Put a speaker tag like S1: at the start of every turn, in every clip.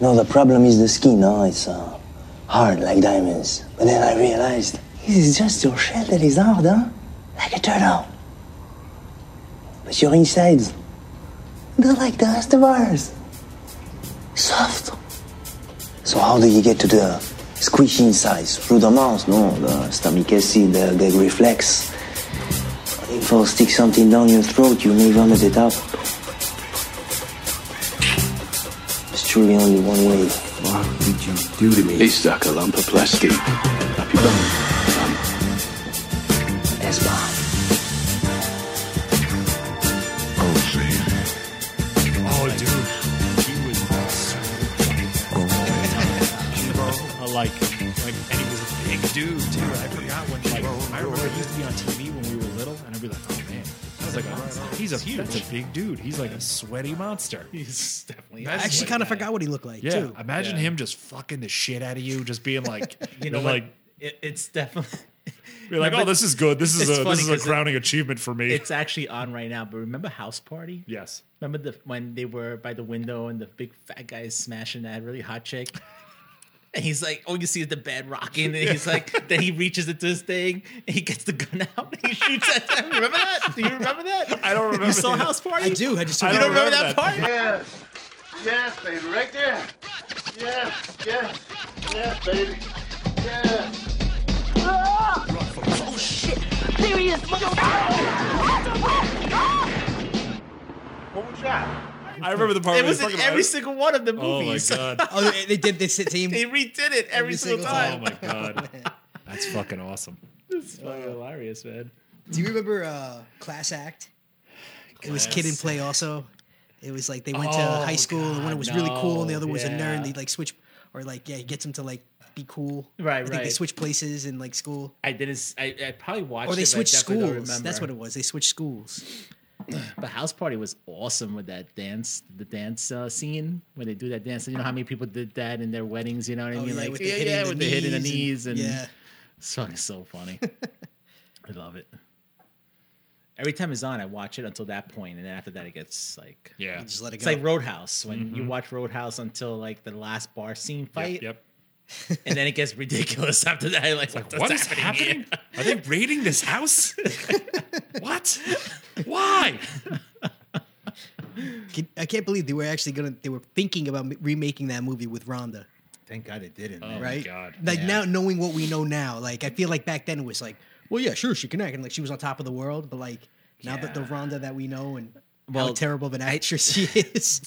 S1: No, the problem is the skin, huh? It's uh, hard like diamonds. But then I realized this is just your shell that is hard, huh? Like a turtle. But your insides, they're like the rest of ours. Soft. So how do you get to the squishy insides? Through the mouth, no? The stomach acid, the gag reflex. If I stick something down your throat, you may vomit it up. There's truly only one way.
S2: What did you do to me?
S3: He stuck a lump of plastic up your bum.
S1: Esma.
S4: Uh, like, like, and he was a big dude too. I forgot when, like, I remember it used to be on TV when we were little, and I'd be like, oh man, I was like, oh, he's a that's a big dude. He's like a sweaty monster.
S5: He's definitely.
S4: That's
S5: I actually
S4: like
S5: kind of
S4: that.
S5: forgot what he looked like
S4: Yeah,
S5: too.
S4: imagine
S5: Yeah.
S4: him just fucking the shit out of you, just being like,
S5: You know,
S4: like.
S5: like it, it's definitely.
S4: You're like,
S5: No,
S4: oh,
S5: but
S4: this is good. This is
S5: it's
S4: a
S5: funny
S4: this is a
S5: 'cause it-
S4: crowning achievement for me.
S5: It's actually on right now. But remember House Party?
S4: yes,
S5: Remember the when they were by the window and the big fat guy is smashing that really hot chick? And he's like, all you see is the bed rocking. And he's like, then he reaches into his thing and he gets the gun out and he shoots at them. Remember that? Do you remember that?
S4: I don't remember.
S5: You saw House Party?
S4: I
S5: do. I just
S4: I
S5: you
S4: don't
S5: don't remember,
S4: remember
S5: that, part?
S6: Yes. Yes, baby, right there. Yes, yes, yes, baby. Yes.
S7: Oh shit! Serious motherfucker!
S6: What was that?
S4: I remember the part.
S5: It
S4: where
S5: was
S4: he's
S5: in
S4: fucking-
S5: every single one of the
S4: Oh my
S5: movies.
S4: god!
S8: Oh, they, they did this same.
S5: they redid it every, single,
S8: single
S4: Oh
S5: time.
S4: my god! That's fucking awesome.
S5: It's fucking hilarious, man.
S8: Do you remember uh, Class Act? It was Kid and
S5: Class
S8: Play also. It was like they went to
S5: Oh,
S8: high school and one
S5: God,
S8: was really cool and the
S5: no,
S8: other was a
S5: yeah.
S8: nerd. They like switch or like yeah, he gets him to like be cool.
S5: Right,
S8: I think They
S5: right.
S8: switch places in like school,
S5: I didn't. s- I, I probably watched.
S8: or they
S5: it, but I
S8: switch
S5: definitely don't Oh,
S8: schools.
S5: remember.
S8: That's what it was. They switch schools.
S5: But House Party was awesome with that dance, the dance uh, scene when they do that dance. You know how many people did that in their weddings? You know what I
S8: Oh,
S5: mean?
S8: yeah,
S5: like
S8: with the
S5: yeah,
S8: hitting
S5: yeah,
S8: the
S5: with the hitting the
S8: knees
S5: knees
S8: and-
S5: and
S8: yeah.
S5: It's fucking so funny. I love it. Every time it's on, I watch it until that point, and then after that, it gets like
S4: Yeah.
S8: You just let it
S5: it's
S8: go.
S5: like Roadhouse when you watch Roadhouse until like the last bar scene fight,
S4: Yep. yep.
S5: and then it gets ridiculous after that. Like,
S4: Like,
S5: what's
S4: what is
S5: happening?
S4: happening? Are they raiding this house? what? Why?
S8: Can- I can't believe they were actually gonna. They were thinking about m- remaking that movie with Rhonda.
S5: Thank God it didn't.
S4: Oh
S5: man.
S4: my
S8: right?
S4: God.
S8: Like
S5: Yeah.
S8: now, knowing what we know now, like I feel like back then it was like, well, yeah, sure, she can act, and like she was on top of the world, but like now that the
S5: Yeah.
S8: Rhonda that we know and how
S5: Well,
S8: terrible of an actress she is,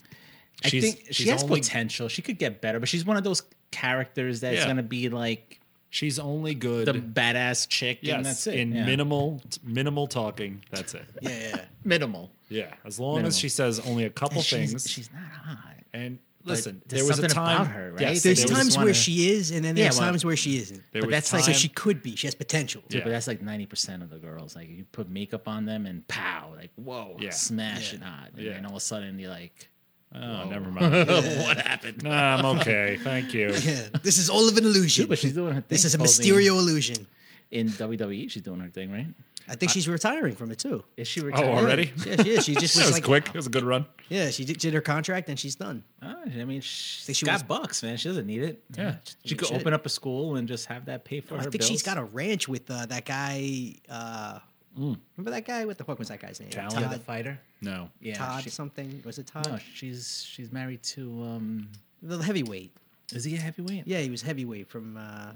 S5: I
S4: She's-
S5: think she
S4: she's
S5: has
S4: only-
S5: potential. She could get better, but she's one of those characters that's
S4: Yeah.
S5: gonna be like
S4: She's only good.
S5: the badass chick,
S4: yes.
S5: and that's it.
S4: In
S5: yeah.
S4: minimal, minimal talking. That's it.
S8: yeah, yeah.
S5: minimal.
S4: Yeah. As long
S5: Minimal.
S4: as she says only a couple
S5: And she's-
S4: things.
S5: She's not hot.
S4: and
S5: But
S4: listen,
S5: there's
S4: there was a
S5: something
S4: time.
S5: about her, right?
S4: Yes,
S8: There's
S4: there was-
S8: times
S5: one
S8: where
S5: of-
S8: she is, and then
S5: Yeah,
S8: there's
S5: well-
S8: times where she isn't.
S4: there
S5: but
S4: was
S5: that's like-
S8: so
S4: time-
S8: she could be. She has potential.
S5: Dude,
S4: Yeah.
S5: But that's like ninety percent of the girls. Like you put makeup on them and pow, like whoa,
S4: Yeah.
S5: smashing
S8: Yeah.
S5: hot. And
S4: Yeah.
S5: then all of a sudden you're like,
S4: Oh, never mind.
S5: what happened?
S4: Nah, I'm okay. Thank you.
S8: Yeah, this is all of an illusion.
S5: Dude, but she's doing her thing.
S8: this is a
S5: posing
S8: Mysterio illusion.
S5: in WWE. She's doing her thing, right?
S8: I think she's retiring from it too.
S5: Is she
S4: Oh,
S5: retired?
S4: already?
S8: Yeah, she is. She just
S4: That
S8: was
S4: was
S8: like,
S4: quick. It was a good run.
S8: yeah, she did, did her contract and she's done.
S5: Oh, I mean, she's
S8: Think she
S5: got
S8: was-
S5: bucks, man. She doesn't need it.
S4: Yeah.
S5: she could
S8: Shit.
S5: open up a school and just have that pay for
S8: I
S5: her.
S8: think she's
S5: bills. Hmm.
S8: got a ranch with uh, that guy. Uh, Remember that guy? What the fuck was that guy's name?
S4: Talon?
S5: yeah,
S8: Todd,
S5: the fighter.
S4: No.
S5: Yeah,
S8: Todd
S5: she-
S8: something. Was it Todd?
S5: no, Oh, she's she's married to um.
S8: The heavyweight.
S5: Is he a heavyweight?
S8: Yeah, he was heavyweight from. Uh,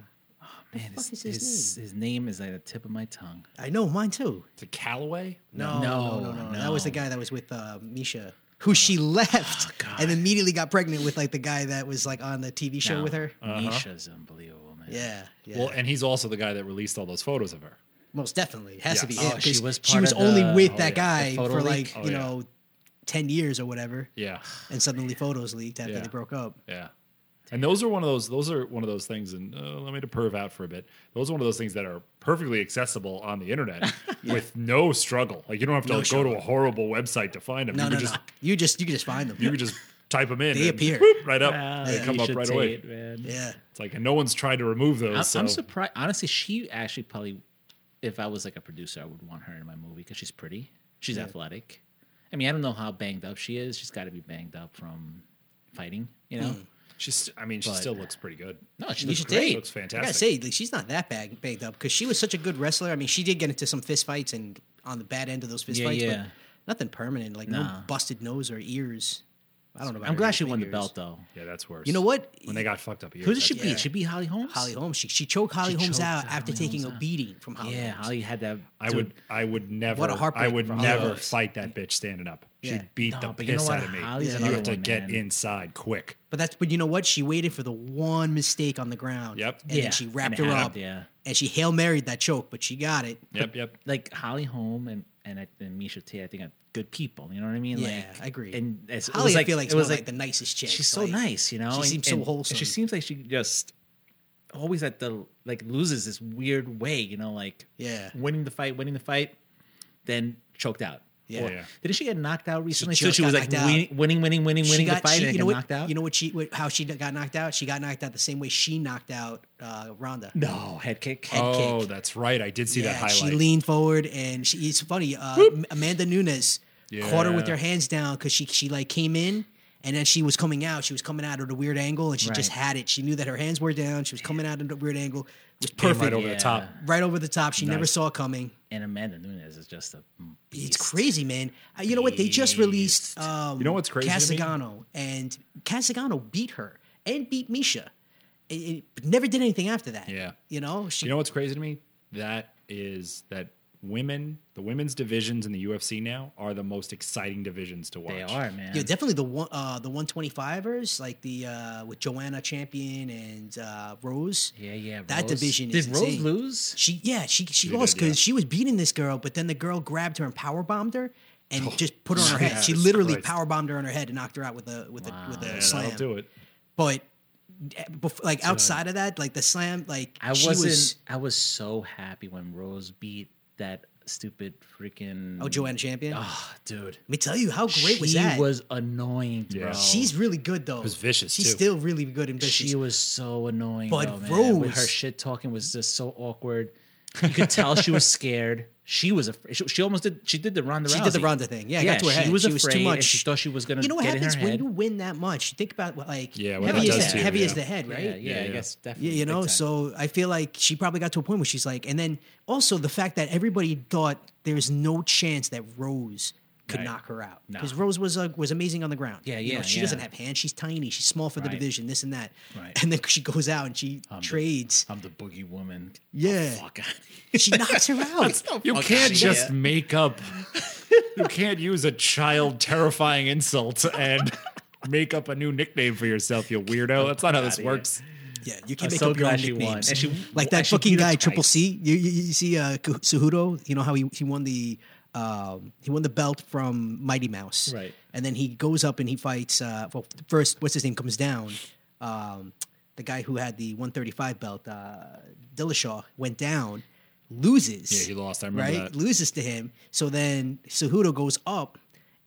S5: man,
S8: fuck
S5: his,
S8: is his
S5: his, his name is at the tip of my tongue.
S8: I know mine too.
S4: To Callaway?
S8: No, no, no, no, no. That was the
S5: no. Oh,
S8: guy that was with uh, Misha, who she left and immediately got pregnant with like the guy that was like on the TV show
S5: No,
S8: with her.
S4: Uh-huh.
S5: Misha's unbelievable, man.
S8: yeah, yeah.
S4: Well, and he's also the guy that released all those photos of her.
S8: most definitely it has to be.
S4: Yes.
S8: it,
S5: Oh, she
S8: 'cause
S5: was
S8: she
S5: part
S8: was
S5: of
S8: only
S5: the-
S8: with
S5: oh,
S8: that
S5: yeah, the
S8: guy
S5: photo
S8: for
S5: leak?
S8: like
S4: Oh,
S8: you
S4: yeah.
S8: know, ten years or whatever,
S4: Yeah.
S8: and suddenly photos leaked after
S4: Yeah.
S8: they broke up.
S4: Yeah. And those are one of those. Those are one of those things. And uh, let me to perv out for a bit. Those are one of those things that are perfectly accessible on the internet with no struggle. Like you don't have to
S8: No
S4: like, go to a horrible website to find them.
S8: No,
S4: you
S8: no,
S4: can just
S8: no. You just you can just find them.
S4: you can just type them in.
S8: They
S4: and
S8: appear.
S4: whoop, right up.
S5: Ah,
S4: they come up
S5: Misha
S4: right away.
S5: Tate, man.
S8: yeah.
S4: It's like and no one's tried to remove those.
S5: I'm,
S4: so
S5: I'm surprised. Honestly, she actually probably, if I was like a producer, I would want her in my movie because she's pretty. She's athletic.
S8: Hmm.
S5: I mean, I don't know how banged up she is. She's got to be banged up from fighting, you know.
S4: She's, I mean, she
S5: But-
S4: still looks pretty good.
S5: No, she
S4: looks
S8: She
S4: great.
S8: did.
S4: Looks
S8: I gotta
S4: fantastic.
S8: say, like, she's not that bag, bagged up because she was such a good wrestler. I mean, she did get into some fist fights and on the bad end of those fist
S5: Yeah,
S8: fights,
S5: yeah.
S8: but nothing permanent. Like no
S5: Nah.
S8: busted nose or ears. I don't know. About
S5: I'm
S8: her
S5: glad she
S8: big
S5: won the
S8: ears.
S5: belt though.
S4: yeah, that's worse.
S8: You know what?
S4: When they got fucked up, ears,
S5: Who does she
S4: that's-
S5: beat?
S8: Yeah.
S5: Should be Holly Holmes.
S8: Holly Holmes. She, she choked Holly
S5: She
S8: Holmes
S5: choked
S8: out
S5: Holly
S8: after
S5: Holmes
S8: taking a
S5: out.
S8: beating from Holly.
S5: Yeah,
S8: Holmes.
S5: Holly had that.
S4: I
S5: dude,
S4: would, I would never,
S8: What a heartbreak
S4: I would
S8: for all
S4: never
S8: of us.
S4: fight that bitch standing up.
S8: Yeah.
S4: She beat
S5: No,
S4: the
S5: but
S4: piss
S5: you know what?
S4: out of me.
S5: Holly's
S4: you
S5: another
S4: have to
S5: one,
S4: get
S5: man.
S4: inside quick.
S8: But that's but you know what? She waited for the one mistake on the ground.
S4: Yep.
S8: And
S5: Yeah,
S8: then she wrapped
S5: and it
S8: her
S5: happened,
S8: up.
S5: yeah.
S8: And she hail married that choke, but she got it.
S4: Yep, yep.
S5: like Holly Holm and and, I- and Misha Tate. I think are good people. You know what I mean?
S8: Yeah,
S5: like,
S8: I agree.
S5: And it's,
S8: Holly,
S5: it was
S8: I feel like
S5: it was
S8: like,
S5: like
S8: the nicest chick.
S5: she's so
S8: Like,
S5: nice. You know,
S8: she
S5: And-
S8: seems so
S5: and
S8: wholesome.
S5: She seems like she just always at the like loses this weird way. You know, like
S8: Yeah.
S5: winning the fight, winning the fight, then choked out.
S8: Yeah.
S5: Or-
S4: Yeah.
S5: Didn't she get knocked out recently? so
S8: just
S5: she was
S8: got
S5: like
S8: knocked out.
S5: win, winning, winning, winning,
S8: She
S5: winning
S8: got
S5: the fight,
S8: she-
S5: and
S8: you know
S5: then
S8: what,
S5: knocked out.
S8: You know what she what, how she got knocked out? She got knocked out the same way she knocked out uh, Ronda.
S5: no head kick.
S8: Head
S4: Oh,
S8: kick.
S4: that's right. I did see that highlight.
S8: She leaned forward and she. It's funny. Uh, M- Amanda Nunes caught her with
S4: Yeah.
S8: her hands down because she she like came in and then she was coming out. She was coming out at a weird angle and she just
S5: Right.
S8: had it. She knew that her hands were down. She was coming out at a weird angle. It was
S4: Came
S8: perfect.
S4: right over the top.
S5: Yeah.
S8: Right over the top. She never
S4: Nice.
S8: saw it coming.
S5: And Amanda Nunes is just a beast.
S8: It's crazy, man. Uh, You know what? They just released. Um,
S4: You know what's crazy to me?
S8: Casagano and Casagano beat her and beat Misha. It, it- but never did anything after that.
S4: Yeah.
S8: You know. She,
S4: You know what's crazy to me? That is that women, the women's divisions in the UFC now are the most exciting divisions to watch.
S5: They are man.
S8: Yeah, definitely the one uh, the 125ers like the uh, with Joanna Champion and uh, Rose.
S5: Yeah, yeah.
S8: That
S5: Rose.
S8: division
S5: Did
S8: is
S5: Rose
S8: insane.
S5: lose?
S8: She yeah, she
S4: She
S8: she, lost
S4: did, yeah.
S8: because she was beating this girl, but then the girl grabbed her and power bombed her and just put her on her head. She
S4: Oh, Jesus
S8: literally
S4: Christ.
S8: power bombed her on her head and knocked her out with a with a with a
S4: Yeah,
S8: slam.
S4: that'll do it.
S8: But eh, bef- like outside of that, like the slam, like
S5: uh, I
S8: she
S5: wasn't.
S8: was
S5: I was so happy when Rose beat that stupid freaking.
S8: oh Joanna Champion.
S5: Oh, dude.
S8: Let me tell you how great was
S5: she
S8: that.
S5: was annoying,
S4: Yeah.
S5: bro.
S8: She's really good though.
S4: was vicious,
S8: She's
S4: too.
S8: still really good and vicious.
S5: she was so annoying.
S8: But
S5: though, man. With her
S8: Rose-
S5: shit talking was just so awkward. You could tell she was scared. She was afraid. She, she almost did. She did the Ronda.
S8: She
S5: Rousey.
S8: did the Ronda thing. Yeah, I got to her
S5: she
S8: head.
S5: was
S8: She
S5: afraid.
S8: was too much.
S5: And she thought she was gonna.
S8: you know what
S5: get in
S8: happens
S5: her
S8: when
S5: head.
S8: you win that much? Think about what, like
S4: Yeah, what that
S8: heavy is
S4: does
S8: the,
S4: to you,
S8: heavy
S4: yeah.
S8: is the head, right?
S5: Yeah, yeah, I
S4: Yeah.
S5: guess definitely.
S8: Yeah, you
S5: big
S8: know,
S5: time.
S8: so I feel like she probably got to a point where she's like, and then also the fact that everybody thought there's no chance that Rose could
S5: Right.
S8: knock her out
S5: No.
S8: because Rose was uh, was amazing on the ground.
S5: Yeah,
S8: You know,
S5: yeah,
S8: she
S5: yeah.
S8: doesn't have hands; she's tiny, she's small for the
S5: Right.
S8: division, this and that.
S5: Right.
S8: And then she goes out and she trades.
S5: I'm the boogie woman.
S8: Yeah.
S5: Fuck.
S8: she knocks her out.
S4: You
S5: fuck
S4: can't
S5: outta
S4: just
S5: here.
S4: make up. you can't use a child terrifying insult and make up a new nickname for yourself, you weirdo. That's not how this
S5: outta
S4: works.
S8: Yeah, you can
S5: I'm
S8: make
S5: so
S8: up your own
S5: glad she won.
S8: nicknames.
S5: And she-
S8: like
S5: and
S8: that
S5: she
S8: fucking
S5: beat us
S8: guy, Triple
S5: twice.
S8: C. You, you, you see uh, Ku- Cejudo. You know how he, he won the um, he won the belt from Mighty Mouse,
S5: Right.
S8: And then he goes up and he fights. Uh, well, first, what's his name comes down. Um, the guy who had the 135 belt, uh, Dillashaw, went down, loses.
S4: Yeah, he lost. I remember that.
S8: Loses to him. So then Cejudo goes up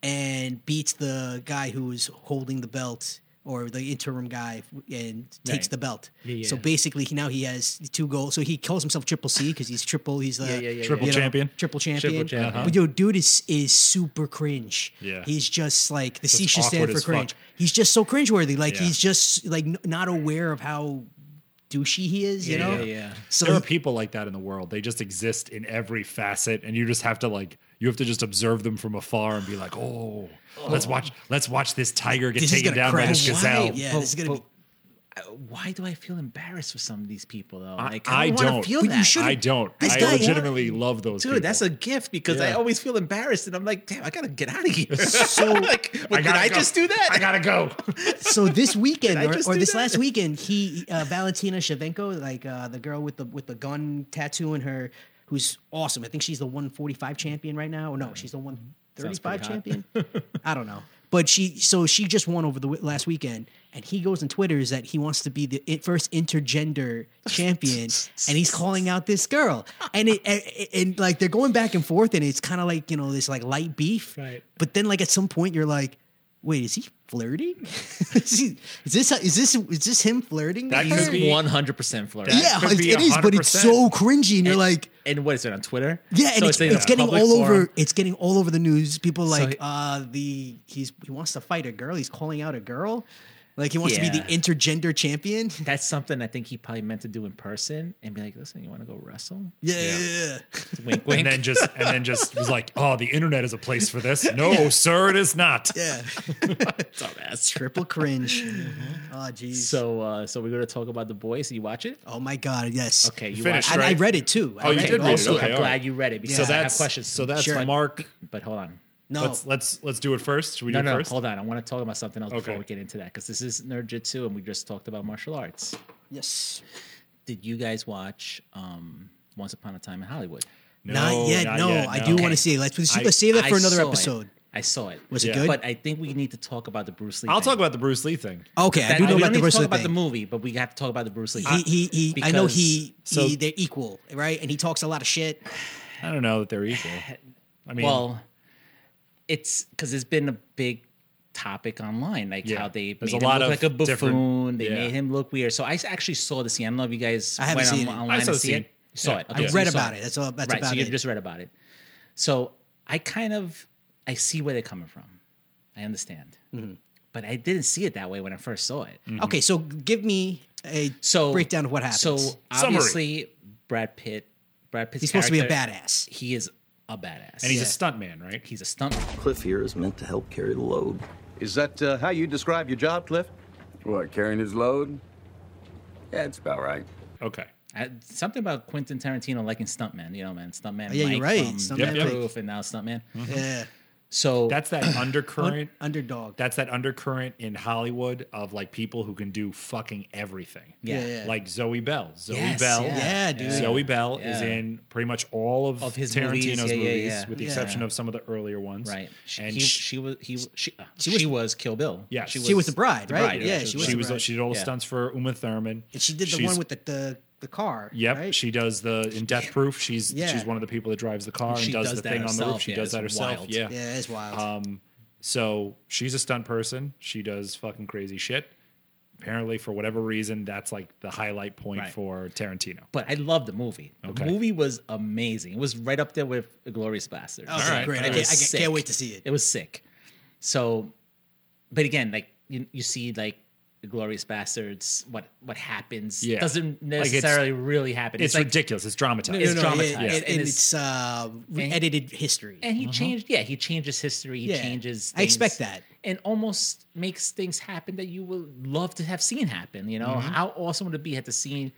S8: and beats the guy who was holding the belt or the interim guy and takes
S5: Right.
S8: the belt.
S5: Yeah,
S8: So
S5: yeah.
S8: basically he- now he has two goals. So he calls himself Triple C because he's triple. He's the
S5: Yeah, yeah, yeah,
S4: Triple
S8: you know,
S4: champion.
S8: triple champion.
S5: champion.
S8: But yo, dude is is super cringe.
S4: Yeah.
S8: he's just like the C should
S4: awkward
S8: stand for
S4: as fuck.
S8: cringe. He's just so cringeworthy. Like
S4: Yeah.
S8: he's just like n- not aware of how douchey he is. You
S5: Yeah,
S8: know.
S5: yeah, yeah.
S8: So
S4: there are
S8: he-
S4: people like that in the world. They just exist in every facet, and you just have to like you have to just observe them from afar and be like, oh, let's watch let's watch this tiger get
S8: This is
S4: taken
S8: gonna
S4: down by this
S8: crash.
S4: gazelle.
S8: Why? Yeah,
S5: But-
S8: this is gonna
S5: but
S8: be-
S5: I- Why do I feel embarrassed for some of these people though?
S4: I-
S5: Like, I,
S4: I
S5: don't, wanna
S4: don't.
S5: feel
S4: But
S8: you
S5: that.
S8: should-
S4: I don't.
S8: This
S4: I
S8: guy-
S4: legitimately love those.
S5: Dude,
S4: people.
S5: that's a gift because I
S4: Yeah.
S5: always feel embarrassed and I'm like, damn, I gotta get out of here.
S8: So-
S5: like,
S4: I
S5: did
S4: gotta
S5: I
S4: go.
S5: just do that?
S4: I gotta go.
S8: so this weekend
S5: I
S8: or,
S5: just
S8: or
S5: do
S8: this
S5: that?
S8: last weekend he uh, valentina shevenko like uh, the girl with the with the gun tattoo in her who's awesome i think she's the 145 champion right now or no she's the 135
S5: Sounds
S8: champion i don't know but she so she just won over the w- last weekend and he goes and twitters that he wants to be the i- first intergender champion and he's calling out this girl and it and, and like they're going back and forth and it's kind of like you know this like light beef
S5: Right.
S8: but then like at some point you're like wait is he flirting is, he, is this is this is this him flirting
S4: That
S8: with
S4: could
S8: her?
S4: be-
S5: 100% flirting.
S8: yeah
S4: could
S8: it-
S4: be
S8: it is but it's
S4: 100%.
S8: so cringy and you're like
S5: And what is it on Twitter?
S8: yeah and
S5: So
S8: it's,
S5: in
S8: it's,
S5: a
S8: getting
S5: public
S8: all
S5: forum.
S8: over it's getting all over the news people are
S5: So
S8: like
S5: he-
S8: uh the he's he wants to fight a girl he's calling out a girl Like he wants to be the
S5: Yeah.
S8: intergender champion.
S5: That's something I think he probably meant to do in person and be like, listen, you want to go wrestle?
S8: Yeah. yeah.
S5: Wink,
S4: And
S5: wink.
S4: then just and then just was like, oh, the internet is a place for this. No, sir, it is not.
S8: yeah.
S5: Dumbass.
S8: Triple cringe. Oh jeez.
S5: So, uh, so we're gonna talk about the boys. You watch it?
S8: oh my god. Yes.
S5: Okay, you
S4: finished,
S5: watch
S8: And I
S4: Right.
S8: read it too. I
S4: Oh, you
S8: read
S4: did read it.
S8: also.
S4: Okay,
S5: I'm
S4: all
S5: glad
S4: right.
S5: you read it because
S8: So
S5: I have
S4: that's-
S5: questions.
S4: so that's
S5: But-
S4: Mark-
S5: But hold on.
S8: No.
S4: Let's let's let's do it first. Should we
S5: No,
S4: do it
S5: no,
S4: first?
S5: hold on. I want to talk about something else before
S4: Okay.
S5: we get into that because this is Nerdjitsu and we just talked about martial arts.
S8: yes.
S5: Did you guys watch um, Once Upon a Time in Hollywood?
S4: No,
S8: not yet.
S4: not
S8: no,
S4: yet,
S8: I
S4: no.
S8: do
S4: Okay.
S8: want to see. it. Let's let's,
S4: I-
S8: let's save that for
S5: I
S8: another
S5: saw it.
S8: episode.
S5: I saw it.
S8: Was it
S4: Yeah.
S8: good?
S5: But I think we need to talk about the Bruce Lee.
S4: I'll
S5: thing.
S4: talk about the Bruce Lee thing.
S8: okay, I
S5: That-
S8: do know
S5: we don't
S8: about the
S5: need to
S8: Bruce
S5: talk
S8: Lee
S5: about the
S8: thing.
S5: movie, but we have to talk about the Bruce Lee.
S8: He, he, he I know he,
S4: so-
S8: he they're equal, right? And he talks a lot of shit.
S4: I don't know that they're equal. I mean,
S5: well, it's because it's been a big topic online, like
S4: Yeah.
S5: how they
S4: There's
S5: made
S4: a
S5: him
S4: lot
S5: look like
S4: of
S5: a
S4: different-
S5: buffoon. They
S4: yeah.
S5: made him look weird. So I s- actually saw the scene. I don't know if you guys
S8: I haven't
S5: went on-
S8: seen it.
S5: online
S4: I saw
S5: to
S4: the
S5: see
S4: scene.
S5: it. Saw
S4: Yeah.
S5: it.
S4: I
S5: Okay,
S8: I
S5: so
S8: read
S5: you saw
S8: about it. That's all. That's
S5: right,
S8: about
S5: so you
S8: it.
S5: just read about it. So I kind of I see where they're coming from. I understand,
S8: Mm-hmm.
S5: but I didn't see it that way when I first saw it.
S4: Mm.
S8: okay, so give me a
S5: So
S8: breakdown of what happens.
S5: So
S4: Summary.
S5: obviously, Brad Pitt. Brad Pitt's
S8: he's supposed to be a
S5: character-
S8: badass.
S5: He is a badass,
S4: and he's a stunt man, right?
S5: he's a stunt.
S7: Cliff here is meant to help carry the load.
S9: Is that uh, how you describe your job, Cliff?
S2: What, carrying his load?
S7: Yeah, it's about right.
S4: Okay.
S5: I, something about Quentin Tarantino liking stuntman. You know, man, stuntman.
S8: Oh, yeah,
S5: Mike
S8: you're right,
S5: From
S8: Stuntman Mm-hmm.
S5: Death
S4: Yep, yep.
S5: Proof and now stuntman.
S8: Yeah,
S5: So
S4: That's that undercurrent.
S8: Uh, underdog.
S4: that's that undercurrent in Hollywood of like people who can do fucking everything.
S5: yeah,
S8: yeah.
S4: Like Zoe Bell. Zoe
S5: Yes,
S4: Bell.
S5: yeah.
S8: yeah, dude.
S4: Zoe Bell is
S5: Yeah.
S4: in pretty much all of,
S5: Of his
S4: Tarantino's
S5: movies,
S4: movies,
S5: yeah, yeah, yeah.
S4: with the
S8: Yeah.
S4: exception of some of the earlier ones.
S5: right. She,
S4: and
S5: he,
S4: she,
S5: she was he she, uh, she,
S8: she was-
S5: was Kill Bill.
S4: Yeah.
S5: she was,
S8: she was the bride, right?
S5: bride, yeah,
S8: yeah, she
S5: she
S8: was.
S4: she
S8: the
S4: was
S8: bride.
S4: she did all the
S5: Yeah.
S4: stunts for Uma Thurman.
S8: and she did the
S4: She's-
S8: one with the the, the car.
S4: Yep,
S8: right?
S4: she does the in Death Proof. She's
S8: Yeah.
S4: she's one of the people that drives the car and
S5: She
S4: does,
S5: does
S4: the
S5: that
S4: thing on the roof.
S5: herself,
S4: She
S5: yeah,
S4: does that
S5: it's
S4: herself.
S5: wild.
S4: Yeah.
S8: yeah, it's wild.
S4: Um, so she's a stunt person. She does fucking crazy shit. Apparently, for whatever reason, that's like the highlight point
S5: Right.
S4: for Tarantino.
S5: But I love the movie. The
S4: Okay.
S5: movie was amazing. It was right up there with Glorious Bastards.
S8: oh,
S4: all right, all
S8: great! I, can't,
S4: right.
S8: I can't-
S5: Sick.
S8: can't wait to see it.
S5: It was sick. So, but again, like you, you see, like the Glorious Bastards, what what happens
S4: Yeah.
S5: doesn't
S4: Like, it's-
S5: necessarily really happen.
S4: It's,
S5: like,
S4: ridiculous. It's dramatized.
S5: It's
S8: No, no, it-
S5: dramatized.
S8: it-
S5: And
S8: and
S5: it's-
S8: it's uh,
S5: and-
S8: edited history.
S5: and he changed. Yeah, he changes history. He
S8: Mm-hmm. Yeah.
S5: changes.
S8: I expect
S5: things
S8: that.
S5: and almost makes things happen that you would love to have seen happen. You know,
S8: Mm-hmm.
S5: how awesome would it be had to seen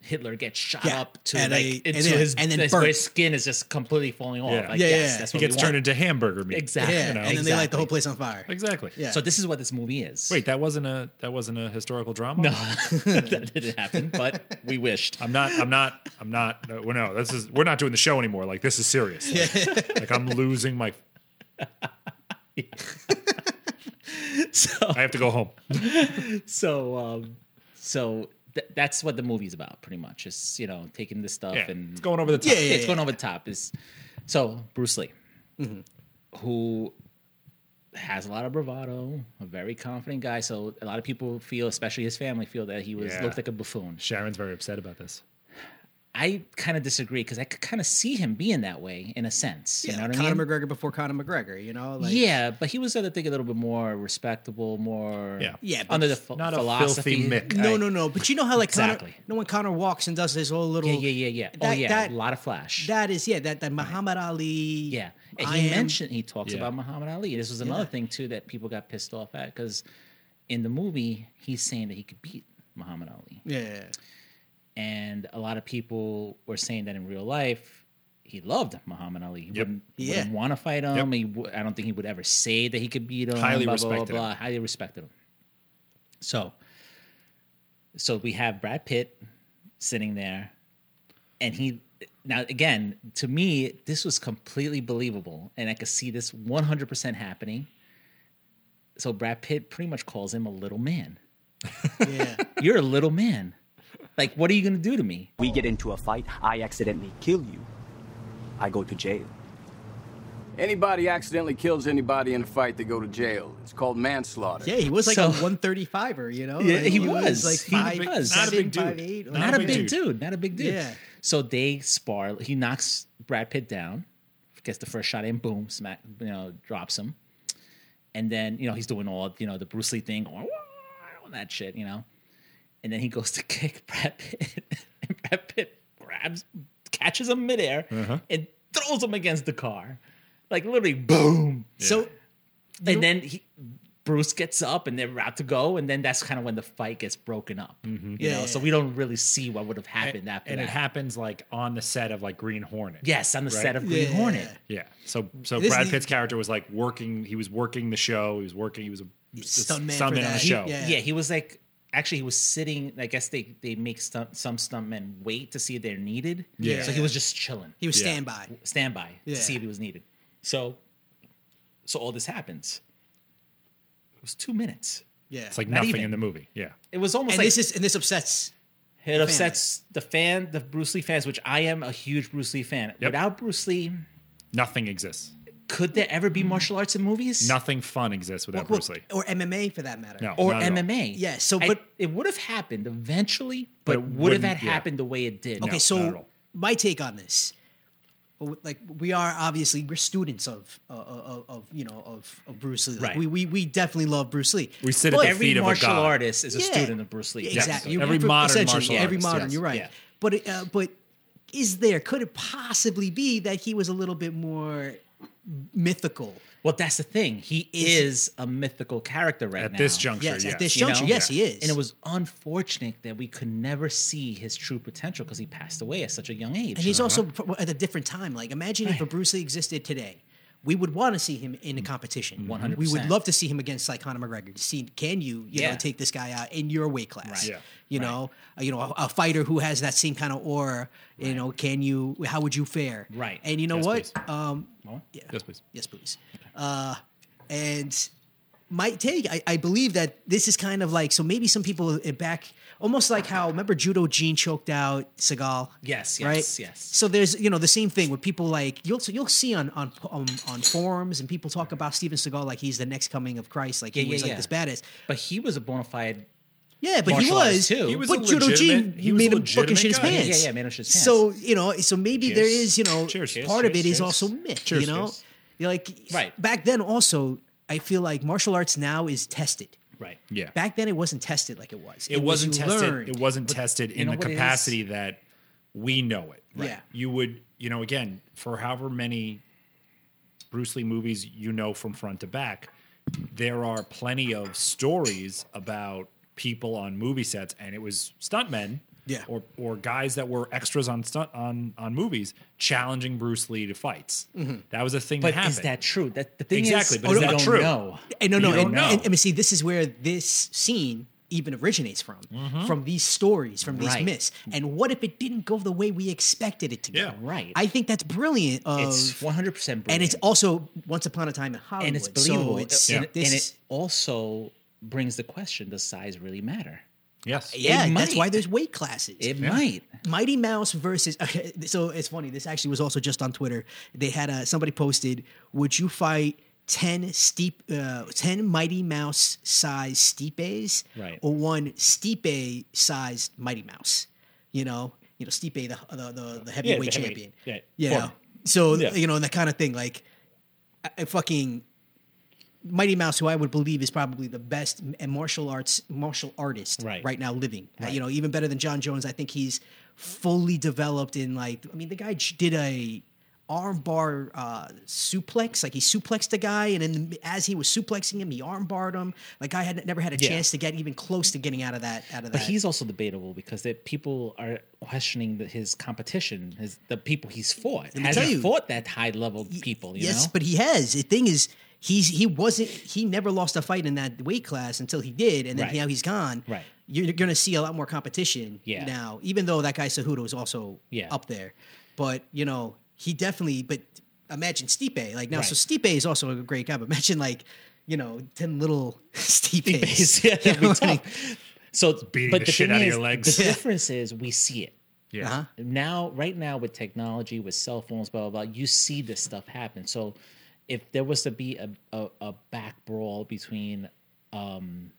S5: Hitler get shot
S8: Yeah.
S5: up to
S8: And
S5: like
S8: a-
S5: into
S8: and then-
S5: his
S8: and
S5: and
S8: then
S5: then his,
S8: burnt.
S5: his skin is just completely falling off.
S4: Yeah.
S5: Like,
S8: Yeah,
S5: yes,
S8: yeah.
S5: that's
S4: he
S5: what
S4: gets
S5: we
S4: turned
S5: want.
S4: into hamburger meat.
S5: exactly.
S8: yeah,
S4: you know,
S8: and then they light the whole
S5: exactly.
S8: place on fire.
S4: Exactly.
S8: Yeah.
S5: So this is what this movie is.
S4: Wait, that wasn't a that wasn't a historical drama.
S5: No, that didn't happen, but we wished.
S4: I'm not. I'm not. I'm not. No, we're- no, this is. We're not doing the show anymore. Like this is serious. Like, like, I'm losing my.
S5: So,
S4: I have to go home.
S5: so, um, so th- that's what the movie's about, pretty much. It's you know taking this stuff
S4: Yeah,
S5: and
S4: it's going over the top.
S8: Yeah, yeah, Mm-hmm.
S5: it's going over the top. Is so Bruce Lee, who has a lot of bravado, a very confident guy. So a lot of people feel, especially his family, feel that he was
S4: Yeah.
S5: looked like a buffoon.
S4: Sharon's very upset about this.
S5: I kind of disagree because I could kind of see him being that way in a sense.
S8: Yeah,
S5: you know
S8: like
S5: what I
S8: Conor
S5: mean?
S8: McGregor before Conor McGregor, you know? Like,
S5: yeah, but he was I think a little bit more respectable, more
S4: Yeah.
S8: Yeah, but
S5: under the ph-
S4: Not a
S5: philosophy.
S4: filthy mick.
S8: No,
S5: Right.
S8: no, no. But you know how like
S5: Exactly.
S8: Conor, no when Conor walks and does his whole little
S5: Yeah, yeah, yeah, yeah. oh
S8: That-
S5: yeah,
S8: that-
S5: a lot of flash.
S8: That is yeah, that that Muhammad Ali.
S5: Yeah, and
S8: I
S5: he
S8: am-
S5: mentioned he talks
S4: Yeah.
S5: about Muhammad Ali. This was another
S8: Yeah.
S5: thing too that people got pissed off at because in the movie he's saying that he could beat Muhammad Ali,
S8: Yeah.
S5: and a lot of people were saying that in real life he loved Muhammad Ali. He
S4: Yep.
S5: wouldn't,
S8: Yeah.
S5: want to fight him.
S4: Yep.
S5: He w- I don't think he would ever say that he could beat him.
S4: Highly
S5: blah, blah, blah,
S4: respected him.
S5: blah. Highly respected him. So, so we have Brad Pitt sitting there and he now again to me this was completely believable and i could see this 100% happening so brad pitt pretty much calls him a little man
S8: Yeah.
S5: you're a little man like what are you gonna do to me
S7: We get into a fight, I accidentally kill you, I go to jail.
S9: Anybody accidentally kills anybody in a fight, they go to jail. It's called manslaughter.
S8: yeah, he was like a
S5: So-
S8: 135er, you know?
S5: Yeah,
S8: Like,
S5: he was.
S8: like
S5: He
S8: five,
S5: was.
S8: seven,
S5: Not
S4: a big dude.
S8: five, eight,
S4: Not
S5: not,
S8: like-
S5: a big dude. not a big dude
S8: Yeah.
S5: so they spar he knocks brad pitt down gets the first shot in boom smack you know drops him and then you know he's doing all you know the bruce lee thing doing that shit, you know. And then he goes to kick Brad Pitt, and Brad Pitt grabs, catches him midair, and throws him against the car, like literally boom.
S8: So
S5: And then he, Bruce gets up, and they're out to go, and then that's kind of when the fight gets broken up. You
S8: Yeah,
S5: know,
S8: yeah,
S5: so
S8: yeah.
S5: we don't really see what would have happened
S4: and,
S5: after
S4: and
S5: that.
S4: it happens like on the set of like Green Hornet.
S5: Yes, on the set of Green
S8: Yeah.
S5: Hornet.
S4: Yeah. So so
S8: This
S4: Brad
S8: is-
S4: Pitt's character was like working. He was working the show. He was working. He was a
S8: stuntman for
S4: on the
S8: that.
S4: show.
S8: Yeah.
S5: Yeah. he was like actually he was sitting. I guess they they make stunt, some stuntmen wait to see if they're needed.
S4: Yeah.
S5: So he was just chilling,
S8: he was
S4: Yeah.
S8: standby.
S5: standby
S8: Yeah.
S5: to see if he was needed. So so all this happens. It was two minutes.
S8: Yeah,
S4: It's like
S5: Not
S4: nothing
S5: even.
S4: in the movie. Yeah.
S5: It was almost
S8: and
S5: like
S8: this is and this upsets.
S5: it upsets the fan, the Bruce Lee fans, which I am a huge Bruce Lee fan. Without Bruce Lee,
S4: Nothing exists.
S5: could there ever
S4: Mm-hmm.
S5: be martial arts in movies?
S4: Nothing fun exists without Bruce Lee.
S8: or MMA for that matter.
S4: No.
S5: or
S4: not at all.
S5: MMA.
S8: Yeah, so,
S5: I-
S8: but-
S5: it would have happened eventually, but,
S4: it
S5: would have
S4: wouldn't-
S5: that
S4: yeah.
S5: happened the way it did?
S8: Okay,
S4: No, not at
S8: so
S4: all.
S8: my take on this, well, with- like we are obviously we're students of uh, of, of you know of, of Bruce Lee. Like,
S5: Right.
S8: We, we we definitely love Bruce Lee.
S4: We sit
S8: But
S4: at the
S5: every
S4: feet of a
S5: martial
S4: god.
S5: artist is a
S8: Yeah.
S5: student of Bruce Lee.
S8: Exactly.
S4: Every modern
S8: essentially,
S4: martial
S8: Every
S4: artist,
S8: modern,
S4: yes.
S8: you're right.
S5: Yeah.
S8: But it, uh, but is there could it possibly be that he was a little bit more mythical?
S5: Well, that's the thing. He is a mythical character right
S4: At
S5: now.
S4: this juncture,
S8: Yes, at this
S5: You know?
S8: juncture, yes, he is.
S5: And it was unfortunate that we could never see his true potential because he passed away at such a young age.
S8: And he's also pro- at a different time. Like, imagine if a Bruce Lee existed today. We would want to see him
S4: Mm-hmm.
S8: in a competition.
S5: 100%.
S8: We would love to see him against like Conor McGregor. To see, can you, you
S5: Yeah.
S8: know, take this guy out in your weight class?
S4: Right. Yeah.
S8: You know, uh, you know, a, a fighter who has that same kind of aura. You know, can you? How would you fare?
S5: Right.
S8: And you know
S4: Yes,
S8: what? Um,
S4: Yes, please.
S8: Yes, please. Uh, and my take, I, I believe that this is kind of like so maybe some people i- back almost like how remember Judo Gene choked out Seagal.
S5: Yes, yes,
S8: right?
S5: yes.
S8: So there's you know the same thing with people like you'll so you'll see on on um, on forums and people talk about Steven Seagal like he's the next coming of Christ, like
S5: Yeah,
S8: he was
S5: yeah,
S8: like
S5: yeah.
S8: this badass.
S5: But he was a bona fide.
S8: Yeah, but he
S5: Martial artist,
S8: was
S5: too. He was
S8: but
S4: a
S8: Judo Gene
S4: legitimate- he was a
S8: made him fucking
S4: legitimate
S8: shit his
S4: guy.
S5: Yeah,
S8: pants.
S5: yeah, yeah, man, it's just his
S8: So you know, so maybe there is you know
S4: Cheers, cheers,
S8: part of it
S4: cheers,
S8: is
S4: cheers.
S8: also myth.
S4: Cheers,
S8: you know,
S4: cheers.
S8: You're like
S5: Right.
S8: back then also. I feel like martial arts now is tested.
S5: Right.
S4: Yeah.
S8: Back then, it wasn't tested like it was.
S4: it wasn't
S8: was you
S4: tested.
S8: learned.
S4: It wasn't tested in
S5: know
S4: the
S5: what it is?
S4: capacity that we know it.
S8: Right. Yeah.
S4: You would, you know, again, for however many Bruce Lee movies you know from front to back, there are plenty of stories about people on movie sets, and it was stuntmen.
S8: Yeah.
S4: Or or guys that were extras on stunt on on movies challenging Bruce Lee to fights. That was a thing
S5: Mm-hmm. But
S4: that happened.
S5: is that true? That the thing
S4: Exactly,
S5: is,
S4: but is
S5: we
S4: that
S5: don't
S4: true?
S5: know.
S8: And Eh, no, no,
S4: You don't
S8: and,
S4: know.
S8: and, and see, this is where this scene even originates from,
S4: Mm-hmm.
S8: from these stories, from these
S5: Right.
S8: myths. And what if it didn't go the way we expected it to go?
S4: Yeah.
S5: Right.
S8: I think that's brilliant. Of,
S5: It's one hundred percent.
S8: and it's also once upon a time in Hollywood,
S5: and it's
S8: so
S5: believable.
S8: it's-
S5: and,
S8: this-
S5: and it also brings the question: Does size really matter?
S4: yes.
S8: yeah,
S5: it
S8: that's
S5: might.
S8: why there's weight classes.
S5: It might.
S8: Mighty Mouse versus. Okay, so it's funny. This actually was also just on Twitter. They had a somebody posted, "Would you fight ten steep, uh, ten Mighty Mouse size steepes,
S5: Right.
S8: or one steepe sized Mighty Mouse?" You know, you know, steepe the the the, the heavyweight
S4: the heavyweight.
S8: champion.
S4: Yeah,
S8: You
S4: former.
S8: know? So
S4: Yeah.
S8: you know, and that kind of thing. Like, I, I fucking Mighty Mouse, who I would believe is probably the best m- martial arts martial artist
S5: Right.
S8: now living. Uh, You know, even better than John Jones. I think he's fully developed in like. I mean, the guy j- did a armbar uh, suplex. Like he suplexed the guy, and then as he was suplexing him, he armbarred him. Like I had never had a
S5: Yeah.
S8: chance to get even close to getting out of that. Out of
S5: But
S8: that.
S5: he's also debatable because that people are questioning the, his competition, his the people he's fought. Has
S8: tell
S5: he
S8: you-
S5: fought that high level people? You
S8: yes,
S5: know?
S8: but he has. The thing is, he's he wasn't he never lost a fight in that weight class until he did, and then
S5: Right.
S8: now he's gone.
S5: Right.
S8: You're going to see a lot more competition
S5: Yeah.
S8: now, even though that guy Cejudo is also
S5: Yeah.
S8: up there. But you know, he definitely. But imagine Stipe like now. So
S5: Right.
S8: Stipe is also a great guy. But imagine like you know ten little Stipes.
S5: yeah, that'd be
S8: You know,
S5: tough.
S8: like-
S5: So,
S4: beating
S5: but
S4: the
S5: the
S4: shit
S5: thing
S4: out of
S5: is,
S4: your legs.
S5: the
S8: Yeah.
S5: difference is we see it
S4: Yeah.
S8: Uh-huh.
S5: now. Right now, with technology, with cell phones, blah blah blah, you see this stuff happen. So, if there was to be a a, a back brawl between um,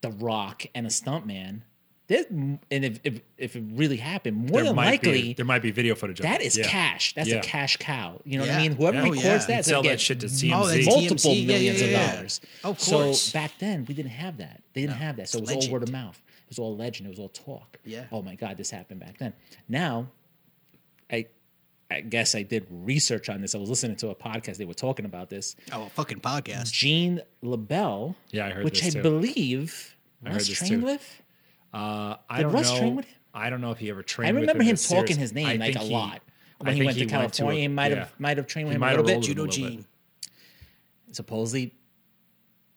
S5: the Rock and a stuntman, There's, and if, if if it really happened, more
S4: there
S5: than
S4: might
S5: likely
S4: be, there might be video footage. Of
S5: that
S4: it.
S5: is
S4: Yeah.
S5: cash. That's
S4: Yeah.
S5: a cash cow. You know what
S8: Yeah.
S5: I mean? Whoever
S4: Yeah.
S8: Oh,
S5: records
S8: yeah.
S5: that's
S4: Sell
S5: gonna
S4: that
S5: get
S4: shit to
S8: Oh,
S4: CMZ.
S8: that's
S5: multiple
S8: TMZ. Yeah,
S5: millions
S8: yeah, yeah, yeah.
S5: of dollars.
S8: Of course.
S5: So back then we didn't have that. They didn't have that. So it was all word of
S8: legend.
S5: mouth. It was all legend. It was all talk.
S8: Yeah.
S5: Oh my God, this happened back then. Now, I I guess I did research on this. I was listening to a podcast. They were talking about this.
S8: Oh, fucking podcast.
S5: Gene LaBelle.
S4: Yeah, I heard
S5: Which
S4: this
S5: I
S4: too.
S5: believe
S4: heard
S5: Russ
S4: this
S5: trained
S4: too.
S5: with.
S4: Uh, I
S5: Did
S4: don't
S5: Russ
S4: know.
S5: train with him?
S4: I don't know if he ever trained.
S5: I
S4: with
S5: remember
S4: him
S5: him
S4: as serious-
S5: talking his
S4: I
S5: name like
S4: think
S5: a
S4: he-
S5: lot.
S4: I
S5: When he
S4: think
S5: went to
S4: went a-
S5: California, he might
S4: yeah.
S5: have might have
S4: He
S5: trained with him
S4: might
S5: a
S4: have
S5: little bit.
S4: rolled with him a
S8: Judo
S4: little bit.
S8: Gene.
S5: Supposedly,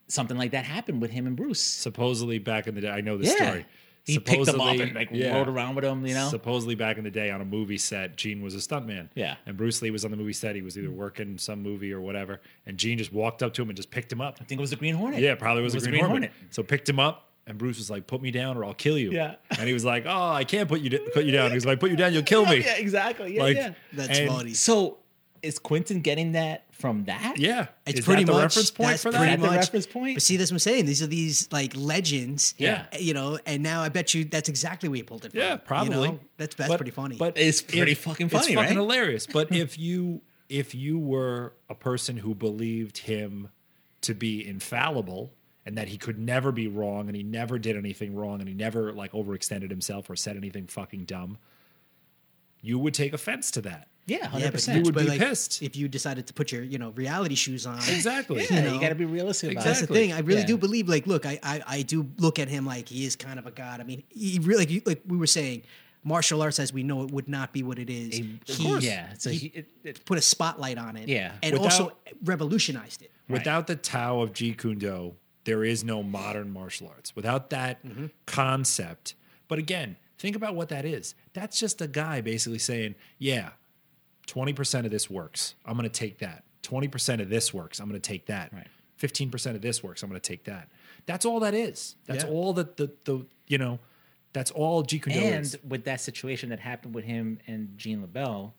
S5: something like that happened with him and Bruce.
S4: Supposedly back in the day, I know this
S5: Yeah.
S4: story.
S5: He picked them up
S4: Supposedly-
S5: and like
S4: yeah.
S5: rode around with them. You know,
S4: Supposedly back in the day on a movie set, Gene was a stuntman.
S5: Yeah.
S4: And Bruce Lee was on the movie set. He was either working some movie or whatever. And Gene just walked up to him and just picked him up.
S5: I think it was the Green Hornet.
S4: Yeah, probably was,
S5: It
S4: a Green, Hornet. So picked him up, and Bruce was like, "Put me down, or I'll kill you."
S5: Yeah.
S4: and he was like, "Oh, I can't put you d- put you down." He was like, "Put you down, you'll kill me."
S5: Yeah, exactly. Yeah,
S4: Like,
S5: yeah.
S8: That's
S4: and-
S8: funny.
S5: So is Quentin getting that from that?
S4: Yeah,
S8: It's
S4: Is that
S8: pretty
S4: the
S8: much
S4: reference point
S8: that's
S4: for that.
S8: pretty
S5: Is that the
S8: much-
S5: reference point?
S8: But see, that's what I'm saying. These are these like legends. eh,
S5: Yeah.
S8: You know, and now I bet you that's exactly where you pulled it from.
S4: Yeah,
S8: you
S4: probably.
S8: know? That's that's
S4: But-
S8: pretty funny.
S4: But
S5: It's pretty
S4: if-
S5: fucking
S4: it's
S5: funny,
S4: fucking
S5: right?
S4: hilarious. But if you if you were a person who believed him to be infallible and that he could never be wrong and he never did anything wrong and he never like overextended himself or said anything fucking dumb, you would take offense to that.
S5: Yeah,
S8: yeah,
S5: hundred
S8: but
S5: percent.
S4: you would
S8: but,
S4: be
S8: like,
S4: pissed.
S8: if you decided to put your you know reality shoes on.
S4: Exactly.
S5: Yeah,
S8: know.
S5: you got to be realistic about
S8: That's the
S4: Exactly.
S8: thing. I really
S5: Yeah.
S8: do believe. Like, look, I, I I do look at him like he is kind of a god. I mean, he really like, you- like we were saying, martial arts as we know it would not be what it is.
S5: it.
S8: He-
S5: yeah, so he, it, it,
S8: put a spotlight on it.
S5: Yeah.
S8: and also revolutionized it.
S4: Without the Tao of Jeet Kune Do, there is no modern martial arts. Without that concept, but again, think about what that is. That's just a guy basically saying, "Yeah, twenty percent of this works. I'm going to take that. Twenty percent of this works. I'm going to take that.
S5: Right.
S4: Fifteen percent of this works. I'm going to take that. That's all that is. That's
S8: Yeah.
S4: all that the the you know." That's all Jeet Kune Do
S5: and
S4: is.
S5: with that situation that happened with him and Gene LaBelle,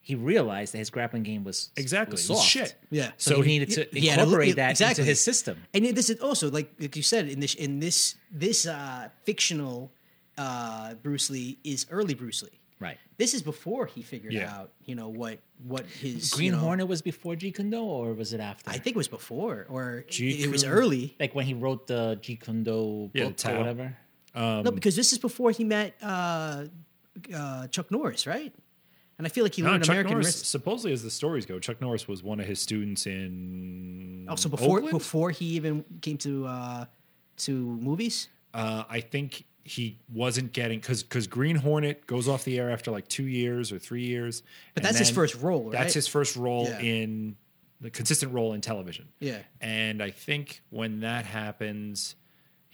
S5: he realized that his grappling game was
S4: Exactly.
S5: was
S4: It was
S5: soft.
S4: shit.
S8: Yeah.
S5: so,
S4: So
S5: he,
S4: he-
S5: needed to
S8: he had a-
S5: incorporate
S8: yeah,
S5: that
S8: exactly.
S5: into his system.
S8: And this is also like like you said in this in this this uh, fictional uh, Bruce Lee is early Bruce Lee.
S5: Right.
S8: This is before he figured
S4: Yeah.
S8: out you know what what his
S5: Green
S8: you know,
S5: Hornet was before Jeet Kune Do, or was it after?
S8: I think it was before or
S4: Jeet
S8: it was
S4: Kune-
S8: early.
S5: like when he wrote the Jeet Kune Do
S4: Yeah, the
S5: book
S4: Tao.
S5: or whatever.
S8: no,
S4: um,
S8: because this is before he met uh, uh, Chuck Norris, right? And I feel like he
S4: No,
S8: learned
S4: Chuck
S8: American
S4: Norris.
S8: wrestling.
S4: Supposedly, as the stories go, Chuck Norris was one of his students in.
S8: Also before
S4: Oakland?
S8: before he even came to uh, to movies.
S4: Uh, I think he wasn't getting because because Green Hornet goes off the air after like two years or three years. But
S8: that's his first role, right?
S4: That's his first role
S8: Yeah.
S4: in the consistent role in television.
S8: Yeah.
S4: And I think when that happens,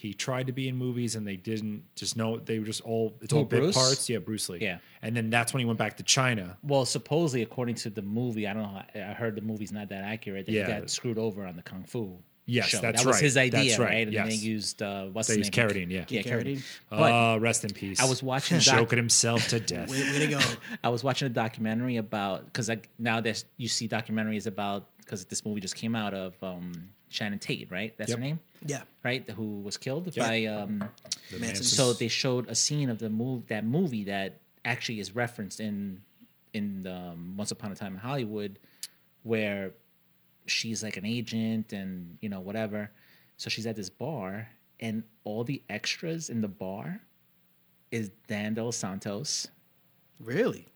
S4: he tried to be in movies and they didn't. Just know they were just all it's
S5: Who,
S4: all bit
S5: Bruce?
S4: parts. Yeah, Bruce Lee.
S5: Yeah.
S4: And then that's when he went back to China.
S5: Well, supposedly, according to the movie, I don't know. I I heard the movie's not that accurate. That
S4: Yeah.
S5: he got screwed over on the kung fu.
S4: Yes,
S5: show.
S4: that's
S5: that was
S4: right.
S5: His idea,
S4: That's right.
S5: right? And then they
S4: Yes.
S5: used uh, what's
S4: They
S5: his
S4: used
S5: name?
S4: Carradine, yeah.
S5: yeah, Carradine.
S8: Carradine.
S5: But
S4: uh, rest in peace.
S5: I was watching. Doc-
S4: choking himself to death.
S8: Way, way to go!
S5: I was watching a documentary about because now that you see documentaries about because this movie just came out of um, Shannon Tate, right? That's
S4: Yep.
S5: her name,
S8: Yeah,
S5: right? Who was killed by. Um,
S8: Manson.
S5: so they showed a scene of the move that movie that actually is referenced in in um, Once Upon a Time in Hollywood, where she's like an agent and you know whatever. So she's at this bar, and all the extras in the bar is Dan Dos Santos,
S8: really.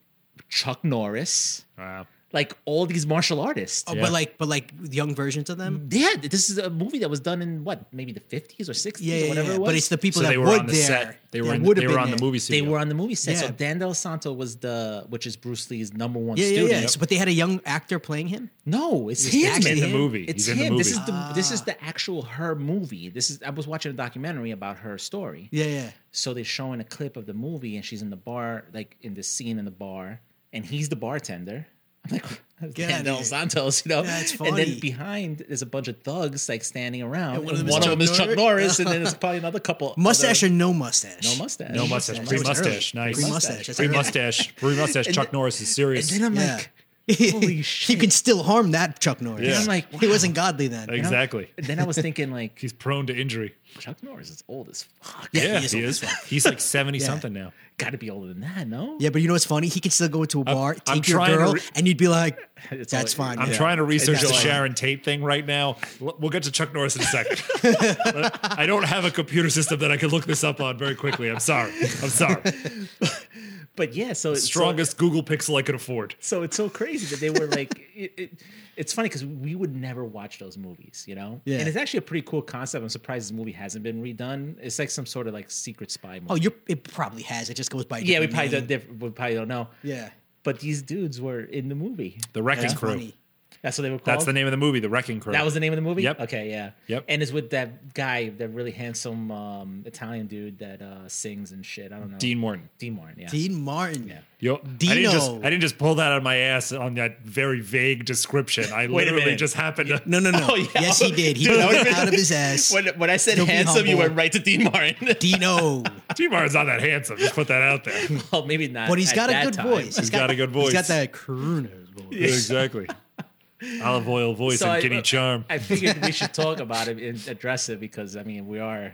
S5: Chuck Norris
S4: Wow.
S5: like all these martial artists.
S8: Oh,
S4: Yeah.
S8: but like, but like young versions of them.
S5: Yeah, this is a movie that was done in what, maybe the 50s or 60s
S8: Yeah,
S5: or
S8: yeah,
S5: whatever
S8: yeah.
S5: it was.
S8: but it's the people
S4: So
S8: that
S4: they were
S8: would
S4: on the
S8: there.
S4: set. They were
S8: that
S4: in,
S8: would
S4: they
S8: have
S4: were
S8: been
S4: on
S8: there.
S4: the movie
S5: they
S4: studio.
S5: were on the movie set. So
S8: Yeah.
S5: Dan Del Santo was the, which is Bruce Lee's number one
S8: Yeah, yeah,
S5: student.
S8: yeah. So, but they had a young actor playing him.
S5: No, it's
S8: He's
S5: him.
S8: actually
S5: It's
S8: in the
S4: movie.
S5: It's
S4: He's in the
S5: him. This is
S4: movie.
S5: the this
S8: Ah.
S5: is the actual her movie. This is I was watching a documentary about her story.
S8: Yeah, yeah.
S5: So they're showing a clip of the movie, and she's in the bar, like in this scene in the bar, and he's the bartender. I'm like, that's
S8: Get
S5: Dan
S8: outta
S5: Del
S8: here.
S5: Santos, you know?
S8: That's
S5: And
S8: funny.
S5: then behind, there's a bunch of thugs like standing around. And one
S8: And one
S5: of them,
S8: of them is
S5: is,
S8: Chuck
S5: Chuck Norris,
S8: Norris?
S5: and then there's probably another couple.
S8: Mustache or
S5: other-
S8: no mustache?
S5: no mustache.
S4: No mustache.
S8: mustache.
S4: Pre
S8: That was early.
S4: mustache. Nice.
S8: Pre-mustache. That's
S4: Pre
S8: early.
S4: mustache. Pre mustache. Chuck Norris is
S5: And
S4: serious.
S5: then I'm
S8: Yeah.
S5: like, Holy
S8: you
S5: shit.
S8: can still harm that Chuck Norris.
S4: Yeah.
S5: I'm like,
S8: he
S5: wow.
S8: wasn't godly then.
S5: You know?
S4: Exactly.
S5: Then I was thinking like
S4: He's prone to injury.
S5: Chuck Norris is old as fuck.
S8: Yeah,
S4: Yeah,
S8: he is
S4: he
S8: old
S4: is. He's like 70 something now.
S5: Got to be older than that, no?
S8: Yeah, but you know what's funny? He could still go into a bar,
S4: I'm
S8: take your
S4: trying to
S8: girl,
S4: re-
S8: and you'd be like,
S5: It's
S8: "That's
S5: all-
S8: fine."
S4: I'm
S8: yeah.
S4: trying to research the
S8: Exactly.
S4: Sharon Tate thing right now. L- We'll get to Chuck Norris in a second. I don't have a computer system that I can look this up on very quickly. I'm sorry. I'm sorry.
S5: But yeah, so it's
S4: Strongest Google Pixel I could afford.
S5: So it's so crazy that they were like, it, it, it's funny because we would never watch those movies, you know.
S8: Yeah.
S5: And it's actually a pretty cool concept. I'm surprised this movie hasn't been redone. It's like some sort of like secret spy movie.
S8: Oh, you're, it probably has. It just goes by. a
S5: yeah, we
S8: different
S5: probably
S8: name.
S5: don't. diff- We probably don't know.
S8: Yeah,
S5: But these dudes were in the movie.
S4: The Wrecking
S5: Yeah.
S4: Crew.
S8: funny.
S5: That's what they were called.
S4: That's the name of the movie, The Wrecking Crew.
S5: That was the name of the movie.
S4: Yep.
S5: Okay. Yeah.
S4: Yep.
S5: And it's with that guy, that really handsome um, Italian dude that uh, sings and shit. I don't know.
S4: Dean Morton.
S5: Dean Martin. Yeah.
S8: Dean Martin. Yeah.
S4: Yo, I didn't just I
S8: Dino.
S4: didn't just pull that out of my ass on that very vague description. I
S5: Wait a
S4: literally
S5: minute.
S4: just happened to
S8: No, no, no.
S5: Oh, yeah.
S8: Yes, he did. He
S5: Dude, I
S8: pulled it
S5: would've
S8: out
S5: been-
S8: of his ass.
S5: When, when I said
S8: Don't be
S5: handsome, you
S8: humble.
S5: went right to Dean Martin.
S8: Dino.
S4: T Martin's not that handsome. Just put that out there.
S5: well, maybe not.
S8: But he's
S5: at
S8: got a
S5: that
S8: good
S5: time.
S8: voice.
S4: He's got a good
S8: He's got
S4: voice.
S8: that crooner's voice.
S4: Exactly. Olive oil voice
S5: So
S4: and
S5: I-
S4: giddy charm.
S5: I figured we should talk about it and address it because I mean we are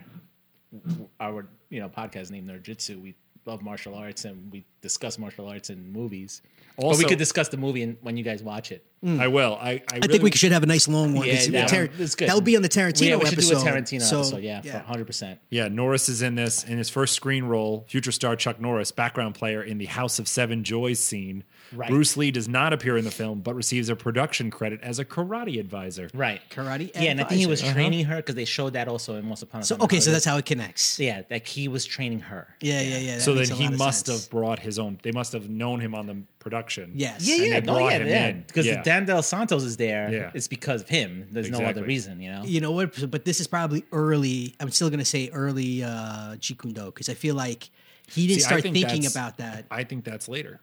S5: our you know podcast name Nerd Jitsu. We love martial arts and we discuss martial arts in movies. Also, but
S4: Also-
S5: we could discuss the movie and when you guys watch it.
S4: I will. I, I,
S8: I
S4: really-
S8: think we should have a nice long one.
S5: Yeah,
S8: It's-
S5: that
S8: Tar-
S5: one- it's good.
S8: That would be on the Tarantino
S5: yeah, we should
S8: episode.
S5: do a Tarantino
S8: so,
S5: episode. Yeah, for hundred percent.
S4: Yeah, Norris is in this in his first screen role. Future star Chuck Norris, background player in the House of Seven Joys scene.
S5: Right.
S4: Bruce Lee does not appear in the film, but receives a production credit as a karate advisor.
S5: Right.
S8: Karate
S5: Yeah, and I think he was
S8: advisor.
S5: training her because they showed that also in Once Upon a
S8: So
S5: Time. in
S8: okay, so
S5: Hollywood.
S8: that's how it connects. Yeah,
S5: yeah, like he was training her.
S8: yeah, yeah. that
S4: so
S8: makes
S4: then
S8: a
S4: he
S8: lot of
S4: must
S8: sense.
S4: have brought his own. They must have known him on the production.
S8: Yes.
S5: Yeah, yeah,
S4: they
S5: no,
S4: brought
S8: Oh,
S5: yeah,
S4: him
S5: yeah.
S4: in.
S5: Because
S4: Yeah.
S5: if Dan Del Santos is there,
S4: Yeah.
S5: it's because of him. There's no other
S4: Exactly.
S5: reason, you know.
S8: You know what? But this is probably early. I'm still gonna say early uh, Jeet Do because I feel like he didn't
S4: See, I
S8: start
S4: think
S8: thinking
S4: that's-
S8: about that.
S4: I think that's later.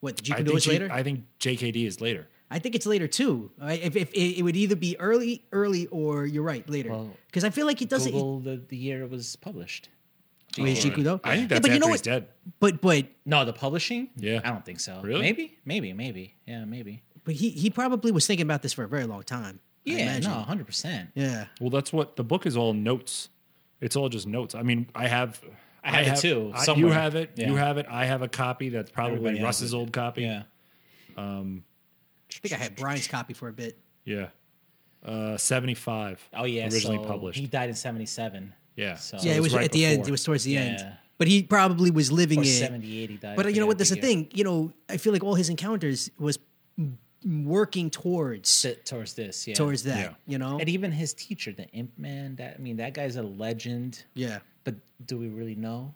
S8: What
S4: I
S8: Jeet
S4: think,
S8: Do is
S4: G-
S8: later?
S4: I think JKD is later.
S8: I think it's later too. I- If, if it, it would either be early, early, or you're right later,
S5: Well,
S8: because I feel like he doesn't.
S5: Google the, the year it was published.
S8: Oh, is Jikudo?
S4: I think
S8: Yeah,
S4: that's
S8: but
S4: after
S8: you know
S4: he's
S8: what?
S4: dead.
S8: But but
S5: No, the publishing?
S4: Yeah.
S5: I don't think so.
S4: Really?
S5: Maybe, maybe, maybe. Yeah, maybe.
S8: but he he probably was thinking about this for a very long time. I
S5: Yeah,
S8: imagine.
S5: no, 100%.
S8: yeah.
S4: Well, that's what the book is all notes. It's all just notes. I mean, I have. I
S5: have it too,
S4: I- you
S5: somewhere.
S4: have it. You
S5: Yeah.
S4: have it. I have a copy that's probably
S5: Everybody has
S4: Russ's
S5: it.
S4: old copy.
S5: Yeah.
S8: I think I had Brian's copy for a bit.
S4: Yeah. Uh, 75.
S5: Oh, yeah.
S4: Originally
S5: so
S4: published.
S5: He died in 77.
S4: Yeah.
S5: So
S8: yeah, it was
S4: right
S8: at the end.
S4: before.
S8: It was towards the
S5: Yeah.
S8: end. But he probably was living
S5: or
S8: it.
S5: 78, he died. I
S8: But you know
S5: forget
S8: what? That's the
S5: year.
S8: thing. You know, I feel like all his encounters was m- working towards
S5: T- towards this, yeah.
S8: towards that.
S4: Yeah.
S8: You know.
S5: And even his teacher, the imp man, that I mean, that guy's a legend.
S8: yeah.
S5: But do we really know?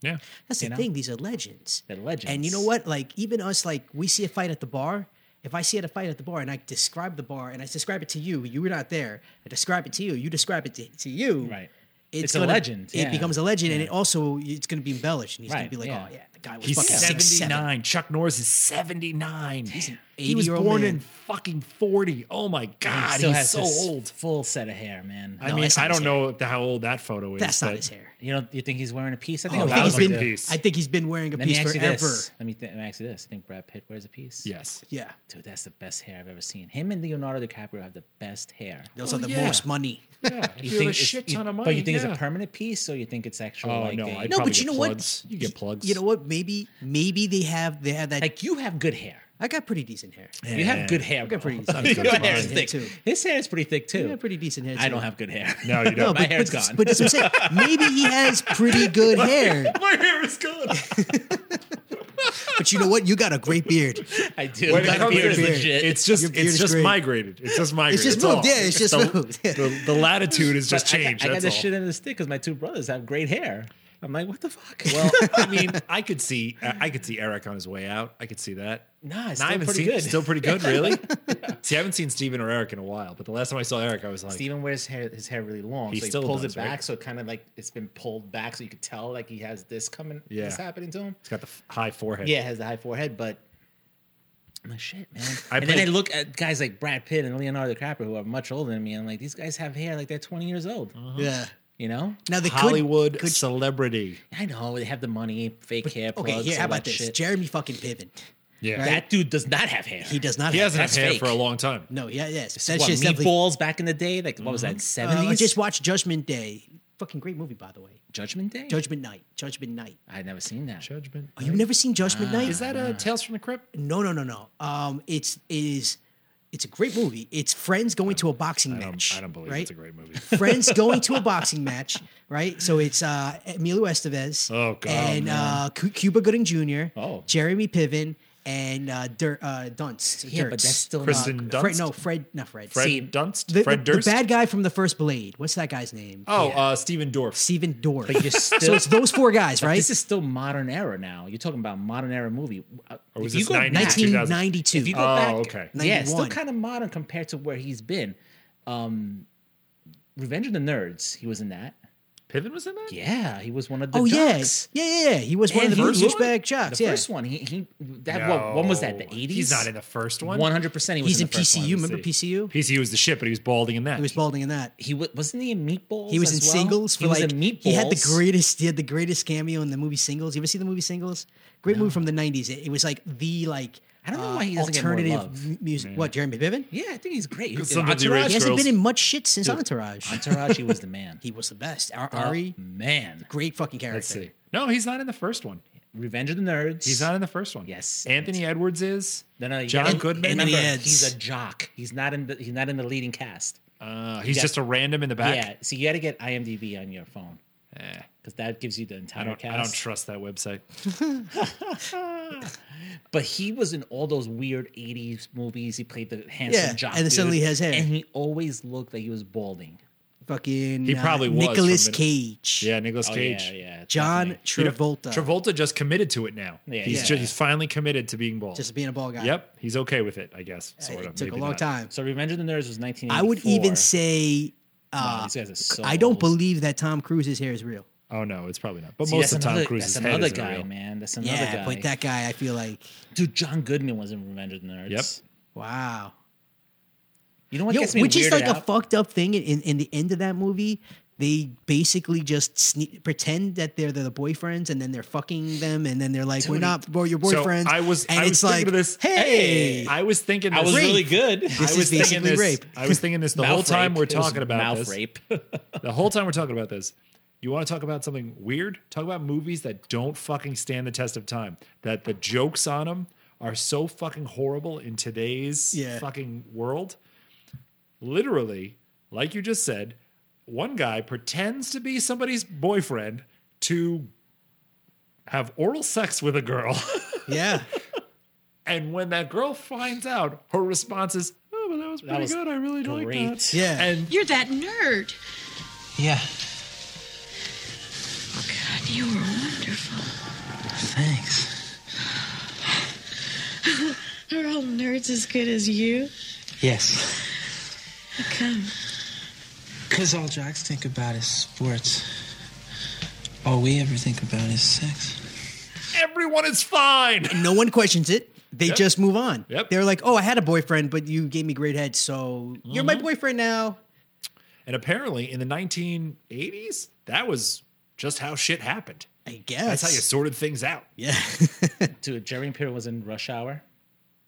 S4: Yeah.
S8: That's the
S5: know?
S8: thing. These are legends.
S5: They're legends.
S8: And you know what? Like even us, like we see a fight at the bar. If I see it a fight at the bar and I describe the bar and I describe it to you, you were not there. I describe it to you. You describe it to, to you.
S5: Right.
S8: It's,
S5: It's a
S8: gonna-
S5: legend,
S8: It
S5: yeah.
S8: becomes a legend, and it also it's going to be embellished, and he's going
S5: Right,
S8: to be like,
S5: yeah.
S8: "Oh yeah, the guy was
S4: He's
S8: fucking six, seven.
S4: 79. Chuck Norris is 79. He's an He
S8: 80
S4: was
S8: year old
S4: born
S8: man.
S4: in fucking 40. Oh my
S5: He
S4: God.
S5: still
S4: He's
S5: has
S4: so
S5: this
S4: old.
S5: Full set of hair, man.
S4: I
S8: No,
S4: mean,
S8: that's not
S4: I
S8: his
S4: don't know the- how old that photo is.
S8: That's not
S4: but
S8: his hair.
S5: You don't you think he's wearing a piece? I think
S8: I
S5: Oh, a
S8: think
S5: lot of
S8: he's
S4: Thousand
S5: them
S8: been.
S5: do.
S4: piece.
S8: I think he's been wearing a
S5: Let me
S8: piece
S5: ask you
S8: forever.
S5: this. Let me, th- let me ask you this. Think Brad Pitt wears a piece?
S4: Yes.
S8: Yeah,
S5: Dude, that's the best hair I've ever seen. Him and Leonardo DiCaprio have the best hair.
S8: those
S4: Oh,
S8: are the
S4: yeah.
S8: most money.
S4: Yeah. You
S5: You
S4: have a
S5: it's-
S4: shit
S5: you-
S4: ton of money.
S5: But you think
S4: yeah.
S5: it's a permanent piece or you think it's actually
S4: Oh,
S5: like
S4: no.
S5: a-
S4: I'd
S8: No,
S4: probably
S8: but you
S4: get
S8: know what?
S4: plugs. You get plugs.
S8: You know what? Maybe maybe they have they have that.
S5: like you have good hair.
S8: I got pretty decent hair.
S5: You
S4: Yeah.
S5: have good hair. Bro.
S8: got pretty decent
S5: Your
S4: hair.
S5: hair is
S8: Mine
S5: thick.
S8: too.
S5: His hair is pretty thick
S8: I
S5: too.
S8: got pretty decent hair.
S5: I
S8: too.
S5: don't have good hair.
S4: No, you don't.
S5: My
S8: but,
S5: hair's
S8: but,
S5: gone.
S8: But that's what I'm saying. Maybe he has pretty good hair.
S4: My hair is gone.
S8: But you know what? You got a great beard.
S5: I do.
S4: When it
S5: My
S4: comes to
S5: beard is
S4: beard,
S5: legit.
S4: It's just
S8: Your beard
S4: it's
S8: is
S4: just
S8: great.
S4: migrated. It's just migrated.
S8: just
S4: all.
S8: moved. Yeah, it's just
S4: the,
S8: moved.
S4: The, the latitude has just
S5: I got-
S4: changed.
S5: I got,
S4: that's
S5: this
S4: all.
S5: shit in the stick because my two brothers have great hair. I'm like, what the fuck?
S4: Well, I mean, I could see I could see Eric on his way out. I could see that.
S5: Nah, it's
S4: I
S5: still
S4: haven't
S5: pretty
S4: seen-
S5: good.
S4: Still pretty good, really. See, I haven't seen Steven or Eric in a while, but the last time I saw Eric, I was like,
S5: Steven wears hair, his hair really long.
S4: He
S5: so he
S4: still
S5: pulls
S4: does,
S5: it back,
S4: right?
S5: so it kind of like it's been pulled back, so you could tell like he has this coming,
S4: Yeah.
S5: this happening to him.
S4: he's got the f- high forehead.
S5: Yeah, has the high forehead, but I'm like, shit, man.
S4: I
S5: and
S4: played-
S5: then I look at guys like Brad Pitt and Leonardo DiCaprio, who are much older than me. And I'm like, these guys have hair like they're 20 years old.
S8: Yeah.
S5: You know?
S8: Now they
S4: Hollywood
S8: could. could
S4: celebrity.
S5: I know they have the money, fake hair.
S8: okay,
S5: plugs,
S8: here.
S5: all
S8: How about
S5: that
S8: this?
S5: shit.
S8: Jeremy fucking Piven.
S4: Yeah.
S5: That dude does not have hair.
S8: He does not.
S4: He hasn't had
S5: That's
S4: hair
S5: fake.
S4: for a long time.
S8: No, yeah, yes. That's
S5: what,
S8: just definitely.
S5: meatballs back in the day? Like, what was that,
S8: Uh,
S5: 70s?
S8: I just watched Judgment Day. Fucking great movie, by the way.
S5: Judgment Day?
S8: Judgment Night. Judgment Night.
S5: I'd never seen that.
S4: Judgment.
S8: Oh, you've never seen Judgment Night?
S4: Is that uh, Tales from the Crypt?
S8: No, no, no, no. Um, it's it is it's a great movie. It's friends going to a boxing
S4: I don't,
S8: match.
S4: I don't believe
S8: right?
S4: it's a great movie.
S8: friends going to a boxing match, right? So it's uh, Emilio Estevez,
S4: Oh, God,
S8: and uh, Cu- Cuba Gooding Jr.,
S4: Oh.
S8: Jeremy Piven, and uh, Dur- uh, Dunst.
S5: Yeah, but
S8: Dirks.
S5: that's still
S4: Kristen
S5: not.
S4: Dunst.
S8: Fred, no, Fred, not Fred.
S4: Fred
S5: See,
S4: Dunst.
S8: The,
S4: Fred
S8: the- the
S4: Durst.
S8: bad guy from the first Blade. What's that guy's name?
S4: oh, uh, Stephen Dorff.
S8: Steven Dorff.
S5: But you're still,
S8: so it's those four guys, right?
S5: This is still modern era now. You're talking about modern era movie. Uh,
S4: Or was
S5: if you
S4: this
S5: go
S4: 90s?
S5: back-
S8: 1992.
S5: If you go
S4: Oh,
S5: back,
S4: okay.
S5: yeah, it's still
S8: 91.
S5: kind of modern compared to where he's been. Um, Revenge of the Nerds, he was in that.
S4: Piven was in that.
S5: Yeah, he was one of the
S8: oh yeah.
S5: jocks.
S8: yeah, yeah, yeah. He was one
S5: And
S8: of the
S5: he looked-
S8: douchebag jocks.
S5: The
S8: yeah,
S5: first one, he he that what when was that? The
S4: No.
S5: eighties.
S4: He's not in the first one.
S5: One hundred percent. He was
S8: he's in
S5: the first
S8: PCU.
S5: One.
S8: Remember PCU?
S4: PCU was the shit, but he was balding in that.
S8: He was balding in that.
S5: He wa- wasn't he in Meatballs.
S8: He was in
S5: as well?
S8: singles for
S5: he
S8: like
S5: was in Meatballs.
S8: he had the greatest he had the greatest cameo in the movie Singles. You ever see the movie Singles? Great movie from the nineties. It, it was like the like
S5: I don't know why he doesn't get more
S8: alternative
S5: love.
S8: mu- music. What Jeremy Piven?
S5: Yeah, I think he's great. He was in
S4: Sometimes he
S5: Entourage.
S4: raised
S8: He hasn't
S4: girls.
S8: been in much shit since Entourage.
S5: Entourage, he was the man.
S8: He was the best. Ar- Ari,
S5: Oh, mm. man.
S8: great fucking character.
S4: Let's see. No, he's not in the first one.
S5: Revenge of the Nerds.
S4: He's not in the first one.
S5: Yes.
S4: Anthony Edwards is.
S5: No, no, you
S4: John
S5: gotta-
S4: Goodman.
S5: Remember,
S8: Anthony Eds.
S5: he's a jock. He's not in the. He's not in the leading cast.
S4: Uh, he's
S5: got-
S4: just a random in the back.
S5: Yeah, so you got to get IMDb on your phone
S4: Eh,
S5: because that gives you the entire
S4: I don't.
S5: cast.
S4: I don't trust that website.
S5: But he was in all those weird '80s movies. He played the handsome
S8: Yeah,
S5: jock,
S8: and then
S5: dude,
S8: suddenly he has hair.
S5: and he always looked like he was balding.
S8: Fucking
S4: He probably was
S8: Nicholas
S4: from the-
S8: Cage.
S4: Yeah, Nicolas
S5: Oh,
S4: Cage.
S5: yeah, yeah,
S8: John
S5: definitely.
S4: You know,
S8: Travolta.
S4: Travolta just committed to it now.
S5: Yeah,
S4: he's
S5: yeah.
S4: ju- he's finally committed to being bald.
S8: Just being a ball guy.
S4: yep, he's okay with it, I guess. Sort of.
S8: It took a
S4: maybe
S8: long
S4: not.
S8: time.
S5: So Revenge of the Nerds was 1984.
S8: I would even say
S5: Wow,
S8: uh,
S5: these guys are so
S8: I don't
S5: old.
S8: believe that Tom Cruise's hair is real.
S4: Oh no, it's probably not. But
S5: See,
S4: most
S5: that's
S4: of Tom
S5: another-
S4: Cruise's
S5: That's
S4: head
S5: another
S4: isn't
S5: guy,
S4: real.
S5: man. That's another
S8: Yeah,
S5: guy.
S8: but that guy, I feel like,
S5: dude, John Goodman was in Revenge of the Nerds.
S4: Yep.
S8: wow.
S5: You know what
S8: Yo,
S5: gets me
S8: which is
S5: weirded
S8: like a
S5: out?
S8: fucked up thing. In, in the end of that movie, they basically just sne- pretend that they're, the boyfriends, and then they're fucking them, and then they're like, "We're not bo- your
S4: So
S8: boyfriends."
S4: I was.
S8: and
S4: I was
S8: it's
S4: thinking
S8: like,
S4: of this.
S8: "Hey,
S4: I was thinking.
S5: I
S4: this-
S5: was really good.
S8: This
S4: I
S8: is
S4: was thinking
S8: basically
S4: this.
S8: rape."
S4: I was thinking this the whole
S5: Mouth
S4: time
S5: rape.
S4: we're
S5: It was
S4: talking about
S5: mouth
S4: this.
S5: rape.
S4: The whole time we're talking about this. You want to talk about something weird? Talk about movies that don't fucking stand the test of time. That the jokes on them are so fucking horrible in today's
S8: Yeah.
S4: fucking world. Literally, like you just said, one guy pretends to be somebody's boyfriend to have oral sex with a girl.
S8: yeah,
S4: And when that girl finds out, her response is, "Oh, but that was pretty
S5: was
S4: good. I really like
S5: great.
S4: that."
S8: Yeah.
S4: and
S10: You're that nerd.
S7: Yeah.
S10: Oh, God, you were wonderful.
S7: Thanks.
S10: Are all nerds as good as you?
S7: Yes.
S10: How come?
S7: Because all jocks think about is sports. All we ever think about is sex.
S4: everyone is fine.
S8: no one questions it. They just move on.
S4: Yep.
S8: They're like, "Oh, I had a boyfriend, but you gave me great head, so you're my
S4: Mm-hmm.
S8: boyfriend now."
S4: And apparently, in the 1980s, that was just how shit happened.
S8: I guess
S4: That's how you sorted things out.
S8: Yeah,
S5: Dude, Jeremy Piven was in Rush Hour.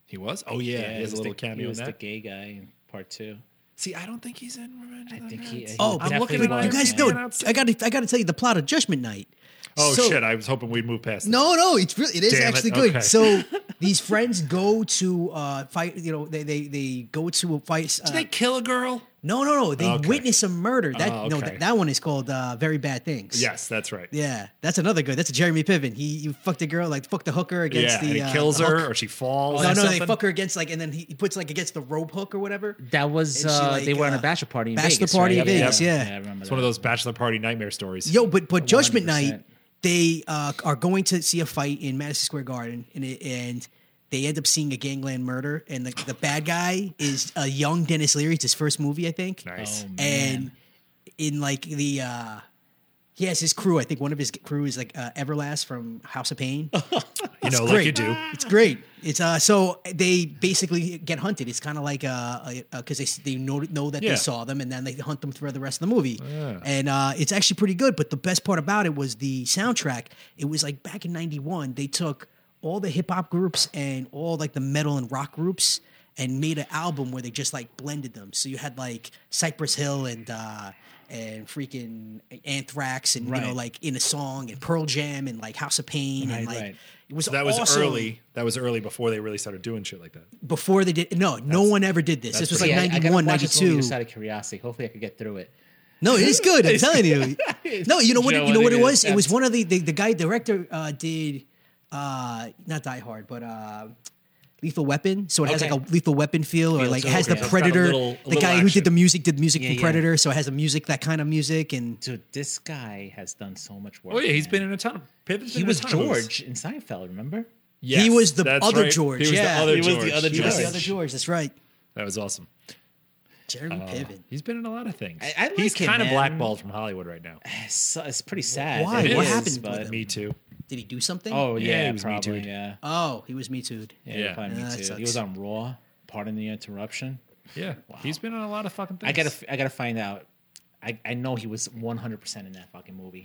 S4: He was. Oh yeah, he has
S5: was
S4: a little
S5: the, He
S4: cameo in
S5: was the
S4: that.
S5: gay guy in part two.
S4: See, I don't think he's in Revenge. Of
S5: I
S4: the
S5: think he-
S4: Nerds.
S5: he
S8: Oh,
S4: I'm looking at
S5: definitely
S8: you
S5: was,
S8: guys
S4: IMDb
S5: man.
S8: know.
S4: and it's-
S8: I got to I got to tell you the plot of Judgment Night.
S4: Oh
S8: So-
S4: shit! I was hoping we'd move past.
S8: No, no, it's really it is
S4: Damn it,
S8: actually good.
S4: okay.
S8: So these friends go to uh fight. You know, they they they go to a fight. Uh,
S4: Did they kill a girl?
S8: no, no, no. They
S4: Okay.
S8: witness a murder. That
S4: Oh,
S8: no,
S4: okay.
S8: that, that one is called uh, Very Bad Things.
S4: Yes, that's right.
S8: Yeah, that's another good. That's a Jeremy Piven. He you fucked a girl like fuck the hooker against
S4: Yeah,
S8: the
S4: and he
S8: uh,
S4: kills
S8: the
S4: her,
S8: hook.
S4: or she falls.
S8: no,
S4: or
S8: no, they
S4: something.
S8: fuck her against like, and then he, he puts like against the rope hook or whatever.
S5: That was
S8: And she,
S5: uh,
S8: like,
S5: they were on
S8: uh,
S5: a bachelor party. In
S8: bachelor
S5: Vegas,
S8: party
S5: right?
S8: in
S5: Yeah,
S8: Vegas, yeah.
S5: I remember
S4: It's one of those bachelor party nightmare stories.
S8: Yo, but but Judgment Night,
S5: 100%.
S8: they uh, are going to see a fight in Madison Square Garden, and it, and they end up seeing a gangland murder, and the, the bad guy is a young Dennis Leary. It's his first movie, I think.
S4: Nice.
S8: And in like the uh, he has his crew. I think one of his crew is like uh, Everlast from House of Pain.
S4: you know, like
S8: great. Ah.
S4: you do.
S8: It's great. It's uh, so they basically get hunted. It's kind of like uh, because they they know, know that
S4: Yeah. Oh,
S8: they saw them, and then they hunt them throughout the rest of the movie. And uh, it's actually pretty good. But the best part about it was the soundtrack. It was like back in '91, they took all the hip hop groups and all like the metal and rock groups and made an album where they just like blended them. So you had like Cypress Hill and uh and freaking Anthrax and you know
S4: Right.
S8: like in a song and Pearl Jam and like House of Pain
S4: Right,
S8: and like
S4: right.
S8: it was
S4: So that was
S8: awesome
S4: early. That was early before they really started doing shit like that.
S8: before they did no no one ever did this.
S4: that's
S8: This was like
S4: pretty-
S5: Yeah, I- I gotta
S8: 91
S5: watch this movie
S8: 92.
S5: Just out of curiosity, hopefully I could get through it.
S8: No, it is good. I'm telling you. No, you know what?
S5: Joe,
S8: you know
S5: I
S8: what it
S5: think
S8: was?
S5: it's-
S8: It was one of the the, the guy director uh, did uh, not Die Hard, but uh, Lethal Weapon. So it has
S5: Okay.
S8: like a Lethal Weapon feel, or
S5: Feel,
S8: like it
S5: so
S8: has
S5: okay. It's
S8: the
S4: got a
S8: Predator.
S4: little- a
S8: the
S4: little
S8: guy who did the
S4: action.
S8: music did the music
S5: Yeah,
S8: from
S5: yeah.
S8: Predator, so it has a music that kind of music and.
S5: Dude, this guy has done so much work.
S4: Oh yeah, he's
S5: man.
S4: been in a ton of pivots.
S5: He was George in Seinfeld, remember?
S4: Yes,
S8: He was the
S4: that's
S8: other
S4: right.
S8: George,
S4: He was
S8: yeah.
S4: the other
S5: He was the
S4: George.
S5: other
S8: He was the
S5: George.
S8: other George. That's right,
S4: That was awesome.
S8: Jeremy Piven.
S4: He's been in a lot of things.
S5: I- I like
S4: he's
S5: him,
S4: kind of
S5: man.
S4: blackballed from Hollywood right now.
S5: It's, it's pretty sad.
S8: Why?
S5: It
S8: What
S5: is,
S8: happened with
S5: but-
S8: him?
S4: Me too.
S8: Did he do something?
S5: Oh
S4: Yeah,
S5: yeah,
S4: he was Me
S5: probably.
S4: Too'd.
S5: Yeah,
S8: oh, he was Me Too'd.
S5: yeah,
S4: Yeah.
S5: probably Me
S8: Yeah, that
S5: Too. He
S8: sucks.
S5: was on Raw. Pardon the interruption.
S4: Yeah, he's been on a lot of fucking things.
S5: I gotta, I gotta find out. I, I know he was 100 percent in that fucking movie.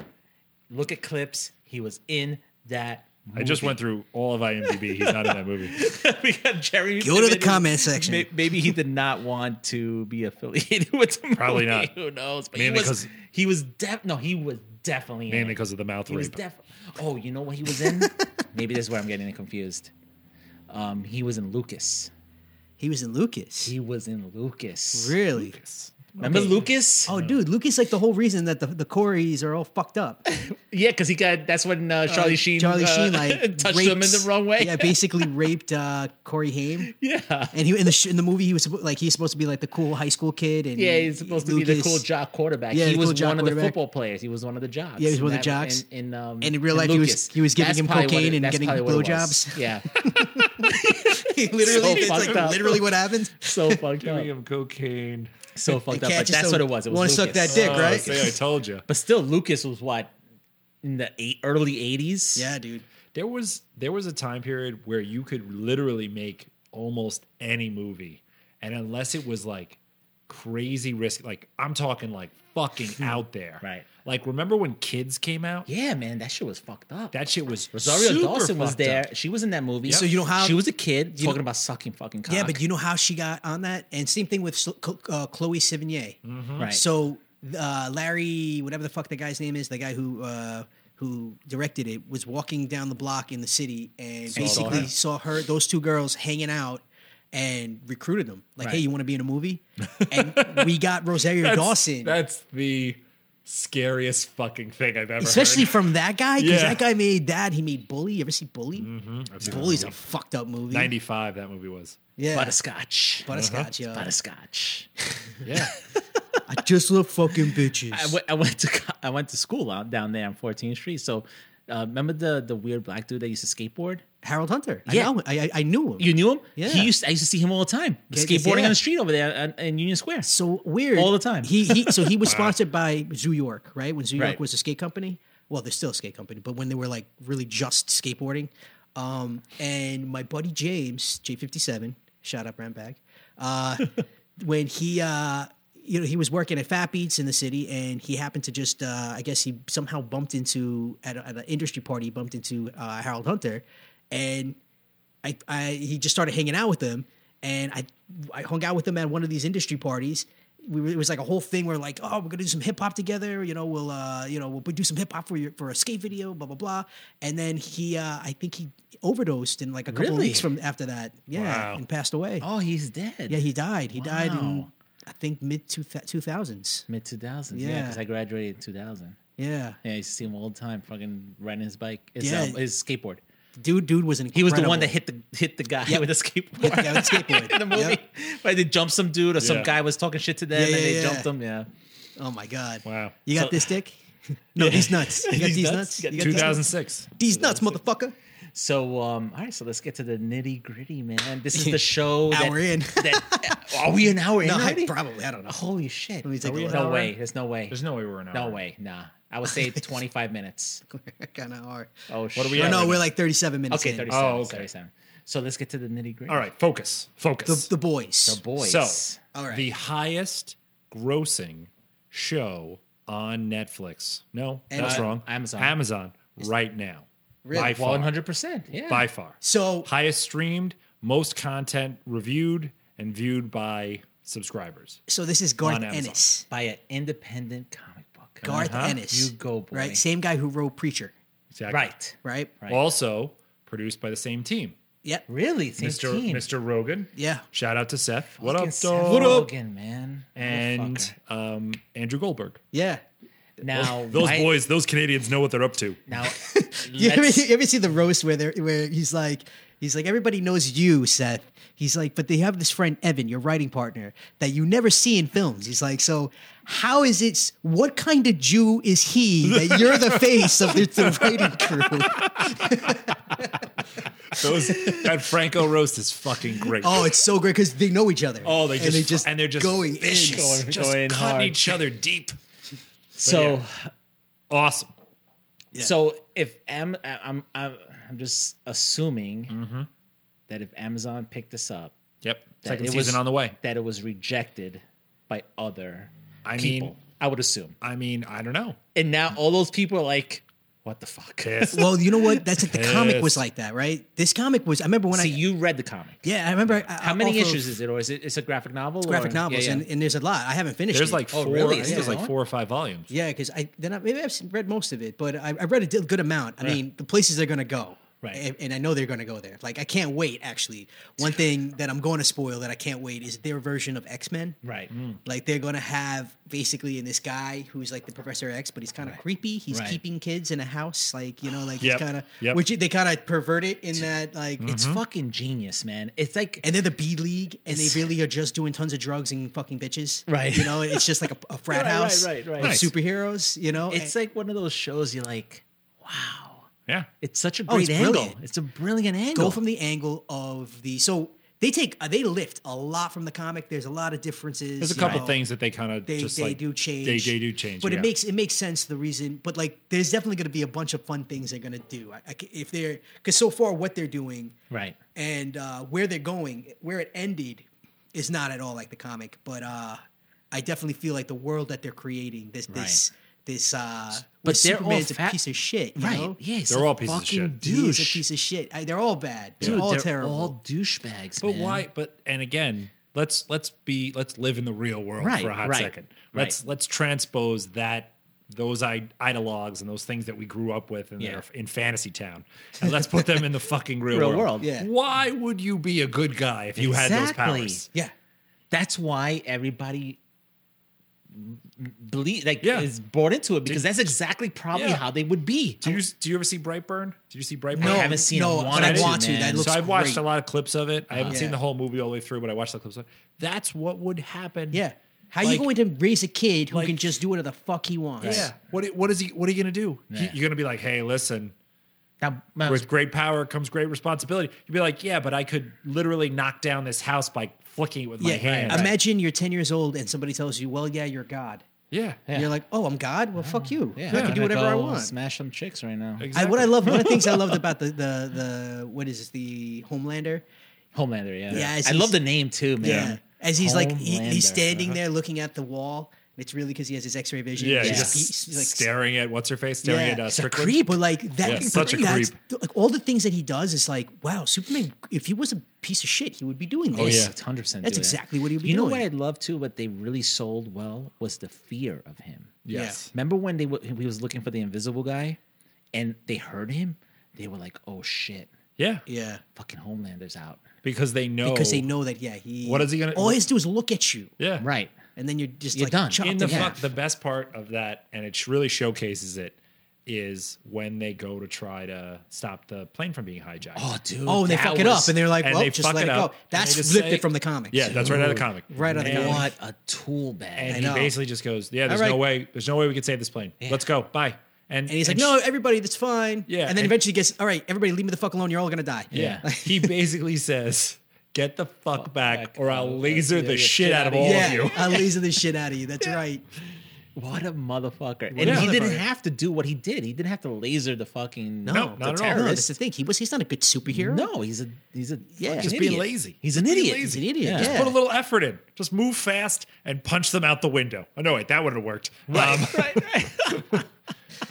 S5: Look at clips. He was in that. Movie.
S4: I just went through all of IMDb. He's not in that movie.
S5: we got Jeremy.
S8: Go to the
S5: Piven.
S8: comment section.
S5: May- Maybe he did not want to be affiliated with the
S4: Probably
S5: movie.
S4: not.
S5: Who knows? But
S4: Mainly
S5: he
S4: 'cause-
S5: was. He was def. No, he was definitely in
S4: Mainly
S5: it.
S4: because of the mouth
S5: He was
S4: rape.
S5: def. Oh, you know what he was in? Maybe this is where I'm getting it confused. Um, he was in Lucas.
S8: He was in Lucas.
S5: He was in Lucas.
S8: really?
S5: Remember Lucas?
S8: Oh, dude, Lucas like the whole reason that the the Coreys are all fucked up.
S5: yeah, because he got. That's when uh, Charlie Sheen.
S8: Charlie
S5: uh,
S8: Sheen like
S5: touched
S8: raped,
S5: him in the wrong way.
S8: Yeah, basically raped uh, Corey Haim.
S5: yeah.
S8: And he in the sh- in the movie he was suppo- like he's supposed to be like the cool high school kid and
S5: Yeah, he's supposed to be the
S8: Lucas-
S5: cool jock quarterback.
S8: Yeah,
S5: he
S8: the
S5: was
S8: cool jock
S5: one of the
S8: quarterback.
S5: football players. He was one of the jocks.
S8: Yeah, he was one of the
S5: That-
S8: jocks.
S5: In, in, um,
S8: And in real life, he was-
S5: Lucas.
S8: he was giving him
S5: probably what
S8: cocaine and
S5: that's
S8: getting
S5: probably what it
S8: blowjobs.
S5: was. Yeah,
S8: He literally,
S5: So
S8: it's like
S5: fucked up.
S8: literally what happens.
S5: so fucked up,
S4: him cocaine.
S5: so fucked up.
S8: catch
S5: But
S8: you,
S5: that's
S8: so
S5: what it was. It was
S8: wanna suck
S5: Lucas. Uh,
S8: that dick,
S4: Oh,
S8: right?
S4: see, I told you.
S5: But still, Lucas was what in the eight, early '80s.
S8: Yeah, dude.
S4: There was there was a time period where you could literally make almost any movie, and unless it was like crazy risk, like I'm talking like fucking out there,
S5: Hmm. Right.
S4: Like remember when Kids came out?
S5: yeah, man, that shit was fucked up.
S4: That shit was
S5: Rosario
S4: super
S5: Dawson was
S4: fucked
S5: there.
S4: up.
S5: She was in that movie.
S8: So you know how-
S5: she was a kid
S8: know-
S5: talking about sucking fucking cock.
S8: Yeah, but you know how she got on that, and same thing with Sol- Co- uh, Chloe Sevigny.
S5: right.
S8: So uh, Larry, whatever the fuck the guy's name is, the guy who uh, who directed it, was walking down the block in the city and basically
S4: her.
S8: saw her, those two girls hanging out, and recruited them. Like,
S5: Right.
S8: hey, you want to be in a movie? And we got Rosario
S4: That's-
S8: Dawson,
S4: That's the scariest fucking thing I've ever
S8: especially
S4: heard.
S8: from that guy because
S4: Yeah.
S8: that guy made that. He made Bully. You ever see Bully? Bully's a fucked up movie.
S4: 95 that movie was.
S8: yeah,
S5: butterscotch,
S8: Butterscotch, yeah.
S5: butterscotch.
S4: Yeah.
S8: I just love fucking bitches.
S5: I went, I went to co- I went to school out down there on 14th Street. So uh, remember the the weird black dude that used to skateboard?
S8: Harold Hunter. I
S5: Yeah.
S8: know. I, I, I knew him.
S5: You knew him?
S8: Yeah.
S5: He used I used to see him all the time
S8: Yeah, yeah.
S5: skateboarding on the street over there on- in Union Square.
S8: so weird
S5: All the time.
S8: He, he so he was sponsored by Zoo York, right? When Zoo York
S5: Right.
S8: was a skate company. Well, they're still a skate company, but when they were like really just skateboarding, um, and my buddy James J fifty seven, shout out Rambag, uh, when he uh, you know he was working at Fat Beats in the city, and he happened to just uh, I guess he somehow bumped into at, a, at an industry party, he bumped into uh, Harold Hunter, and I, I he just started hanging out with them, and I I hung out with them at one of these industry parties. We were, it was like a whole thing where like, oh, we're gonna do some hip hop together. You know, we'll uh, you know, we'll do some hip hop for your for a skate video, blah blah blah. And then he, uh, I think he overdosed in like a couple of
S5: Really?
S8: weeks from after that, yeah,
S4: Wow.
S8: and passed away.
S5: oh, he's dead.
S8: Yeah, he died. He died in
S5: Wow.
S8: I think mid two thousands.
S5: mid 2000s. Yeah,
S8: Yeah.
S5: because I graduated in 2000.
S8: Yeah,
S5: Yeah, I used to see him all the time, fucking riding his bike, his,
S8: Yeah.
S5: um, his skateboard.
S8: dude, dude was incredible.
S5: He was the one that hit the hit the guy
S8: Yep.
S5: with the skateboard.
S8: Yeah, with the skateboard.
S5: in the movie,
S8: Yep.
S5: where they jumped some dude or some
S4: Yeah.
S5: guy was talking shit to them
S8: Yeah,
S5: and
S8: yeah,
S5: they
S8: yeah.
S5: jumped him. Yeah,
S8: Oh my god!
S4: Wow.
S8: you got
S5: So-
S8: this dick? No, these nuts. You got
S5: These
S8: these
S5: nuts?
S8: nuts?
S5: You got
S8: You got these nuts?
S4: 2006.
S8: These nuts, motherfucker!
S5: So, um, all right, so let's get to the nitty gritty, man. This is the show. that-
S8: Hour in.
S5: that, uh, are we an hour in
S8: No, I,
S5: already?
S8: probably I don't know.
S5: Holy shit!
S8: Let me take
S5: Are
S8: a
S5: we an
S8: look.
S5: No
S4: hour
S5: way.
S4: in?
S5: There's no way.
S4: There's no way we're an hour.
S5: No way. Nah. I would say 25 minutes.
S8: kind of hard.
S5: Oh what
S4: are we
S8: Oh,
S4: at?
S8: no,
S4: right
S8: we're
S4: now.
S8: like 37 minutes.
S5: Okay,
S8: in.
S5: 37.
S4: Oh, okay.
S5: 37. So let's get to the nitty gritty.
S4: All right, focus. Focus.
S8: The, the boys.
S5: the boys.
S4: So,
S8: All right.
S4: the highest grossing show on Netflix. No, that's
S5: Uh,
S4: wrong.
S5: Amazon.
S4: Amazon right now. Really? By far.
S5: One hundred percent. Yeah.
S4: By far.
S8: So
S4: Highest streamed, most content reviewed and viewed by subscribers.
S8: so this is
S4: On
S8: Garth
S4: Amazon.
S8: Ennis.
S5: by an independent comic book.
S8: Garth
S4: Uh-huh.
S8: Ennis.
S5: You go, boy.
S8: Right? Same guy who wrote Preacher,
S4: Exactly.
S5: Right.
S8: right?
S5: Right.
S4: Also produced by the same team.
S8: Yep.
S5: Really? Same
S4: Mr.
S5: team.
S4: Mr. Rogan.
S8: Yeah.
S4: Shout out to Seth. What
S5: Fucking
S4: up,
S5: Seth
S4: dog?
S5: Rogen, man.
S4: And
S5: Motherfucker.
S4: um, Andrew Goldberg.
S8: Yeah.
S5: now
S4: Those
S5: why-
S4: boys, those Canadians know what they're up to.
S5: Now
S8: You ever,
S5: let's-
S8: you ever see the roast where they're, where he's like he's like everybody knows you, Seth. He's like, but they have this friend Evan, your writing partner, that you never see in films. He's like, so how is it? What kind of Jew is he that you're the face of the, the writing crew?
S4: Those that Franco roast is fucking great.
S8: Oh, it's so great because they know each other.
S4: Oh, they just
S8: and they just
S4: and they're just
S8: going in.
S4: vicious,
S5: Going-
S4: just
S5: going
S4: cutting
S5: hard.
S4: each other deep.
S5: so
S4: Awesome.
S5: So if Am, I'm, I'm, I'm just assuming that if Amazon picked this up,
S4: Yep.
S5: that
S4: Second
S5: it
S4: season
S5: was-
S4: on the way.
S5: that it was rejected by other
S4: I
S5: people.
S4: mean-
S5: I would assume.
S4: I mean, I don't know.
S5: And now all those people are like, "What the fuck?"
S4: Pissed.
S8: Well, you know what? That's it. The comic was
S4: Pissed.
S8: like that, right? This comic was. I remember when
S5: See,
S8: I.
S5: you read the comic.
S8: yeah, I remember. I-
S5: How many
S8: off of
S5: issues is it, or is it? It's a graphic novel.
S8: Graphic Oh,
S5: or-
S8: novels,
S5: Yeah, yeah. Oh,
S8: And, and there's a lot. I haven't finished.
S4: There's
S8: it.
S4: like four.
S5: really?
S4: I
S5: Is
S4: think there's
S5: there
S4: like
S5: more?
S4: four or five volumes.
S8: Yeah, because I then I, maybe I've s- read most of it, but I, I read a di- good amount. I mean, the places they're gonna go,
S5: Right.
S8: And, and I know they're gonna go there. Like I can't wait. Actually, one thing that I'm going to spoil that I can't wait is their version of X Men.
S5: right.
S8: Like they're gonna have basically in this guy who's like the Professor X, but he's kind of creepy. He's
S5: Right.
S8: keeping kids in a house, like you know, like
S4: Yep.
S8: he's kind of
S4: Yep.
S8: which they kind of pervert it in that like
S5: It's
S8: it's fuck.
S5: fucking genius, man. It's like
S8: And they're the B League, and
S5: It's-
S8: they really are just doing tons of drugs and fucking bitches,
S5: Right.
S8: You know, it's just like a, a frat
S5: Right, right,
S8: house
S5: right, right.
S8: of
S5: Nice.
S8: superheroes. You know,
S5: it's
S8: And-
S5: like one of those shows. You're like, "Wow,
S4: Yeah.
S5: it's such a
S8: Oh,
S5: great
S8: it's
S5: angle.
S8: brilliant.
S5: It's a brilliant angle."
S8: go from the angle of the so they take uh, they lift a lot from the comic. There's a lot of differences.
S4: There's a
S8: you
S4: couple
S8: know.
S4: things that they kind of
S8: They,
S4: just
S8: they
S4: like
S8: do change.
S4: They, they do change.
S8: but
S4: yeah.
S8: it makes it makes sense the reason. But like, there's definitely going to be a bunch of fun things they're going to do. I, I c- if they're because so far what they're doing
S5: right.
S8: and uh, where they're going, where it ended, is not at all like the comic. But uh, I definitely feel like the world that they're creating this this this uh,
S5: But
S8: with
S5: they're all
S8: Superman's a
S5: fat-
S8: piece of shit, you
S5: Right.
S8: know?
S5: Yeah, he's
S4: They're
S5: a
S4: all pieces of
S5: fucking
S4: shit.
S8: He is
S5: douche.
S8: a piece of shit. I, they're all bad. They're
S5: Dude,
S8: all
S5: they're
S8: terrible.
S5: all douchebags.
S4: But
S5: man.
S4: why? But and again, let's let's be let's live in the real world
S5: Right,
S4: for a hot
S5: right,
S4: second. Let's let's transpose that those I- ideologues and those things that we grew up with and
S5: Yeah.
S4: they're in fantasy town, and let's put them in the fucking real,
S5: Real
S4: world.
S5: world,
S8: yeah.
S4: Why would you be a good guy if you had those
S5: Exactly.
S4: powers?
S8: Yeah.
S5: That's why everybody believe like
S4: Yeah.
S5: is bought into it because that's exactly probably
S4: Yeah.
S5: how they would be.
S4: Do you do you ever see Brightburn? Did you see Brightburn?
S5: I haven't seen.
S8: no,
S5: it.
S8: but
S5: wanted
S8: I want to.
S5: man.
S8: That looks-
S4: so I've watched
S8: great.
S4: a lot of clips of it. I haven't seen
S8: Yeah.
S4: the whole movie all the way through, but I watched the clips. Of it. That's what would happen.
S8: Yeah. How
S4: Like-
S8: you going to raise a kid who
S4: like-
S8: can just do whatever the fuck he wants?
S4: Yeah. What what is he? What are you gonna do? He-
S5: Yeah.
S4: you're gonna be like, hey, listen.
S5: Now, my-
S4: With great power comes great responsibility. You'd be like, yeah, but I could literally knock down this house by flicking it with my
S8: Yeah.
S4: hand.
S8: Imagine you're 10 years old and somebody tells you, well, yeah, you're God.
S4: Yeah.
S5: Yeah.
S8: You're like, oh, I'm God? Well, fuck you.
S5: yeah,
S8: I can
S5: I'm
S8: do
S5: gonna
S8: whatever I
S5: go
S8: want.
S5: Smash some chicks right now.
S8: I, what I love, one of the things I loved about the, the, the what is this, the Homelander?
S5: Homelander, yeah.
S8: Yeah, as
S5: I love
S8: he's-
S5: the name too, man.
S8: Yeah. As he's like, he, he's
S5: Homelander.
S8: standing there looking at the wall. It's really because he has his X-ray vision.
S4: uh-huh. Yeah,
S8: He's
S4: he's
S5: Yeah.
S8: just-
S4: just
S8: he's- he's like
S4: staring at what's her face, staring at uh,
S8: he's a
S4: Strickland.
S8: creep, but like that,
S4: Yeah,
S8: but
S4: such a
S8: that's-
S4: creep.
S8: th- Like all the things that he does is like, wow, Superman. If he was a piece of shit, he would be doing
S5: Oh
S8: this.
S5: yeah, hundred percent.
S8: That's exactly what he would be
S5: You know what
S8: doing.
S5: I love too? What they really sold well was the fear of him.
S4: Yes.
S5: Remember when they w- he was looking for the invisible guy, and they heard him? They were like, "Oh shit,
S4: Yeah.
S8: yeah,
S5: fucking Homelander's out."
S4: Because they know.
S8: because they know that. Yeah, he.
S4: What is he gonna-
S8: All he has to do is look at you,
S4: Yeah.
S5: Right.
S8: and then you're just
S5: You're
S8: like
S5: done.
S8: chopped
S4: In the
S8: in
S4: fuck,
S8: half.
S4: the best part of that, and it really showcases it, is when they go to try to stop the plane from being hijacked.
S5: Oh, dude.
S8: Oh, and they
S5: that
S8: fuck it
S5: was-
S8: up, and they're like,
S4: and
S8: "Well,
S4: they
S8: just
S4: fuck
S8: let
S4: it
S8: it,
S4: up,
S8: go."
S4: and they
S8: That's
S4: just
S8: lifted
S4: say-
S8: from the comics.
S4: yeah, that's right out of the comic.
S8: Right out of the
S4: And-
S8: comic.
S5: What a tool bag.
S4: And
S8: I
S4: he
S8: know.
S4: basically just goes, "Yeah, there's
S8: All
S4: no
S8: right.
S4: way. There's no way we could save this plane. Let's go. Bye." And,
S8: And he's like, "No, everybody, that's fine."
S4: Yeah,
S8: and then
S4: and-
S8: eventually gets, "All right, everybody, leave me the fuck alone. You're all gonna die."
S4: yeah."
S5: Yeah.
S4: he basically says, "Get the fuck, back,
S5: back,
S4: or I'll
S5: I'll
S4: laser
S5: laser
S4: the
S5: the
S4: shit
S5: shit
S4: out of
S5: outta
S4: all
S5: you."
S8: yeah,
S4: of you."
S8: I'll laser the shit out of you. That's right.
S5: What a motherfucker. And
S4: a
S5: he didn't
S8: motherfucker.
S5: have to do what he did. He didn't have to laser the fucking
S8: No,
S4: No, not
S5: the
S4: at all.
S8: No,
S5: terrorist.
S8: that's the thing. He was. He's not a good superhero.
S5: No, he's a he's a yeah.
S8: Just
S4: being lazy.
S5: He's an
S4: Just being
S5: idiot.
S4: lazy.
S8: he's an idiot.
S5: Yeah.
S8: Yeah.
S4: Put a little effort in. Just move fast and punch them out the window. Oh no, wait, that would have worked. Um,
S5: Right, right.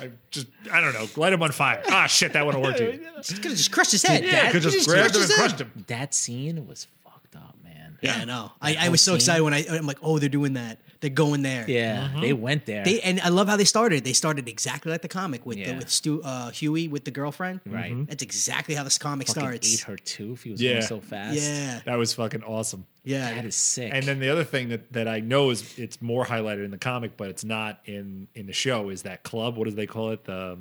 S4: I just I don't know. Light him on fire. Ah, shit, that wouldn't work. Dude.
S8: Could have just crushed his head.
S4: Yeah, could just grabbed him and crushed him.
S5: That scene was fucked up, man.
S8: Yeah, I know. I,
S5: That
S8: I
S5: whole
S8: was so
S5: scene.
S8: excited when I, I'm like, oh, they're doing that. They're going there.
S5: Yeah, they went there.
S8: They and I love how they started. They started exactly like the comic with the,
S5: Yeah.
S8: with Stu, uh, Huey with the girlfriend.
S5: Right.
S8: That's exactly how this comic
S5: fucking
S8: starts.
S5: ate her too if he was
S4: Yeah.
S5: going so fast.
S8: Yeah.
S4: That was fucking awesome.
S8: Yeah.
S5: That is sick.
S4: And then the other thing that, that I know is it's more highlighted in the comic, but it's not in in the show. Is that club? What do they call it? The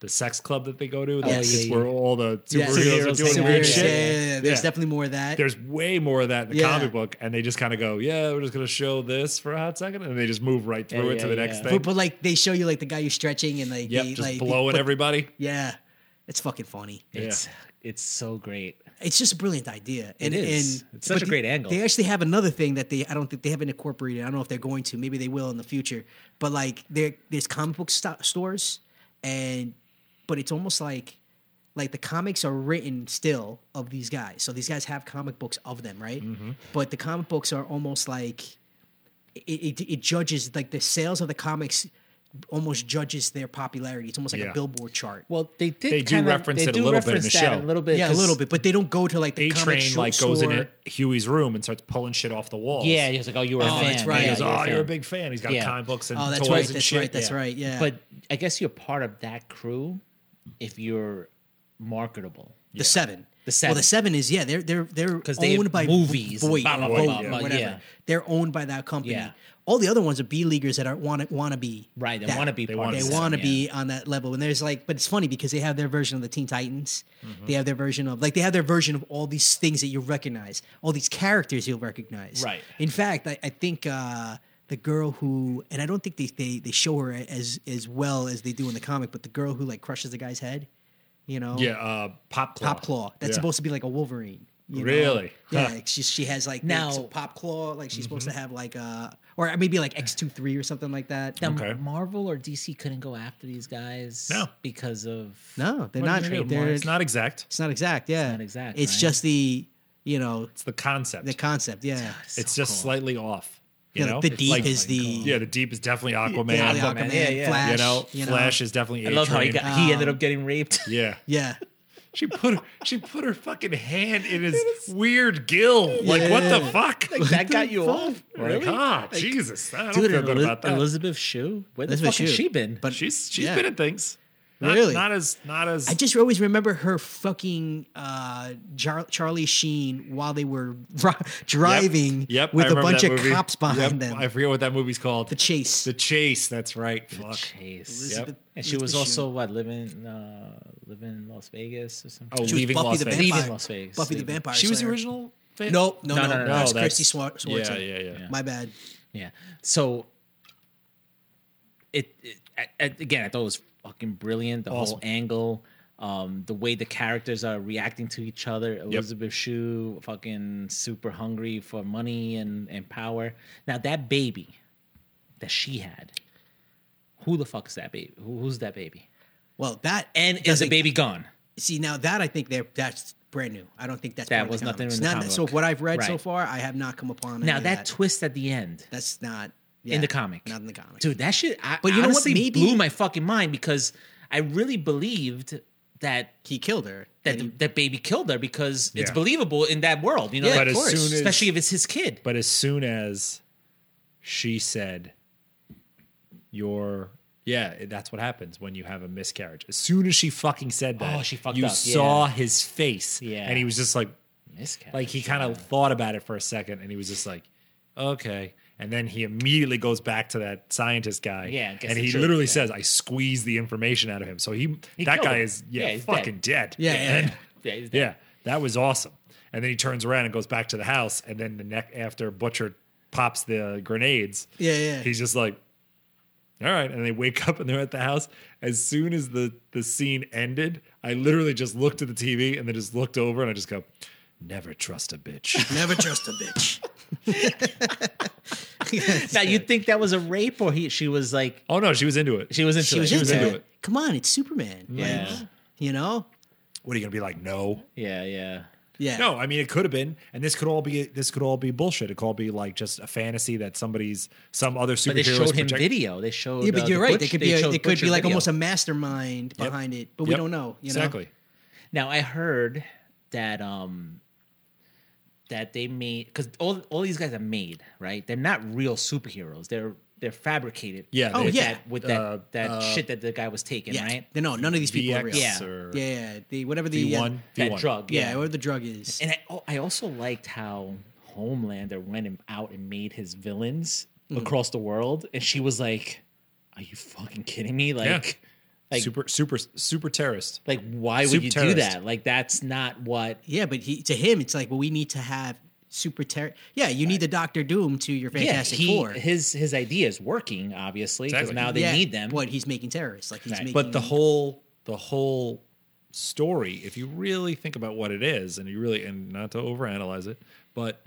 S4: the sex club that they go to. That's-
S8: Yes.
S4: it's
S8: Yeah, yeah,
S4: where all the
S8: Yes.
S4: superheroes are doing
S8: Superheroes,
S4: weird
S8: yeah,
S4: shit.
S8: yeah, yeah. There's
S4: Yeah.
S8: definitely more of that.
S4: There's way more of that in the
S8: Yeah.
S4: comic book, and they just kind of go, "Yeah, we're just gonna show this for a hot second, and they just move right through
S5: Yeah,
S4: it to
S5: yeah,
S4: the next
S5: yeah.
S4: thing.
S8: but, but like they show you like the guy you're stretching and like
S4: yep,
S8: the,
S4: just
S8: like the-
S4: blowing
S8: but-
S4: everybody.
S8: Yeah, it's fucking funny.
S5: it's it's so great.
S8: It's just a brilliant idea. And,
S5: is.
S8: and-
S5: It's such
S8: but
S5: a great angle.
S8: They actually have another thing that they I don't think they haven't incorporated. I don't know if they're going to. Maybe they will in the future. But like there there's comic book sto- stores and but it's almost like like the comics are written still of these guys. So these guys have comic books of them, right?
S4: Mm-hmm.
S8: But the comic books are almost like it, it, it judges like the sales of the comics almost judges their popularity. It's almost like
S4: Yeah.
S8: a billboard chart.
S5: Well, they did.
S4: They do
S5: kinda-
S4: reference
S5: they
S4: it a
S5: do
S4: little bit in
S5: reference
S4: the
S5: that
S4: show.
S5: A little bit.
S8: yeah, a
S5: 'cause-
S8: little bit, but they don't go to like the
S4: A
S8: comic
S4: train
S8: short
S4: like goes
S8: store.
S4: in Huey's room and starts pulling shit off the walls.
S5: Yeah, he was like, "Oh, you were a
S8: Oh,
S5: fan."
S8: that's right.
S5: Yeah,
S4: He goes,
S8: you're
S4: oh,
S5: a
S4: you're a
S5: fan."
S4: big fan. He's got
S5: Yeah.
S4: comic books and
S8: Oh, that's
S4: toys
S8: right.
S4: and
S8: That's
S4: shit.
S8: right. That's
S4: Yeah.
S8: right. Yeah.
S5: But I guess you're part of that crew if you're marketable.
S8: the seven.
S5: The
S8: Well,
S5: seven.
S8: the seven is yeah. They're they're they're
S5: 'Cause they have
S8: owned by
S5: movies and
S8: Voight,
S5: blah, blah, blah,
S8: Voight,
S5: blah, blah,
S8: whatever.
S5: yeah.
S8: They're owned by that company.
S5: Yeah.
S8: All the other ones are B leaguers that are want to want to be
S5: Right, they
S8: that.
S5: wanna be
S8: They
S5: part
S4: of the
S8: want to
S5: seven,
S8: be on that level. And there's like, but it's funny because they have their version of the Teen Titans.
S5: Mm-hmm.
S8: They have their version of like they have their version of all these things that you recognize, all these characters you'll recognize.
S5: Right.
S8: In fact, I, I think uh, the girl who, and I don't think they, they they show her as as well as they do in the comic, but the girl who like crushes the guy's head, you know,
S4: Yeah, uh, pop claw.
S8: pop claw. That's
S4: Yeah.
S8: supposed to be like a Wolverine. you know?
S4: Really?
S8: Yeah.
S4: Huh.
S8: Like she, she has like now
S5: Now- Mm-hmm.
S8: pop claw. Like she's supposed to have like uh or maybe like X two three or something like that.
S5: Now,
S4: Okay.
S5: Marvel or DC couldn't go after these guys
S4: No.
S5: because of
S8: No, they're
S5: What
S8: not.
S5: did they do?
S8: They're,
S4: It's not exact.
S8: It's not exact. Yeah. It's
S5: not exact,
S8: It's
S5: right?
S8: just the you know
S4: It's the concept.
S8: the concept. Yeah.
S4: it's just slightly off. You
S8: Yeah,
S4: know?
S8: like the
S4: It's
S8: deep
S4: like-
S8: is the
S4: yeah. The deep is definitely Aquaman.
S8: yeah, the
S5: Aquaman,
S8: Aquaman,
S5: yeah, yeah.
S8: Flash.
S4: you know, Flash is definitely.
S5: I love how he
S4: A-Train.
S5: got he ended up getting raped.
S4: Yeah.
S8: Yeah.
S4: She put her, she put her fucking hand in his weird gill. Like what the fuck? Like,
S5: that got you off.
S4: Like,
S5: Really?
S4: ah, Jesus! I don't
S5: Dude,
S4: feel good
S5: Eliz-
S4: about that.
S5: Elizabeth Shue? Where the
S8: Elizabeth
S5: fuck has
S8: Shue.
S5: she been?
S8: But
S4: she's she's
S8: yeah.
S4: been in things. Not,
S8: Really?
S4: Not as not as.
S8: I just always remember her fucking uh, Jar- Charlie Sheen while they were ri-
S4: Yep,
S8: driving
S4: yep,
S8: with
S4: I
S8: a
S4: remember
S8: bunch
S4: that
S8: of
S4: movie.
S8: cops behind
S4: Yep,
S8: them.
S4: I forget what that movie's called.
S8: the chase.
S4: The Chase. That's right. Fuck.
S5: Jeez.
S4: Yep.
S8: Elizabeth-
S5: And she was
S8: Elizabeth
S5: also what living in, uh, living in Las Vegas or something.
S4: Oh,
S8: She was
S4: leaving
S8: Buffy
S4: Las
S8: the
S4: Vegas.
S8: Vampire.
S5: Leaving Las Vegas.
S8: Buffy the
S5: Leaving.
S8: Vampire.
S4: She was the
S8: Slayer.
S4: original. fan?
S8: No, no, no,
S5: No,
S8: no.
S5: no, no,
S8: That's
S4: that's-
S8: Kirsty Swa- Swartzen.
S4: Yeah, yeah, yeah.
S8: My bad.
S5: Yeah. So it, it I, I- again, I thought it was fucking brilliant. The
S4: Awesome.
S5: whole angle, um, the way the characters are reacting to each other. Elizabeth Shue, fucking super hungry for money and and power. Now that baby that she had, who the fuck is that baby? Who, who's that baby?
S8: Well, that
S5: And is the
S8: doesn't-
S5: baby gone?
S8: See, now that I think they're that's brand new. I don't think that's
S5: That
S8: part of
S5: was
S8: the
S5: nothing in
S8: comics.
S5: the
S8: Not-
S5: comic
S8: So
S5: book.
S8: what I've read so
S5: Right.
S8: far, I have not come upon.
S5: Now
S8: any of
S5: that twist at the end
S8: that's not yeah,
S5: in the comic,
S8: Not in the comic,
S5: dude. That shit, I,
S8: But you know what?
S5: honestly
S8: Maybe-
S5: blew my fucking mind because I really believed that
S8: He killed her.
S5: that
S8: and he-
S5: that baby killed her because it's
S4: Yeah.
S5: believable in that world, you know,
S8: Yeah,
S5: like,
S8: But
S4: as
S5: of course.
S4: soon as-
S5: especially if it's his kid.
S4: But as soon as she said, "Your yeah," that's what happens when you have a miscarriage. As soon as she fucking said that,
S5: Oh, she fucked
S4: you
S5: up, yeah.
S4: saw his face,
S5: Yeah.
S4: and he was just like,
S5: Miscarriage,
S4: like he kind of thought about it for a second, and he was just like, "Okay." And then he immediately goes back to that scientist guy.
S5: Yeah, and gets
S4: and
S5: the
S4: he
S5: truth,
S4: literally
S5: yeah.
S4: says, "I squeezed the information out of him." So he,
S5: He
S4: that
S5: killed
S4: guy
S5: him.
S4: is yeah,
S5: Yeah, he's
S4: fucking dead.
S8: Yeah, yeah,
S4: And-
S8: yeah.
S5: yeah, he's dead.
S4: yeah, that was awesome. And then he turns around and goes back to the house. And then the neck after Butcher pops the grenades,
S8: Yeah, yeah.
S4: he's just like, "All right." And they wake up and they're at the house. As soon as the the scene ended, I literally just looked at the TV and then just looked over and I just go, "Never trust a bitch."
S8: never trust a bitch.
S5: Now you think that was a rape or he? She was like
S4: oh no, she was into it.
S5: she was into
S8: she was,
S5: it.
S8: into,
S4: into
S8: it.
S4: it.
S8: Come on, it's Superman. Like,
S5: Yeah.
S8: you know.
S4: What are you gonna be like? No,
S5: Yeah, yeah.
S8: Yeah.
S4: No, I mean it could have been, and this could all be this could all be bullshit. It could all be like just a fantasy that somebody's some other superhero.
S5: But they showed him video. They showed.
S8: Yeah,
S5: uh,
S8: but
S5: the
S8: you're right. They
S5: butch-
S8: could be a,
S5: showed
S8: it could
S5: butcher
S8: be like
S5: video.
S8: almost a mastermind behind it, but we
S4: Yep.
S8: don't know. You know?
S4: exactly.
S5: Now I heard that um that they made because all all these guys are made right. They're not real superheroes. They're they're fabricated.
S4: Yeah,
S8: Oh,
S4: they-
S8: yeah.
S5: That, with that
S4: Uh,
S5: that
S4: uh,
S5: shit that the guy was taking
S8: Yeah.
S5: right.
S8: They- No, none of these people are real.
S4: VX
S8: Yeah.
S5: Yeah.
S4: or
S8: Yeah. The whatever the
S4: V
S8: uh,
S4: one, V
S5: That
S4: one
S5: drug.
S8: Yeah,
S5: Yeah.
S8: whatever the drug is.
S5: and I oh, I also liked how Homelander went and- out and made his villains
S4: Mm.
S5: across the world, and she was like, "Are you fucking kidding me? Like." Like,
S4: super super super terrorist.
S5: like why would
S4: Super
S5: you do
S4: terrorist.
S5: that? Like that's not what
S8: Yeah, but he to him it's like, well, we need to have super terror. Yeah, you need the Doctor Doom to your Fantastic
S5: he,
S8: Four.
S5: His his idea is working, obviously, because
S4: Exactly.
S5: now they
S8: Yeah,
S5: need them.
S8: What he's making terrorists, like he's
S5: Right.
S8: making.
S4: But the whole the whole story, if you really think about what it is, and you really and not to overanalyze it, but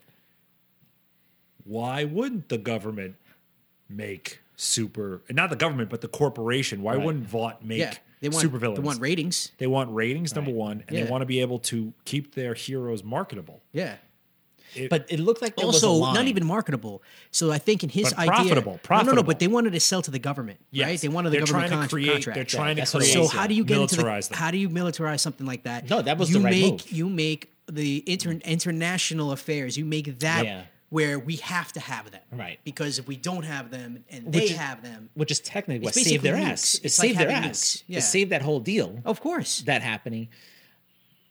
S4: why wouldn't the government make super and not the government, but the corporation? Why
S5: Right.
S4: wouldn't Vought make
S8: yeah, they want
S4: super villains?
S8: They want ratings.
S4: They want ratings, number one, and
S8: Yeah.
S4: they want to be able to keep their heroes marketable.
S8: Yeah.
S5: But it looked like there was a
S8: also
S5: line.
S8: not even marketable. So I think in his
S4: But
S8: idea,
S4: profitable,
S8: No, no, no.
S4: profitable.
S8: But they wanted to sell to the government, right?
S4: Yes.
S8: They wanted the
S4: They're
S8: government
S4: trying
S8: con-
S4: to create,
S8: contract.
S4: They're trying
S5: that's
S4: to
S5: what it
S4: create.
S8: so
S5: is, yeah.
S8: how do you get into the,
S4: militarize them?
S8: how do you militarize something like that?
S5: No, that was
S8: you
S5: the right
S8: make,
S5: move.
S8: You make the inter- international affairs. You make that
S5: Yeah.
S8: where we have to have them,
S5: Right.
S8: Because if we don't have them and
S5: Which
S8: they
S5: is-
S8: have them,
S5: which is technically what
S8: It's
S5: saved
S8: basically
S5: their
S8: nukes.
S5: ass. It
S8: It's like
S5: saved their
S8: having
S5: ass.
S8: nukes. Yeah. Oh.
S5: It saved that whole deal.
S8: of course,
S5: That happening.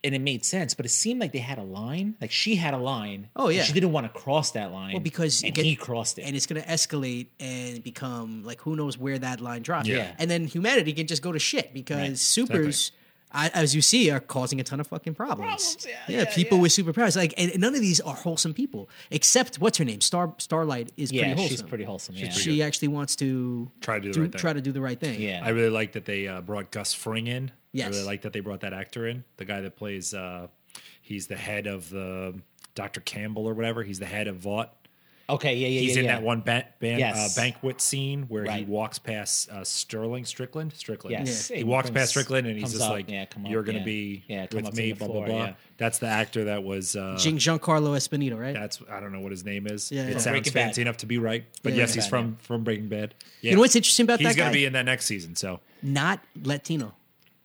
S5: And it made sense, but it seemed like they had a line. Like she had a line.
S8: Oh,
S5: and
S8: yeah.
S5: she didn't want to cross that line.
S8: well, because
S5: and
S8: it get-
S5: he crossed it.
S8: and it's going to escalate and become like who knows where that line drops.
S5: Yeah.
S8: and then humanity can just go to shit because
S5: Right,
S8: supers. I, as you see, are causing a ton of fucking problems.
S5: Problems, yeah, yeah,
S8: people with superpowers, like, and none of these are wholesome people, except what's her name, Star Starlight is
S5: yeah,
S8: pretty wholesome.
S5: she's pretty wholesome. Yeah,
S8: she actually wants to
S4: Try to do the right thing.
S8: try to do the right thing.
S5: yeah.
S4: I really like that they uh, brought Gus Fring in. I
S8: Yes.
S4: really like that they brought that actor in, the guy that plays. Uh, he's the head of the Dr. Campbell or whatever. He's the head of Vought.
S5: okay, yeah, yeah,
S4: He's
S5: yeah.
S4: in
S5: yeah.
S4: that one ban- ban-
S5: Yes.
S4: uh, banquet scene where he
S5: Right.
S4: walks past uh, Sterling Strickland. Strickland.
S5: Yes. Yeah.
S4: He walks
S5: Comes-
S4: past Strickland and he's
S5: comes
S4: just
S5: up,
S4: like,
S5: yeah, come up,
S4: "You're going
S5: yeah.
S4: to be
S5: Yeah, come up
S4: with
S5: to
S4: me."
S5: the
S4: Blah
S5: floor,
S4: blah blah.
S5: yeah.
S4: That's the actor that was. Uh,
S8: Jean- Giancarlo Esposito, right?
S4: that's I don't know what his name is. it
S8: Yeah, yeah.
S4: sounds
S5: Breaking Bad.
S4: fancy enough to be right, but
S8: Yeah,
S4: yes,
S8: Breaking
S4: he's
S5: Bad,
S4: from from Breaking Bad. Yeah.
S8: You know what's interesting about
S4: He's
S8: that
S4: going
S8: guy?
S4: to be in that next season. So
S8: Not Latino.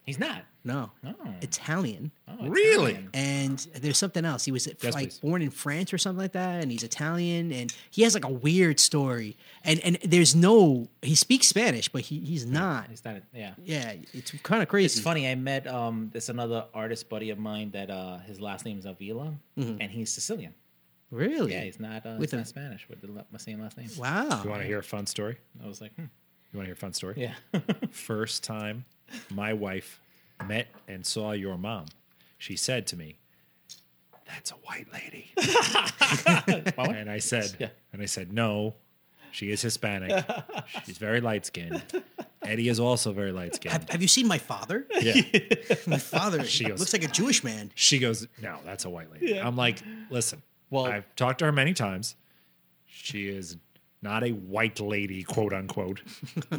S5: He's not.
S8: No.
S5: Oh.
S8: Italian.
S4: really,
S8: And there's something else. He was
S4: Yes,
S8: like
S4: please.
S8: born in France or something like that, and he's Italian, and he has like a weird story. And and there's no he speaks Spanish, but he, he's not.
S5: He's not. Yeah.
S8: Yeah, it's kind of crazy.
S5: It's funny. I met um this another artist buddy of mine that uh his last name's Avila,
S8: Mm-hmm.
S5: and he's Sicilian.
S8: Really?
S5: Yeah, he's not uh,
S8: With
S5: he's
S8: a-
S5: not Spanish with the, la- my same last name.
S4: you
S8: Wow.
S4: want to hear a fun story?
S5: I was like, hmm.
S4: You want to hear a fun story?
S5: yeah,
S4: First time my wife met and saw your mom, she said to me, "That's a white lady." and I said,
S5: Yeah.
S4: and I said, "No, she is Hispanic. She's very light skinned. Eddie is also very light
S8: Have,
S4: skinned."
S8: have you seen my father?
S4: Yeah.
S8: My father
S4: She goes-
S8: looks like a Jewish man.
S4: She goes, "No, that's a white lady." I'm like, "Listen,
S5: Well-
S4: I've talked to her many times. She is not a white lady, quote unquote."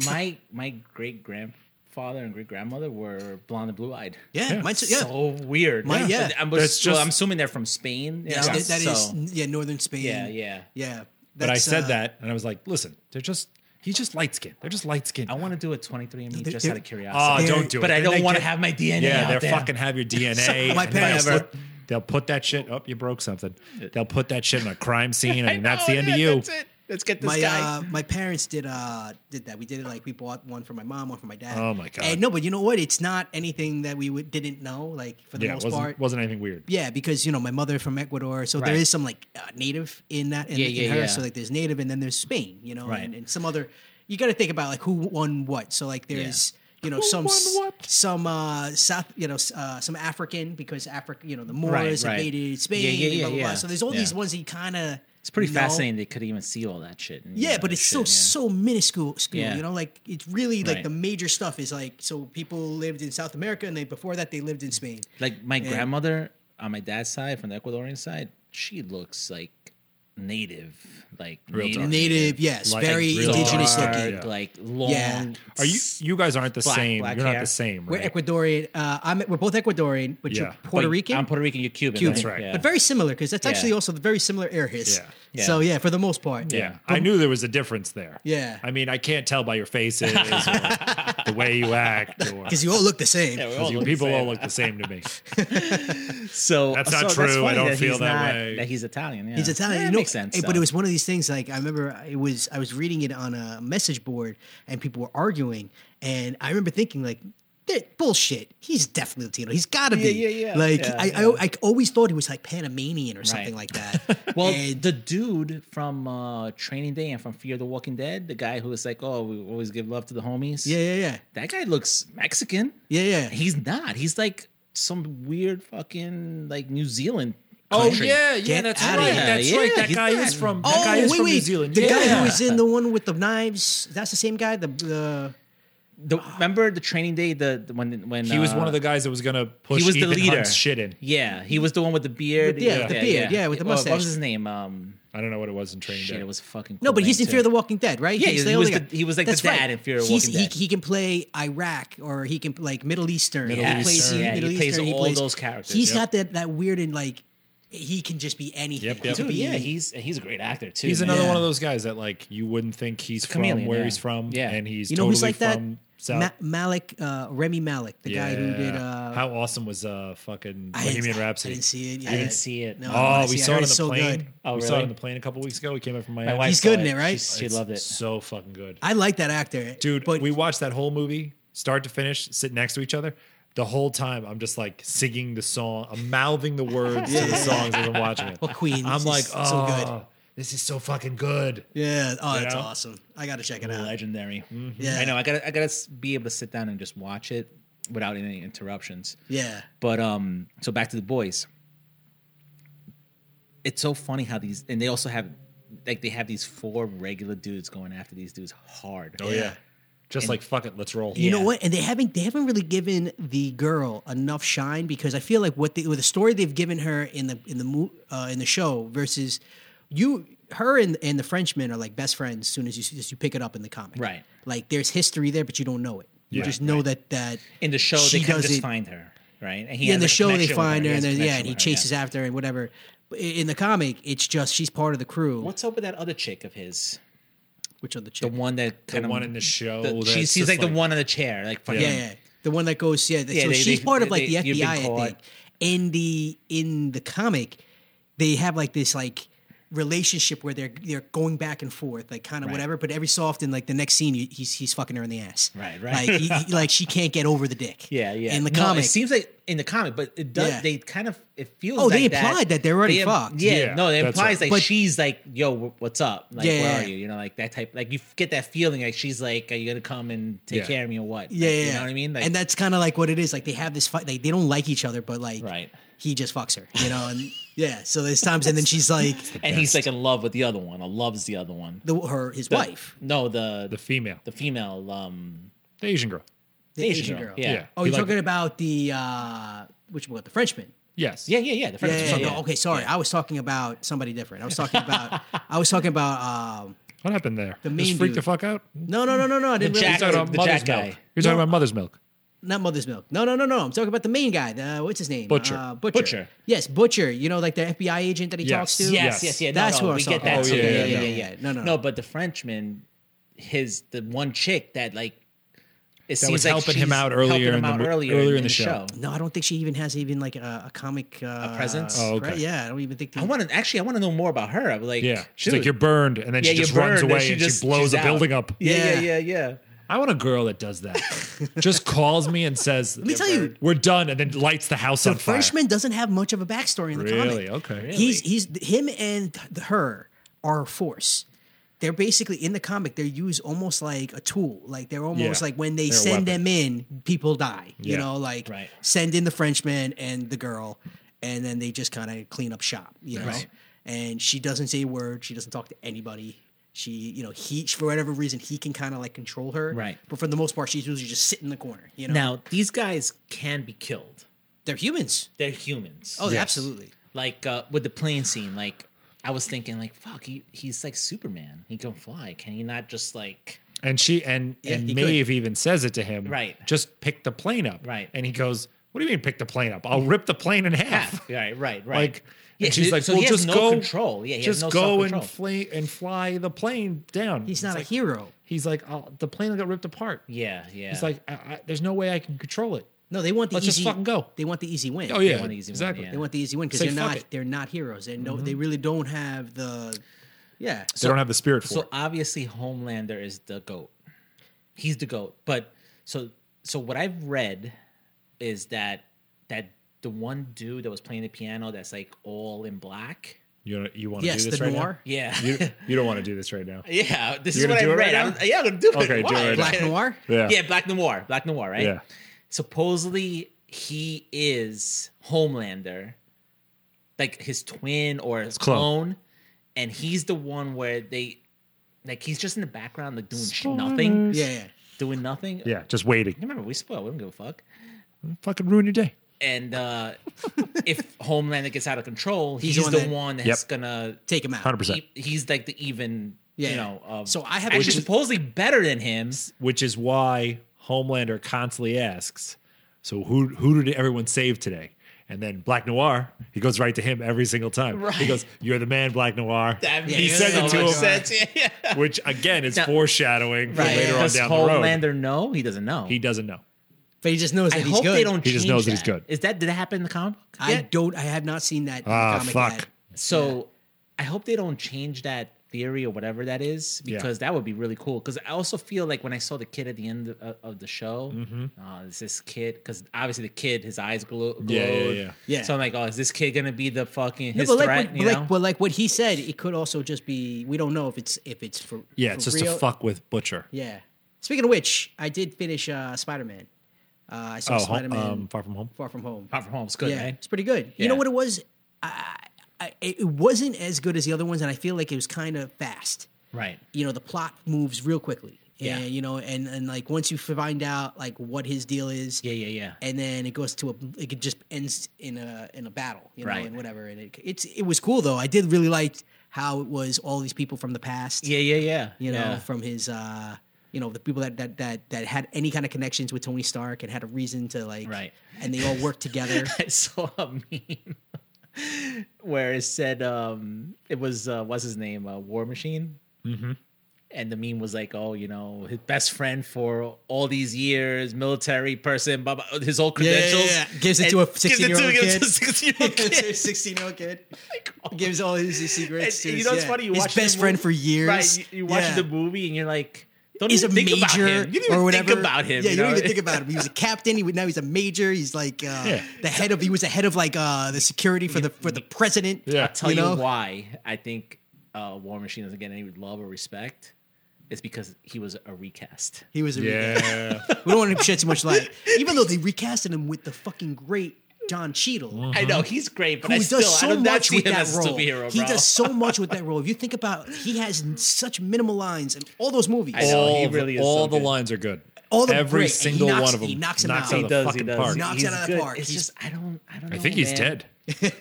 S5: my my great grandfather and great grandmother were blonde and blue eyed.
S8: Yeah,
S4: Yeah.
S8: mine's, yeah.
S5: So weird.
S8: My- yeah.
S5: But I'm,
S4: That's
S5: well,
S4: just-
S5: I'm assuming they're from Spain. you
S8: Yes,
S5: know,
S8: that- that is
S5: so-
S8: yeah, northern Spain.
S5: Yeah, yeah.
S8: yeah.
S4: But I
S8: That's,
S4: said
S8: uh,
S4: that, and I was like, "Listen, they're just." He's just light skinned. They're just light skinned.
S5: I want to do a 23andMe
S8: They're-
S5: just out of
S8: they're-
S4: Oh,
S5: curiosity.
S8: They're-
S4: don't do it.
S5: but I
S4: Then
S5: don't
S4: they
S5: want to
S4: get-
S5: have my DNA.
S4: Yeah,
S5: out
S4: they're
S5: there.
S4: fucking have your DNA.
S8: my
S4: and they'll
S8: parents-
S4: put- They'll put that shit. Oh, you broke something. They'll put that shit in a crime scene, and that's the end of you.
S5: That's it. Let's get this
S8: my
S5: guy.
S8: uh, my parents did uh did that. We did it like we bought one for my mom, one for my dad.
S4: Oh, my God.
S8: And no, but you know what? It's not anything that we would, didn't know. Like for the
S4: Yeah, it
S8: most
S4: wasn't,
S8: part,
S4: wasn't anything weird.
S8: yeah, because you know my mother from Ecuador, so there
S5: Right.
S8: is some like uh, native in that in,
S5: Yeah,
S8: in
S5: yeah,
S8: her.
S5: yeah.
S8: So like there's native, and then there's Spain, you know,
S5: Right.
S8: and, and some other. You got to think about like who won what. So like there's. You know, some s- some uh, South, you know, s- uh, some African because Africa, you know, the Moors
S5: right.
S8: invaded Spain.
S5: Yeah, yeah,
S8: and blah,
S5: yeah,
S8: blah, blah.
S5: yeah.
S8: So there's all these
S5: Yeah.
S8: ones that you kind of.
S5: It's pretty fascinating. They could even see all that shit. and, you
S8: Yeah,
S5: know,
S8: but
S5: that
S8: it's still
S5: shit, yeah.
S8: so minuscule. School,
S5: Yeah.
S8: You know, like it's really like
S5: Right.
S8: the major stuff is like so people lived in South America and they before that they lived in Spain.
S5: Like my grandmother on my dad's side, from the Ecuadorian side, she looks like native, like
S4: Real
S5: native,
S4: dark.
S8: Native, yes,
S4: Like
S8: very
S5: real
S8: indigenous
S5: dark,
S8: looking.
S4: Yeah.
S5: like long.
S8: Yeah.
S4: Are you? You guys aren't the
S5: Black-
S4: same.
S5: black
S4: You're not
S5: hair.
S4: the same,
S8: We're
S4: right?
S8: Ecuadorian. Uh, I'm, we're both Ecuadorian, but
S4: Yeah.
S8: you're Puerto
S5: But
S8: Rican.
S5: I'm Puerto Rican. You're Cuban.
S8: Cuban.
S4: That's right.
S5: Yeah.
S8: But very similar because that's
S5: Yeah.
S8: actually also the very similar air hiss.
S4: Yeah.
S5: Yeah.
S8: So yeah, for the most part.
S4: yeah, I knew there was a difference there.
S8: Yeah.
S4: I mean, I can't tell by your faces, or the way you act, or
S8: Because you all look the same.
S5: Yeah, we
S4: 'cause you
S5: look the
S4: people
S5: same.
S4: all look the same to me.
S5: So
S4: That's
S5: so
S4: not true. I
S5: funny
S4: don't feel
S5: he's
S4: that
S5: not-
S4: way.
S5: That he's Italian. Yeah.
S8: He's Italian.
S5: Yeah,
S8: you
S5: it
S8: know,
S5: makes sense.
S8: eh, But
S5: though.
S8: it was one of these things. Like I remember, it was I was reading it on a message board, and people were arguing, and I remember thinking like. "They're Bullshit. He's definitely Latino. He's got to be.
S5: Yeah, yeah, yeah.
S8: Like
S5: Yeah,
S8: I, I, I always thought he was like Panamanian or something
S5: Right.
S8: like that.
S5: Well,
S8: And-
S5: the dude from uh, Training Day and from Fear the Walking Dead, the guy who was like, "Oh, we always give love to the homies."
S8: yeah, yeah, yeah,
S5: that guy looks Mexican.
S8: yeah, yeah.
S5: He's not. He's like some weird fucking like New Zealand.
S4: Oh
S5: country.
S4: yeah, yeah,
S8: Get
S4: that's
S8: outta
S4: right.
S8: here.
S4: That's
S5: Yeah,
S4: right. That
S5: he's
S4: guy
S5: not-
S4: is from.
S8: oh
S4: that guy is
S8: wait,
S4: from
S8: wait.
S4: New Zealand.
S8: The
S4: yeah.
S8: guy who was in the one with the knives. That's the same guy. The the
S5: The- remember the Training Day? The, the- when when
S4: he was
S5: uh,
S4: one of the guys that was gonna push.
S5: he was
S4: Ethan
S5: the leader.
S4: Hunt's shit in.
S5: Yeah, he was the one with the beard.
S8: With- yeah, with the beard, yeah, with the
S5: Well, Oh, What
S8: mustache.
S5: was his name? Um,
S4: I don't know what it was in training
S5: shit,
S4: day.
S5: it was fucking.
S8: No,
S5: cool
S8: but he's
S5: name,
S8: in Fear the
S5: too.
S8: Walking Dead, right?
S5: Yeah,
S8: He's
S5: he
S8: the
S5: was
S8: only
S5: the-
S8: guy.
S5: he was, like, the dad in Fear the
S8: He's-
S5: Walking Dead.
S8: He, he can play Iraq or he can like Middle Eastern.
S5: Middle
S8: he plays,
S5: Eastern. Yeah, he
S8: Middle
S5: plays
S8: Eastern, he
S5: all
S8: plays-
S5: those characters,
S8: He's
S5: yep.
S8: got that that weird and like he can just be anything.
S4: Yep,
S8: He
S4: yep.
S8: could
S5: Dude,
S8: be-
S5: yeah, he's he's a great actor too.
S4: He's
S5: man.
S4: another
S8: Yeah.
S4: one of those guys that like you wouldn't think he's from
S5: chameleon,
S4: where
S5: yeah.
S4: he's from.
S5: Yeah.
S4: and he's
S8: you know
S4: totally
S8: who's like that?
S4: from South.
S8: Ma- Malik, uh, Remy Malik, the guy who did. Uh,
S4: How awesome was uh fucking
S8: I didn't-
S4: Bohemian Rhapsody?
S8: I didn't see it.
S5: I didn't see it. Oh,
S8: No, I wanna
S4: Oh, we
S8: see
S4: saw it
S8: I heard
S4: on the
S8: it's so
S4: plane.
S8: good.
S5: Oh,
S4: We saw it on
S5: really?
S4: the plane a couple weeks ago. We came back from
S5: My
S4: Miami.
S5: wife
S8: He's
S5: saw
S8: good in it, right?
S5: She, she
S4: It's
S5: loved it.
S4: So fucking good,
S8: I like that actor,
S4: dude.
S8: But
S4: we watched that whole movie, start to finish, sit next to each other. The whole time, I'm just like singing the song, I'm mouthing the words to the songs as I'm watching it.
S8: Well, Queen
S4: I'm
S8: is
S4: like, oh,
S8: so good."
S4: this is so fucking good.
S8: yeah, oh, that's
S4: know?
S8: awesome. I got to check it out.
S5: Legendary.
S4: Mm-hmm.
S8: Yeah.
S5: I know. I gotta I gotta s- be able to sit down and just watch it without any interruptions.
S8: Yeah,
S5: But um, so back to the boys. It's so funny how these, and they also have, like, they have these four regular dudes going after these dudes hard.
S4: Oh yeah, just like fuck it, let's roll.
S8: You know what? And they haven't they haven't really given the girl enough shine because I feel like what the with the story they've given her in the in the mo- uh, in the show versus you her and and the Frenchman are like best friends as soon as you as you pick it up in the comic.
S5: Right.
S8: Like there's history there but you don't know it. You
S4: Yeah.
S8: just know that that
S5: In the show,
S8: she
S5: they kind of
S8: does
S5: just
S8: it-
S5: find her, right? And he
S8: yeah, in
S5: has,
S8: the
S5: like, a
S8: show they
S5: connection with
S8: find her,
S5: He
S8: and
S5: has a
S8: then
S5: connection
S8: yeah, and he
S5: with her,
S8: chases after her and whatever. But i- In the comic, it's just she's part of the crew.
S5: What's up with that other chick of his?
S8: which of the
S5: The
S8: chick?
S5: one that kind of
S4: one in the show that's
S5: she, she's
S4: just
S5: like, the
S4: like-
S5: one on the chair, like fucking,
S8: yeah, yeah. The one that goes, yeah.
S5: Yeah,
S8: so
S5: they-
S8: she's
S5: they-
S8: part of like
S5: they-
S8: the
S5: you've been
S8: FBI, I think.
S5: caught.
S8: In the in the comic, they have like this like relationship where they're they're going back and forth, like kind of
S5: Right.
S8: whatever. But every so often, like the next scene, you- he's he's fucking her in the ass.
S5: Right, right.
S8: Like he, he- like she can't get over the dick.
S5: yeah, yeah.
S8: In the
S5: No,
S8: comic,
S5: it seems like in the comic, but it does.
S8: Yeah.
S5: They kind of it feels.
S8: Oh, they
S5: like
S8: implied that they're already
S5: they im-
S8: fucked.
S5: Yeah,
S4: Yeah,
S5: no, it
S4: that's
S5: implies
S4: right.
S5: like
S8: But-
S5: she's like, "Yo, wh- what's up? Like,
S8: Yeah,
S5: where
S8: yeah,
S5: are
S8: yeah.
S5: you? You know, like that type. Like you f- get that feeling like she's like, "Are you gonna come and take
S4: Yeah.
S5: care of me or what? Like,
S8: yeah, yeah,
S5: you know what I mean. Like,
S8: and that's kind of like what it is. Like they have this fight. Like they don't like each other, but like
S5: Right.
S8: he just fucks her, you know. And yeah, so there's times, and then she's like
S5: and he's like in love with the other one. Or loves the other one.
S8: the, her his
S5: The-
S8: wife,
S5: No, the
S4: The female,
S5: the female. Um,
S4: the Asian girl.
S8: the
S5: Asian
S8: Asian,
S5: girl,
S8: girl.
S5: yeah. Yeah.
S8: Oh,
S4: He
S8: you're
S4: liked
S8: talking
S4: it.
S8: about the uh which one? The Frenchman.
S4: Yes.
S5: yeah, yeah, yeah. The
S8: Yeah,
S5: first
S8: yeah, yeah. Okay, sorry. I was talking about somebody different. I was talking about I was talking about um
S4: What happened there? The
S8: main
S4: just freaked
S8: dude.
S4: the fuck out.
S8: no no no no no I didn't really
S5: Jack-
S4: You're talking about
S5: the
S4: mother's
S5: Jack guy.
S4: milk. You're talking about mother's milk.
S8: not mother's milk. No no no no. I'm talking about the main guy. The, what's his name?
S4: Butcher.
S8: Uh, Butcher.
S5: Butcher.
S8: Yes, Butcher. You know, like the FBI agent that he
S4: Yes.
S8: talks to.
S4: Yeah.
S5: Yes, yes,
S4: Yes.
S5: yeah. No,
S8: That's
S5: no,
S8: who I
S5: we
S8: was
S5: get
S8: talking
S5: that.
S4: about.
S5: too.
S4: Oh, yeah, yeah,
S8: yeah, yeah. No, no,
S5: No,
S8: no.
S5: but the Frenchman, his the one chick that like it
S4: That
S5: seems
S4: was
S5: like
S4: helping him
S5: she's
S4: out earlier
S5: helping
S4: in
S5: him
S4: the
S5: out
S4: mo-
S5: earlier, in, the show.
S8: No, I don't think she even has even like a, a comic uh,
S5: presence?
S4: Oh, okay.
S8: right? Yeah, I don't even think.
S5: I want to actually. I want to know more about her. I'm like,
S4: Yeah. She's like,
S5: dude.
S4: you're burned, and then
S5: Yeah,
S4: she
S5: you're
S4: just runs
S5: burned, and
S4: away
S5: she
S4: and
S5: just-
S4: she blows
S5: she's
S4: a
S5: out.
S4: building up.
S5: Yeah,
S8: Yeah.
S5: yeah, yeah, yeah.
S4: I want a girl that does that. just calls me and says,
S8: Let me tell you,
S4: "We're done," and then lights the house
S8: the
S4: on fire.
S8: Frenchman doesn't have much of a backstory in the
S4: Really?
S8: comic.
S4: Okay. Really?
S8: He's he's him and th- her are a force. They're basically in the comic. They're used almost like a tool. Like they're almost
S4: Yeah.
S8: like when they
S4: They're a
S8: send
S4: weapon.
S8: them in, people die. You
S4: Yeah.
S8: know, like
S5: Right.
S8: send in the Frenchman and the girl, and then they just kind of clean up shop. You know,
S5: Right.
S8: and she doesn't say a word. She doesn't talk to anybody. She, you know, he for whatever reason he can kind of like control her.
S5: Right.
S8: But for the most part, she's usually just sit in the corner. You know,
S5: Now these guys can be killed.
S8: they're humans.
S5: They're humans.
S8: Oh, absolutely.
S5: Like uh, with the plane scene, like I was thinking like, fuck, he, he's like Superman. He can fly. Can he not just like?
S4: And she and,
S5: Yeah,
S4: and
S5: he
S4: Maeve even says it to him.
S5: Right.
S4: Just pick the plane up.
S5: Right.
S4: And he goes, What do you mean pick the plane up? I'll rip the plane in half.
S5: Right, right, right.
S4: Like
S5: Yeah,
S4: and she's
S5: so-
S4: like,
S5: so
S4: well,
S5: he has
S4: just
S5: no
S4: go
S5: control. Yeah, he has
S4: just
S5: no
S4: go and
S5: self-control.
S4: fly and fly the plane down.
S8: He's
S4: It's
S8: not a
S4: like-
S8: hero.
S4: He's like, oh, the plane got ripped apart.
S5: Yeah, yeah.
S4: He's like, I, I, there's no way I can control it.
S8: No, they want the
S4: Let's
S8: easy.
S4: just fucking go.
S8: They want the easy win.
S4: Oh yeah,
S5: want an easy win,
S4: exactly.
S5: yeah.
S8: They want the easy win because
S4: Say
S8: they're
S4: fuck
S8: not
S4: it. Mm-hmm.
S8: they're not heroes. They no, they really don't have the. Yeah.
S4: They don't have the spirit for
S5: so
S4: it.
S5: obviously Homelander is the goat. He's the goat. But so so what I've read is that that the one dude that was playing the piano that's like all in black.
S4: You you want to
S8: Yes,
S4: do this
S8: the
S4: right
S8: noir.
S5: Yeah.
S4: now? You, you don't want to do this right now.
S5: yeah, this
S4: You're
S5: is
S4: gonna
S5: what I
S4: do it right
S5: read.
S4: now?
S5: I was, yeah, I'm gonna do
S4: Okay, do
S5: it.
S4: it
S5: Why?
S4: right now.
S8: Black Noir?
S4: Yeah.
S5: Yeah, Black Noir. Black Noir, right?
S4: Yeah.
S5: supposedly he is Homelander, like his twin or his
S4: clone.
S5: clone. and he's the one where they, like, he's just in the background, like doing sh- nothing,
S8: Yeah. yeah.
S5: doing nothing.
S4: Yeah. Just waiting.
S5: remember we spoiled. We don't give a fuck.
S4: Fucking ruin your day.
S5: And uh if Homelander gets out of control,
S8: He's
S5: he's,
S8: the
S5: the
S8: one
S5: one,
S8: that-
S5: that's
S4: Yep.
S5: gonna.
S8: Take him out.
S4: 100%.
S5: he- he's like the even,
S8: Yeah.
S5: you know. Of,
S8: So I have-
S5: actually
S8: Which is-
S5: supposedly better than him.
S4: Which is why Homelander constantly asks, "So who who did everyone save today?" And then Black Noir, he goes right to him every single time. He
S5: Right.
S4: goes, "You're the man, Black Noir."
S5: That makes
S8: Yeah, he
S5: so
S8: says it
S5: much
S8: to him.
S5: sense. Yeah, yeah.
S4: which again is
S5: Now-
S4: foreshadowing for later on
S5: Does
S4: down
S5: Homelander
S4: the road.
S5: know? He doesn't know.
S4: He doesn't know.
S8: But he just knows that
S5: I
S8: he's
S5: hope
S8: good.
S5: they don't.
S4: He just
S5: change
S4: knows that he's
S5: that.
S4: good.
S5: Is that did that happen in the comic book?
S8: I
S5: yet?
S8: don't. I have not seen that. in the
S4: Ah,
S8: comic
S4: fuck.
S8: yet.
S5: So I hope they don't change that theory or whatever that is
S4: Yeah.
S5: because that would be really cool. Because I also feel like when I saw the kid at the end of, of the show,
S4: Mm-hmm.
S5: uh, is this kid? Because obviously the kid, his eyes glow, glowed.
S4: Yeah, yeah, yeah.
S8: Yeah.
S5: So I'm like, oh, is this kid gonna be the fucking his
S8: no, but
S5: threat?
S8: like, what,
S5: you
S8: but
S5: know?
S8: like, but like what he said, it could also just be we don't know if it's if it's for
S4: Yeah,
S8: for
S4: it's just
S8: real.
S4: to fuck with Butcher.
S8: Yeah. Speaking of which, I did finish uh, Spider Man. Uh, I saw
S4: Oh, Hom-
S8: Spider Man
S4: um, Far From Home.
S8: Far From Home.
S5: Far from home, it's good,
S8: yeah,
S5: right?
S8: it's pretty good. You know
S5: Yeah.
S8: what it was? I, I, it wasn't as good as the other ones, and I feel like it was kind of fast.
S5: Right.
S8: You know, the plot moves real quickly.
S5: Yeah.
S8: And, you know, and and like once you find out like what his deal is,
S5: Yeah, yeah, yeah.
S8: and then it goes to a it just ends in a in a battle you know
S5: Right.
S8: and whatever and it, it's it was cool though i did really like how it was all these people from the past
S5: Yeah, yeah, yeah.
S8: you know
S5: yeah.
S8: from his uh you know the people that, that that that had any kind of connections with tony stark and had a reason to like
S5: Right.
S8: and they all worked together
S5: I saw a meme where it said um it was uh what's his name uh, War Machine. Mm-hmm. And the meme was like, oh, you know, his best friend for all these years, military person, blah, blah, his whole
S8: yeah,
S5: credentials.
S8: yeah. Gives it
S5: And
S8: to a
S5: gives it
S8: 16-year-old
S5: gives
S8: kid.
S5: it to a 16-year-old kid.
S8: 16 year old kid
S5: Like, oh.
S8: gives all his E
S5: and
S8: secrets
S5: you know what's funny? You
S8: his
S5: watch the
S8: best friend
S5: movie-
S8: for years
S5: Right. You, you watch
S8: Yeah.
S5: the movie and you're like, don't
S8: He's a
S5: even think
S8: major
S5: about him. You don't even
S8: or whatever.
S5: think about him.
S8: Yeah, you,
S5: you know?
S8: don't even think about him. He was a captain. He would- now he's a major. He's like uh, the head of. He was the head of like uh, the security for the for the president.
S4: Yeah.
S5: tell you,
S8: know?
S5: why I think uh, War Machine doesn't get any love or respect. It's because he was a recast.
S8: he was. A
S4: Yeah.
S8: we don't want to shed too much light. Even though they recasted him with the fucking great Don Cheadle.
S4: Uh-huh.
S5: I know he's great, but Mm. I
S8: Who does
S5: still I
S8: so
S5: don't not
S8: much
S5: see
S8: with
S5: him
S8: that
S5: as a
S8: role?
S5: superhero.
S8: He
S5: bro.
S8: does so much with that role. If you think about, he has such minimal lines in all those movies.
S5: I know,
S4: all
S5: he
S4: of-
S5: really is
S4: all
S5: so
S4: the
S5: good.
S4: lines are good.
S8: All the
S4: every
S8: great, and he
S4: single
S8: knocks-
S4: one of them
S8: he knocks him out.
S4: of
S8: He
S4: the
S5: does. He
S4: fucking
S5: does.
S4: park.
S8: Knocks
S5: he's
S8: it out of the
S5: good.
S8: park.
S5: It's
S8: He's-
S5: just I don't I don't.
S4: I
S5: know,
S4: think he's
S5: man.
S4: dead.
S5: He-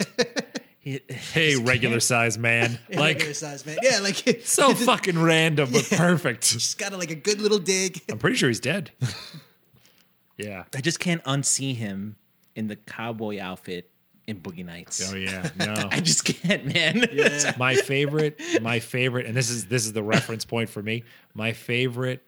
S4: Hey, regular size man. Like
S8: size man. Yeah, like he's
S4: so fucking random but perfect.
S8: got a, like a good little dig.
S4: I'm pretty sure he's dead. Yeah.
S5: I just can't unsee him in the cowboy outfit in Boogie Nights.
S4: Oh yeah. No.
S5: I just can't, man.
S4: my favorite my favorite and this is this is the reference point for me my favorite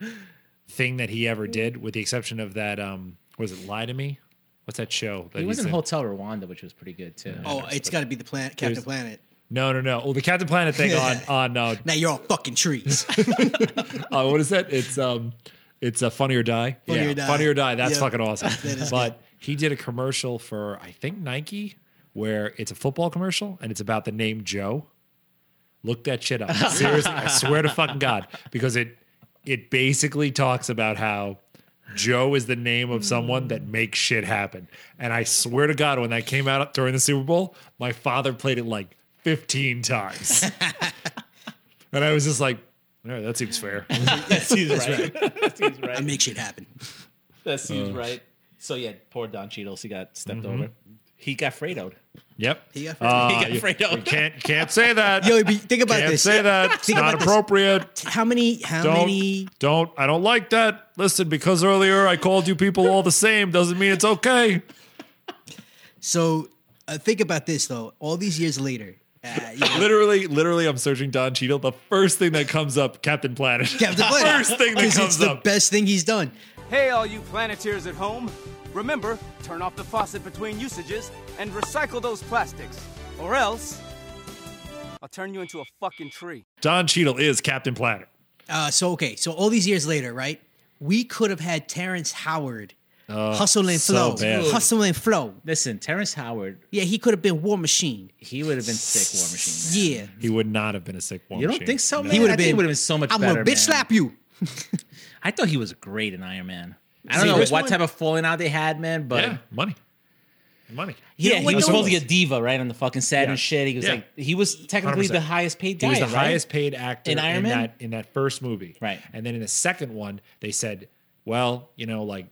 S4: thing that he ever did with the exception of that um was it lie to me what's that show that
S5: he
S4: he's
S5: was in
S4: in?
S5: Hotel Rwanda, which was pretty good too.
S8: Oh, it's got to be the planet, Captain
S4: There's-
S8: Planet.
S4: no no no oh the captain planet thing on on uh,
S8: Now you're all fucking trees.
S4: uh what is that it's um it's a funny or die
S8: Funny
S4: yeah
S8: or Die.
S4: funny or die that's
S8: Yep.
S4: fucking awesome
S8: That is
S4: but he did a commercial for i think nike where it's a football commercial and it's about the name joe Look that shit up. Seriously, I swear to fucking God, because it it basically talks about how Joe is the name of someone
S8: Mm.
S4: that makes shit happen. And I swear to God, when that came out during the Super Bowl, my father played it like 15 times. and I was just like, all right, that seems fair.
S5: That's right. that seems
S8: I
S5: right.
S8: make shit happen.
S5: That seems right. So yeah, poor Don Cheadle, he got stepped over. He got Fredo'd.
S4: Yep.
S8: He got
S4: Uh,
S5: He got
S4: you-
S5: Fredo.
S4: you Can't can't say that.
S8: Yo, but think about
S4: can't
S8: this.
S4: say that. It's
S8: Think
S4: not
S8: about this.
S4: appropriate.
S8: How many? How
S4: Don't
S8: many?
S4: don't. I don't like that. Listen, because earlier I called you people all the same doesn't mean it's okay.
S8: So uh, think about this though. All these years later, uh, you know,
S4: Literally, literally, I'm searching Don Cheadle. The first thing that comes up, Captain Planet.
S8: Captain
S4: the
S8: Planet.
S4: First thing that
S8: 'Cause
S4: comes
S8: it's the
S4: up.
S8: best thing he's done.
S9: Hey, all you planeteers at home. Remember, turn off the faucet between usages and recycle those plastics, or else I'll turn you into a fucking tree.
S4: Don Cheadle is Captain Planet.
S8: Uh, so okay, so all these years later, right? We could have had Terrence Howard, hustle and
S4: Oh, so
S8: flow,
S4: bad.
S8: hustle and flow.
S5: Listen, Terrence Howard,
S8: Yeah, he could have been War Machine.
S5: he would have been sick War Machine. Man.
S8: Yeah,
S4: He would not have been a sick one.
S5: You don't think so, man?
S8: he would have
S5: I think
S8: been.
S5: Would have been so much
S8: I'm
S5: better.
S8: gonna bitch
S5: man.
S8: slap you.
S5: I thought he was great in Iron Man. I
S8: he
S5: don't know
S8: the
S5: what
S8: first one?
S5: type of falling out they had, man, but
S4: Yeah, money, money.
S8: You know
S5: yeah,
S8: what
S5: he was
S8: though?
S5: supposed to be a diva, right? On the fucking set
S4: Yeah.
S5: and shit. He was
S4: Yeah.
S5: like, he was technically
S4: 100%.
S5: the highest paid
S4: He
S5: guy.
S4: was the
S5: right?
S4: highest paid actor
S5: In Iron Man?
S4: that in that first movie.
S5: Right.
S4: And then in the second one, they said, well, you know, like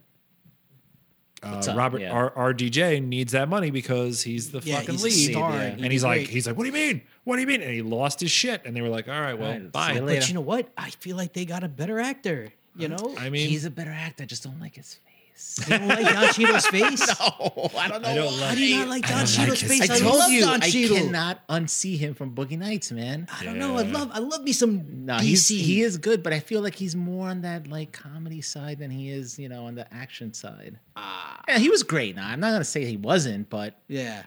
S4: uh,
S5: up?
S4: Robert
S5: Yeah.
S4: R- RDJ needs that money because he's the
S8: Yeah,
S4: fucking
S8: he's a
S4: lead.
S8: star.
S5: Yeah.
S8: He'd
S4: and
S8: be
S4: he's like,
S8: great.
S4: he's like, what do you mean? What do you mean? And he lost his shit. And they were like, all right, well,
S5: All right,
S4: bye.
S5: see you
S4: But-
S5: later.
S8: But you know what? I feel like they got a better actor. You know,
S4: I mean,
S5: He's a better actor. I just don't like his face.
S8: you don't like Don Cheadle's face.
S5: Oh, I don't know.
S4: I don't
S8: How
S4: like.
S8: do you not like Don Cheadle's
S4: his
S8: face?
S5: I
S8: I,
S5: told
S8: love
S5: you,
S8: Don
S5: I
S8: Cheadle.
S5: cannot unsee him from Boogie Nights, man.
S8: I don't know. I love. I love me some
S5: No,
S8: DC.
S5: he's, he is good, but I feel like he's more on that like comedy side than he is, you know, on the action side. yeah, he was great. Now I'm not gonna say he wasn't, but
S8: Yeah.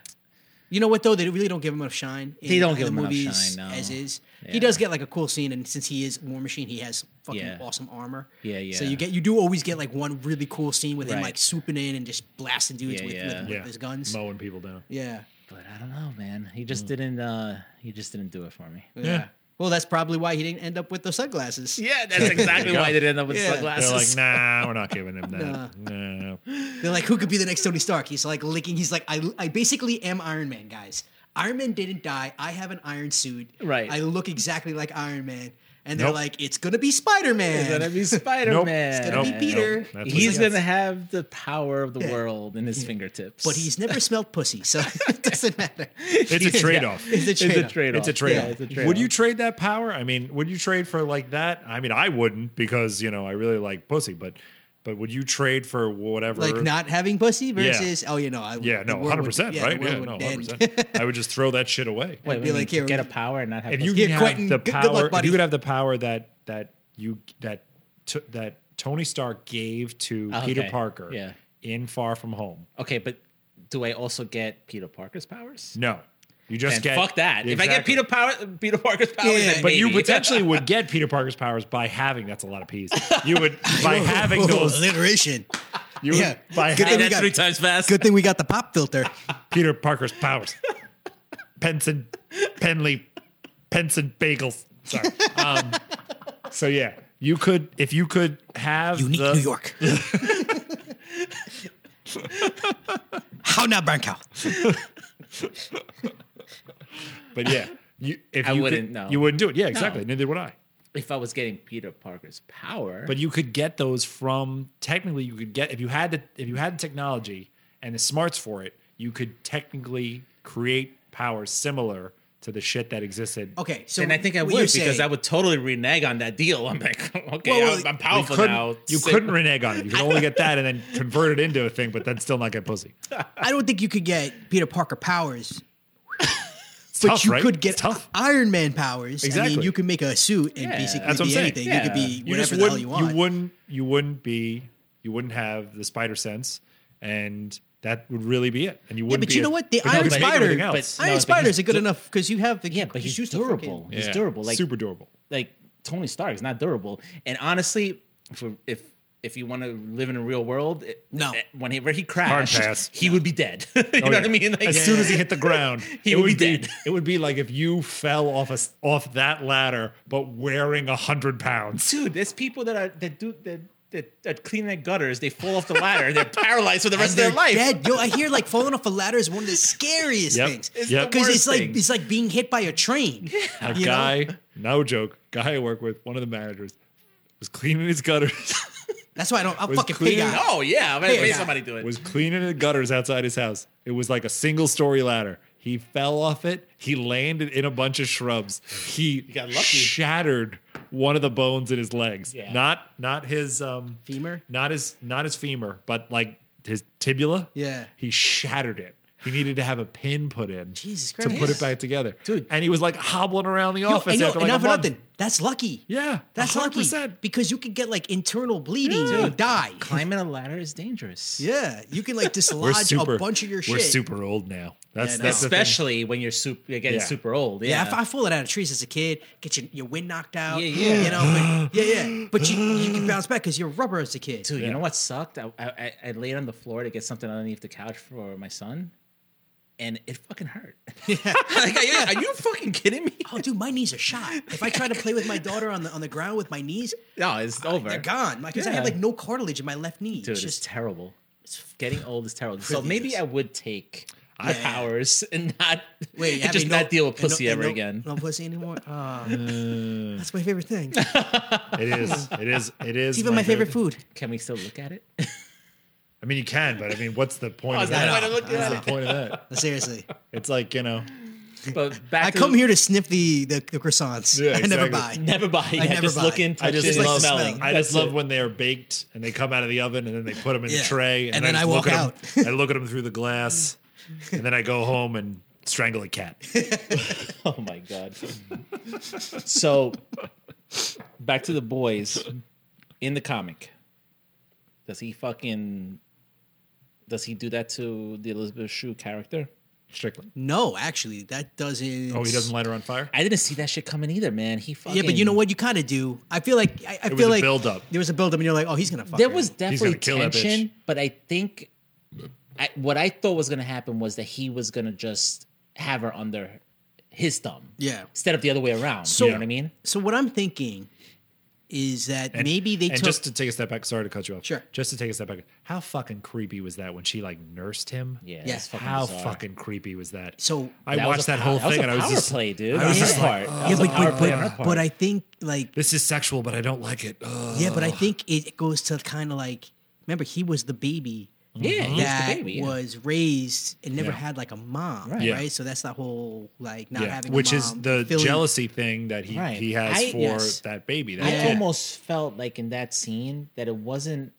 S8: You know what though? They really don't give him enough shine. in
S5: They don't
S8: the
S5: give him enough
S8: movies
S5: shine, no.
S8: As is,
S5: Yeah.
S8: he does get like a cool scene, and since he is War Machine, he has fucking
S5: Yeah.
S8: awesome armor.
S5: Yeah,
S8: So
S5: yeah.
S8: you get you do always get like one really cool scene with him
S5: Right.
S8: like swooping in and just blasting dudes
S5: Yeah,
S8: with,
S5: yeah.
S8: With, with his guns.
S4: mowing people down.
S8: Yeah.
S5: but I don't know, man. He just didn't. uh He just didn't do it for me.
S8: yeah, Well, that's probably why he didn't end up with the sunglasses.
S5: Yeah, that's exactly why I didn't end up with
S8: Yeah.
S4: They're like,
S5: sunglasses.
S4: nah, we're not giving him that. No.
S8: They're like, who could be the next Tony Stark? He's like licking. He's like, I, I basically am Iron Man, guys. Iron Man didn't die. I have an iron suit.
S5: Right.
S8: I look exactly like Iron Man. And they're
S4: Nope.
S8: like, it's gonna be Spider
S5: He's gonna
S8: Man.
S5: be Spider Man.
S8: It's gonna be Peter.
S4: That's what he
S5: He's
S4: gets.
S5: gonna have the power of the world in his fingertips.
S8: But he's never smelled pussy, so it doesn't matter.
S4: It's a trade off.
S8: It's a
S5: it's a
S8: trade.
S5: trade off.
S4: It's a trade.
S8: Yeah, it's
S4: Would you trade that power? I mean, would you trade for like that? I mean, I wouldn't because you know I really like pussy, but but would you trade for whatever?
S8: Like not having pussy versus oh, you know, I,
S4: yeah,
S8: the
S4: no,
S8: world
S4: hundred
S8: would-
S4: percent,
S8: yeah, the
S4: right?
S8: world
S4: Yeah,
S8: would
S4: no,
S8: end.
S4: hundred percent. I would just throw that shit away.
S5: Wait,
S8: be
S5: wait,
S8: like,
S5: you
S8: here-
S5: get a power and not have?
S4: if
S5: pussy?
S4: you
S8: Here,
S4: could have
S8: Quentin,
S4: the
S8: good
S4: power,
S8: luck,
S4: if
S8: buddy.
S4: you could have the power that that you that t- that Tony Stark gave to
S5: Oh, Okay,
S4: Peter Parker
S5: yeah.
S4: in Far From Home.
S5: Okay, but do I also get Peter Parker's powers?
S4: No, you just
S5: And
S4: get
S5: fuck that. If I get
S4: Exactly.
S5: Peter power, Peter Parker's powers,
S8: Yeah,
S5: then
S4: But you
S5: maybe.
S4: potentially would get Peter Parker's powers by having that's a lot of peas. You would by having
S8: Whoa,
S4: those
S8: alliteration.
S4: you
S8: Yeah.
S4: would, by
S8: Good
S5: Say
S8: thing
S4: having
S8: we
S5: that
S8: got-
S5: three times fast.
S8: Good thing we got the pop filter.
S4: Peter Parker's powers. Penson Penley Penson bagels. Sorry. Um, so yeah, you could if you could have
S8: Unique
S4: the-
S8: New York. How not Brankow?
S4: But yeah, you if
S5: I
S4: you
S5: wouldn't,
S4: could,
S5: no.
S4: you wouldn't do it. Yeah, exactly. Neither would I.
S5: If I was getting Peter Parker's power,
S4: But you could get those from technically you could get if you had the if you had the technology and the smarts for it, you could technically create powers similar to the shit that existed.
S8: Okay, so
S5: then I think I
S8: what
S5: would
S8: you're
S5: because
S8: saying-
S5: I would totally renege on that deal. I'm like, okay,
S8: Well,
S5: I'm,
S8: well,
S5: I'm powerful
S4: you couldn't,
S5: now.
S4: You
S5: Sick.
S4: couldn't renege on it. You could only get that and then convert it into a thing, but then still not get pussy.
S8: I don't think you could get Peter Parker powers,
S4: It's
S8: but
S4: tough,
S8: you
S4: right?
S8: could get
S4: It's tough.
S8: Iron Man powers. I mean,
S4: Exactly.
S8: you could make a suit and
S5: Yeah,
S8: basically
S4: that's what I'm
S8: be
S4: saying.
S8: anything. You could
S5: Yeah.
S8: be
S4: You just
S8: whatever the hell
S4: wouldn't-
S8: you want.
S4: wouldn't. You wouldn't be. You wouldn't have the spider sense, and that would really be it. And you wouldn't.
S8: but
S4: be
S8: you know
S4: a-
S8: what? The
S4: but you
S8: Iron
S4: could make
S8: Spider-
S4: everything
S8: but-
S4: else.
S8: Iron
S5: No, but
S8: Spider
S5: he's
S8: is good
S5: du-
S8: enough because you have the
S5: Yeah, but he's
S8: used to fucking-
S5: durable.
S4: Yeah.
S5: He's durable. Like
S4: super durable.
S5: like Tony Stark's not durable. And honestly, for if if you want to live in a real world, it-
S8: No.
S5: it- whenever he crashed,
S4: pass.
S5: he would be dead. you know
S4: Oh,
S5: what
S4: yeah.
S5: I mean? Like,
S4: as soon as he hit the ground,
S5: He
S4: it
S5: would
S4: would,
S5: be
S4: be,
S5: dead.
S4: It would be like if you fell off a s off that ladder, but wearing a hundred pounds.
S5: dude, there's people that are that do that that are cleaning their gutters. They fall off the ladder. They're paralyzed for the rest
S8: And
S5: of their
S8: they're
S5: life.
S8: dead. Yo, I hear like falling off a ladder is one of the scariest
S4: Yep.
S8: things.
S4: It's Yep. the
S8: Because
S5: worst
S8: it's like
S5: thing.
S8: it's like being hit by a train.
S4: A
S8: you know?
S4: guy, no joke, guy I work with, one of the managers, was cleaning his gutters
S8: That's why I don't. I'll
S4: Was
S8: fucking
S4: clean-
S8: pig out.
S5: Oh yeah, I'm gonna
S8: Pig
S5: make
S8: out.
S5: somebody do it.
S4: was cleaning the gutters outside his house. It was like a single story ladder. He fell off it. He landed in a bunch of shrubs. He
S5: got lucky.
S4: shattered one of the bones in his legs.
S5: Yeah.
S4: Not not his um,
S8: Femur?
S4: Not his not his femur, but like his tibula.
S8: Yeah.
S4: he shattered it. He needed to have a pin put in
S8: Jesus
S4: to put it
S8: Christ.
S4: back together.
S8: Dude.
S4: And he was like hobbling around the
S8: Yo,
S4: office
S8: and yo,
S4: after
S8: and
S4: like
S8: not
S4: a
S8: for
S4: month.
S8: nothing. That's lucky.
S4: Yeah,
S8: That's
S4: 100%.
S8: lucky because you could get like internal bleeding
S4: Yeah.
S8: and die.
S5: Climbing a ladder is dangerous.
S8: Yeah, you can like
S4: We're
S8: dislodge
S4: super.
S8: a bunch of your shit.
S4: We're super old now. That's
S8: Yeah, I know.
S4: that's the thing.
S5: especially when you're super you're getting
S4: Yeah.
S5: super old.
S8: Yeah,
S5: Yeah,
S8: I, I fall it out of trees as a kid. Get your, your wind knocked out.
S5: Yeah, yeah.
S8: You know, but, yeah, yeah. But you you can bounce back because you're rubber as a kid.
S5: dude.
S4: Yeah.
S5: You know what sucked? I, I I- I laid on the floor to get something underneath the couch for my son, and it fucking hurt. like, are, you, are you fucking kidding me?
S8: Oh, dude, my knees are shot. If I try to play with my daughter on the on the ground with my knees,
S5: No, it's over.
S8: they're gone. Because I have
S5: Yeah.
S8: like no cartilage in my left knee.
S5: Dude,
S8: it's
S5: it's,
S8: just
S5: terrible. It's getting old is terrible. So maybe
S8: Ridiculous.
S5: I would take my powers and not
S8: wait,
S5: and
S8: having
S5: just
S8: no-
S5: not deal with
S8: and no-
S5: pussy
S8: and
S5: ever
S8: no-
S5: again. Uh,
S8: No pussy anymore. Ah, that's my favorite thing. It's
S4: It is. It is. It is.
S8: even my favorite food.
S5: Can we still look at it?
S4: I mean, you can, but I mean, what's the point of
S5: What's the
S4: that?
S5: point of looking
S4: What's
S5: at
S4: the point of that?
S8: Ah, Seriously,
S4: It's like you know,
S5: But back
S8: I
S5: to-
S8: come here to sniff the the, the croissants.
S4: Yeah,
S8: I never
S4: exactly.
S8: buy.
S5: Never buy. Yeah,
S8: never
S5: just
S8: buy.
S5: look in, touch
S4: I just
S5: it,
S4: love
S5: and smell
S8: smelling.
S5: it.
S4: I just
S5: That's
S4: love
S5: it.
S4: when they are baked and they come out of the oven and then they put them in
S8: Yeah.
S4: a tray
S8: And then
S4: just
S8: I walk
S4: look at 'em- I look at them through the glass, and then I go home and strangle a cat.
S5: Oh my god. so back to the boys in the comic. Does he fucking does he do that to the Elizabeth Shue character?
S4: Strickland.
S8: No, actually, that doesn't.
S4: Oh, he doesn't light her on fire.
S5: I didn't see that shit coming either, man. He fucking
S8: Yeah, but you know what? You kind of do. I feel like I, I
S4: was
S8: feel
S4: a
S8: like
S4: buildup.
S8: There was a buildup, and you're like, oh, he's gonna fuck.
S5: There
S8: her.
S5: was
S4: gonna
S5: definitely
S4: kill that bitch.
S5: tension, but I think I, what I thought was gonna happen was that he was gonna just have her under his thumb.
S8: Yeah.
S5: Instead of the other way around.
S8: So-
S5: you know what I mean?
S8: So what I'm thinking is that
S4: And-
S8: maybe they
S4: and
S8: took.
S4: just to take a step back. Sorry to cut you off.
S8: Sure.
S4: Just to take a step back. How fucking creepy was that when she like nursed him?
S5: Yeah.
S8: Yeah.
S5: that's
S4: How
S5: bizarre.
S4: fucking creepy was that?
S8: So-
S4: I
S5: That was
S4: watched
S5: a
S4: that
S5: pow-
S4: whole
S5: that was
S4: thing
S5: a
S4: and I was
S5: power
S4: just
S5: play, dude.
S4: I was
S5: Yeah.
S4: just like,
S5: Yeah.
S4: "Oh,
S8: yeah,
S5: was a
S8: but,
S5: power
S8: but,
S5: play on her
S8: but,
S5: part.
S8: but I think like
S4: this is sexual, but I don't like it. Ugh.
S8: yeah, but I think it goes to kind of like remember he was the baby
S5: Yeah, he was the
S8: that
S5: baby, yeah.
S8: was raised and never
S4: Yeah.
S8: had like a mom, right?
S4: Yeah.
S8: So that's the whole like not
S4: Yeah,
S8: having a
S4: which is
S8: mom,
S4: the
S8: feeling-
S4: jealousy thing that he,
S5: Right.
S4: he has
S5: I-
S4: for
S5: yes.
S4: that baby. That
S5: I
S4: kid.
S5: almost felt like in that scene that it wasn't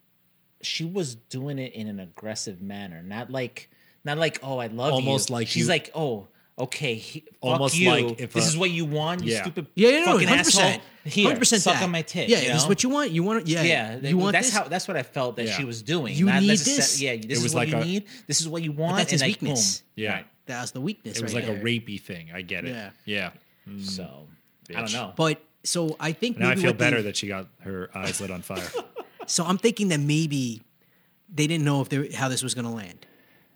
S5: she was doing it in an aggressive manner, not like not like oh I love
S4: Almost
S5: you.
S4: like
S5: she's
S4: you-
S5: like oh okay he,
S4: Almost
S5: fuck you.
S4: like if
S5: this
S4: a-
S5: is what you want you
S4: Yeah.
S5: stupid
S8: Yeah, yeah, no,
S5: fucking
S8: 100%,
S5: asshole here
S8: 100%
S5: suck
S8: that.
S5: on my tit
S8: Yeah,
S5: you
S8: this is
S5: know?
S8: what you want. You want, yeah,
S5: yeah
S8: You want
S5: that's
S8: this?
S5: how that's what I felt that
S4: Yeah.
S5: she was doing
S8: You
S5: not
S8: need
S5: necessar-
S8: this?
S5: yeah this is
S4: was
S5: what
S4: like
S5: you
S4: a-
S5: need this is what you want
S8: that's
S5: and
S8: his
S5: like,
S8: weakness.
S5: boom.
S4: yeah.
S8: That was the weakness.
S4: It was
S8: right
S4: like a
S8: there.
S4: rapey thing. I get it.
S8: Yeah.
S4: Yeah.
S5: Mm. so I don't
S4: Bitch.
S5: know
S8: But so I think
S4: Now I
S8: maybe
S4: feel
S8: what they-
S4: better that she got her eyes lit on fire.
S8: So I'm thinking that maybe they didn't know if they, how this was going to land,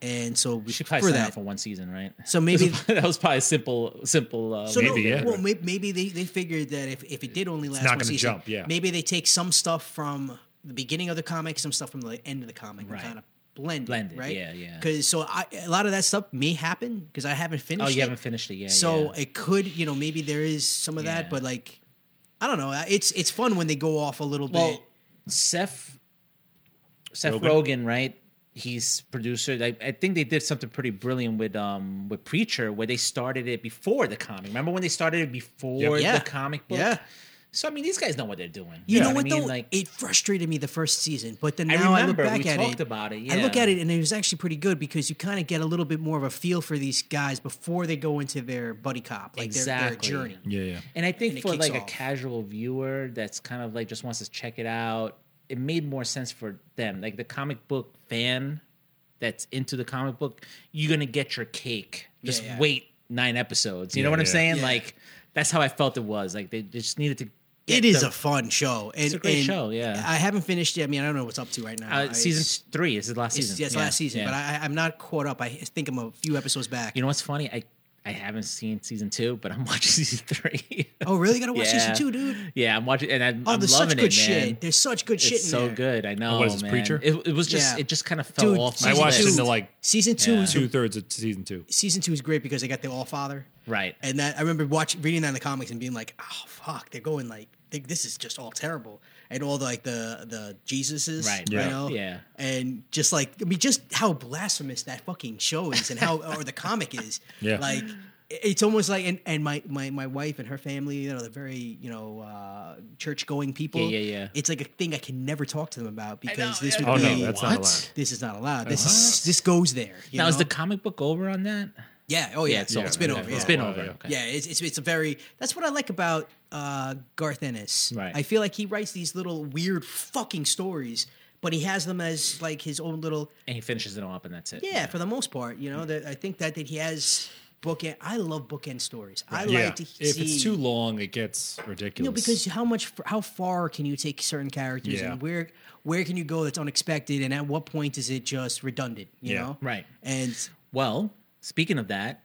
S8: and so
S5: she
S8: for
S5: probably signed
S8: that,
S5: out for one season right
S8: so maybe.
S5: that was probably a simple simple uh,
S8: So
S4: Maybe,
S8: no,
S4: yeah.
S8: well, maybe, maybe they, they figured that if, if it did only last
S4: not
S8: one
S4: gonna
S8: season,
S4: jump, yeah.
S8: maybe they take some stuff from the beginning of the comic, some stuff from the end of the comic,
S5: Right.
S8: and kind of blend,
S5: Blend
S8: it,
S5: it,
S8: right?
S5: yeah, yeah.
S8: Because so I, a lot of that stuff may happen because I haven't finished.
S5: oh you
S8: it.
S5: haven't finished it yet
S8: So
S5: yeah.
S8: it could, you know, maybe there is some of that,
S5: Yeah.
S8: but like, I don't know. It's it's fun when they go off a little
S5: Well,
S8: bit.
S5: Seth Seth
S4: Rogen.
S5: Rogen, right? He's producer. I, I think they did something pretty brilliant with um with Preacher, where they started it before the comic. Remember when they started it before
S8: Yeah.
S5: the comic book?
S8: Yeah.
S5: So I mean, these guys know what they're doing.
S8: You know
S5: I
S8: what
S5: mean?
S8: though?
S5: Like,
S8: it frustrated me the first season, but then
S5: I
S8: now I, look
S5: remember
S8: back
S5: we
S8: at
S5: talked
S8: it.
S5: about it,
S8: I look
S5: yeah.
S8: at it and it was actually pretty good because you kind of get a little bit more of a feel for these guys before they go into their buddy cop, like their-
S5: Exactly.
S8: their, journey.
S4: yeah, yeah.
S5: and I think
S8: and it
S5: for
S8: kicks
S5: like a
S8: off.
S5: casual viewer that's kind of like just wants to check it out, it made more sense for them. Like the comic book fan that's into the comic book, you're gonna get your cake. Just
S8: yeah.
S5: wait nine episodes. You know
S4: Yeah,
S5: what I'm
S4: yeah.
S5: saying?
S8: Yeah.
S5: Like that's how I felt it was. Like they just needed to.
S8: It
S5: get
S8: is
S5: the-
S8: a fun show. And,
S5: a great
S8: and
S5: show, yeah.
S8: I haven't finished it. I mean, I don't know what's up to right now.
S5: uh,
S8: I-
S5: season three. This is the last
S8: It's,
S5: season.
S8: yeah, it's last season,
S5: yeah.
S8: but I, I'm not caught up. I think I'm a few episodes back.
S5: you know what's funny? I I haven't seen season two, but I'm watching season three.
S8: oh, really? Gotta watch
S5: Yeah.
S8: season two, dude.
S5: yeah, I'm watching, and I'm,
S8: Oh,
S5: I'm
S8: there's
S5: loving
S8: such good
S5: it, man.
S8: shit. There's such good shit.
S5: It's
S8: in
S5: so
S8: there.
S5: good. I know.
S4: Oh, what is this,
S5: man.
S4: Preacher?
S5: It, it was just.
S8: Yeah.
S5: It just kind of fell
S8: Dude,
S5: off. My
S4: I
S8: season
S4: watched
S8: two-
S5: list.
S4: into like
S8: Season two is
S4: two thirds of season two.
S8: season two is great because they got the All Father.
S5: Right.
S8: And that I remember watching, reading that in the comics and being like, oh fuck, they're going like think this is just all terrible. And all the, like the the Jesuses,
S5: Right,
S8: You
S5: right,
S8: know,
S5: yeah.
S8: And just like I mean, just how blasphemous that fucking show is, and how or the comic is.
S4: Yeah.
S8: Like it's almost like and, and my, my my wife and her family, you know, they're very you know uh, church going people.
S5: Yeah, yeah, yeah.
S8: It's like a thing I can never talk to them about because this would
S4: Oh
S8: be
S4: no, that's not allowed.
S5: What?
S8: this is not allowed. This is this goes there. you
S5: Now is
S8: know?
S5: the comic book over on that?
S8: yeah. Oh yeah.
S5: Yeah,
S8: so
S5: it's
S8: it's been
S5: over.
S8: over.
S4: Yeah.
S5: It's
S8: yeah.
S5: been
S4: Oh,
S5: over.
S4: yeah.
S5: Okay.
S8: Yeah, it's, it's it's a very that's what I like about uh, Garth Ennis.
S5: Right.
S8: I feel like he writes these little weird fucking stories, but he has them as like his own little
S5: And he finishes it all up, and that's it.
S8: yeah. For the most part, you know, that I think that that he has bookend. I love bookend stories. I
S4: Yeah.
S8: like to see
S4: if it's too long, it gets ridiculous.
S8: you know because how much how far can you take certain characters
S4: Yeah.
S8: and where where can you go that's unexpected and at what point is it just redundant? You
S4: Yeah.
S8: know,
S5: Right.
S8: And
S5: Well, speaking of that,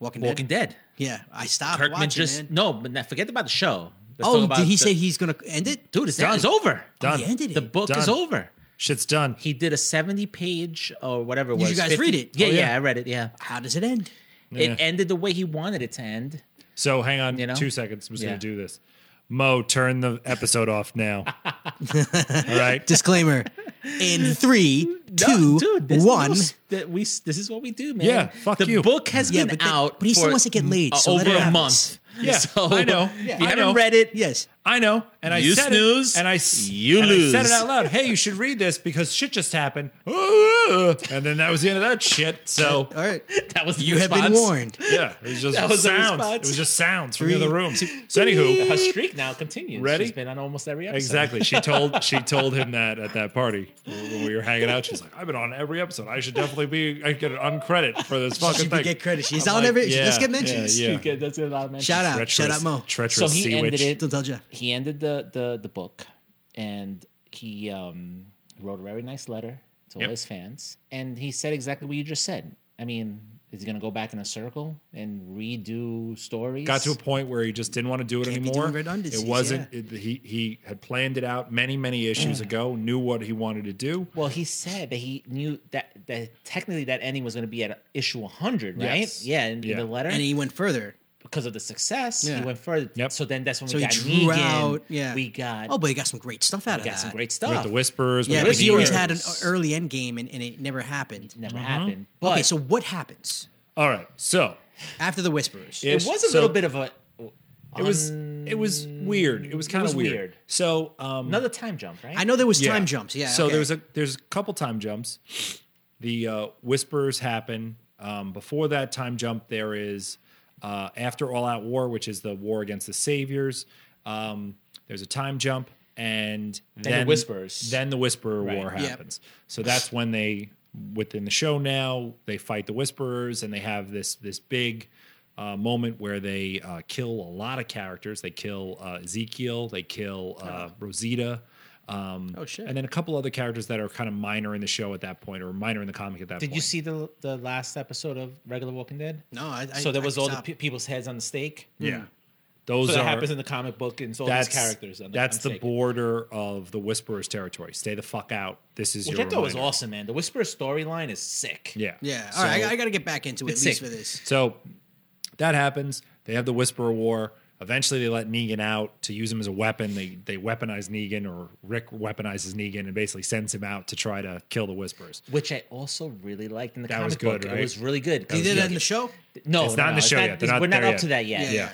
S8: Walking,
S5: Walking
S8: Dead.
S5: Dead.
S8: Yeah, I stopped
S5: Kirkman
S8: watching.
S5: just
S8: man.
S5: no, but now forget about the show. Let's
S8: Oh,
S5: talk about
S8: did he
S5: the-
S8: say he's gonna end it?
S5: dude? It's,
S4: Done.
S5: it's over.
S4: Done.
S8: He ended it.
S5: The book is
S4: Done.
S5: over.
S4: shit's done.
S5: He did a seventy-page or whatever it
S8: Did you
S5: was.
S8: guys read it?
S5: Yeah,
S8: Oh,
S5: yeah,
S8: yeah.
S5: I read it. Yeah.
S8: How does it end?
S5: it ended the way he wanted it to end.
S4: So hang on,
S5: You know?
S4: two seconds. I'm just
S5: Yeah.
S4: gonna do this. Mo, turn the episode off now. All right.
S8: Disclaimer. In three, two, one.
S5: this is what- that we this is what we do, man.
S4: Yeah, fuck
S5: the
S4: you.
S5: book has
S8: Yeah,
S5: been
S8: but that-
S5: out,
S8: but he still
S5: for
S8: wants to get laid,
S5: m-
S8: so let
S5: over
S8: it
S5: a
S8: happen.
S5: month.
S4: Yeah,
S5: so
S4: I know.
S5: You
S4: Yeah, I
S5: haven't
S4: know.
S5: read it.
S8: yes.
S4: I know, and I
S5: You
S4: said
S5: snooze,
S4: it, and I s-
S5: you
S4: and I said
S5: lose.
S4: it out loud. Hey, you should read this because shit just happened. and then that was the end of that shit. So
S8: All right.
S5: That was the
S8: You have been
S5: response.
S8: warned.
S4: yeah, it was just
S5: That was the
S4: sounds.
S5: response.
S4: It was just sounds from
S8: Three,
S4: the other room. So
S5: Her
S4: anywho,
S5: streak now continues.
S4: Ready?
S5: She's been on almost every episode.
S4: exactly. She told she told him that at that party when we were hanging out. She's like, I've been on every episode. I should definitely be. I could get an uncredit for this fucking
S8: She
S4: thing.
S8: could get credit. She's
S4: I'm
S8: on
S4: like,
S8: every.
S4: yeah,
S8: let's get
S4: yeah,
S8: mentions.
S4: yeah.
S5: Okay, that's a lot of mentions.
S8: Shout out. Shout
S4: Treacherous-
S8: out Mo.
S4: Treacherous
S5: So he
S4: sea
S5: ended
S4: witch.
S5: it.
S8: Don't tell Jeff.
S5: He ended the the the book, and he um, wrote a very nice letter to all
S4: Yep.
S5: his fans, and he said exactly what you just said. I mean, is he going to go back in a circle and redo stories?
S4: got to a point where he just didn't want to do it
S8: Can't be
S4: anymore.
S8: doing redundancies,
S4: it wasn't. It, he he had planned it out many many issues ago. Knew what he wanted to do.
S5: Well, he said that he knew that that technically that ending was going to be at issue 100, right?
S4: Yes.
S5: Yeah, in, in
S4: Yeah.
S5: the letter
S8: And he went further.
S5: because of the success,
S8: Yeah.
S5: he went further.
S4: Yep.
S5: So then that's when
S8: So
S5: we
S8: he
S5: got
S8: drew
S5: Negan.
S8: out. Yeah.
S5: We got
S8: Oh, but he got some great stuff out
S5: we
S8: of
S5: got
S8: that.
S5: some great
S4: We
S5: stuff.
S4: got the whisperers. we
S8: Yeah,
S4: got
S8: but
S5: Whiskey
S8: he always
S5: Years.
S8: had an early end game and, and it never happened.
S5: Never happened. But
S8: Uh-huh. Okay, so what happens
S4: All right, so
S8: after the Whisperers?
S5: it was a
S4: so
S5: little bit of a
S4: It was it was weird. It was kind
S5: was
S4: of weird.
S5: weird.
S4: So um,
S5: another time jump, right?
S8: I know there was
S4: yeah.
S8: time jumps. Yeah.
S4: So
S8: okay.
S4: there's a there's a couple time jumps. The uh, whispers happen um, before that time jump. There is uh, after all out war, which is the war against the saviors. Um, there's a time jump, and then,
S5: the Whispers.
S4: Then the whisperer war
S5: Right.
S8: Yep.
S4: happens. So that's when they within the show now they fight the whisperers, and they have this this big. Uh, moment where they uh, kill a lot of characters. They kill uh, Ezekiel. They kill uh, Rosita. Um,
S8: Oh, shit.
S4: And then a couple other characters that are kind of minor in the show at that point, or minor in the comic at that
S5: Did
S4: point.
S5: you see the the last episode of Regular Walking Dead?
S8: No, I- I-
S5: so there
S8: I Hmm.
S5: was all the
S8: stopped.
S5: pe- people's heads on the stake.
S4: Yeah, those
S5: So that
S4: are
S5: happens in the comic book, and it's all these
S4: that's
S5: characters. On the,
S4: that's
S5: on
S4: the
S5: stake.
S4: border of the Whisperer's territory. Stay the fuck out. This is
S5: Which
S4: your.
S5: I thought was
S4: reminder.
S5: awesome, man. The Whisperer storyline is sick.
S4: Yeah,
S8: Yeah.
S4: So,
S8: All right, I, I got to get back into it at
S5: It's
S8: least
S5: sick.
S8: for this.
S4: so that happens. They have the Whisperer War. Eventually, they let Negan out to use him as a weapon. They they weaponize Negan, or Rick weaponizes Negan, and basically sends him out to try to kill the Whisperers.
S5: Which I also really liked in the
S4: That
S5: comic
S4: was good,
S5: book. It
S4: right?
S5: was really good.
S8: He did that in the show.
S5: No,
S4: It's
S5: no,
S4: not in
S5: no,
S4: the show yet. They're not
S5: we're not
S4: there
S5: up
S4: yet.
S5: to that yet.
S8: Yeah.
S4: Yeah.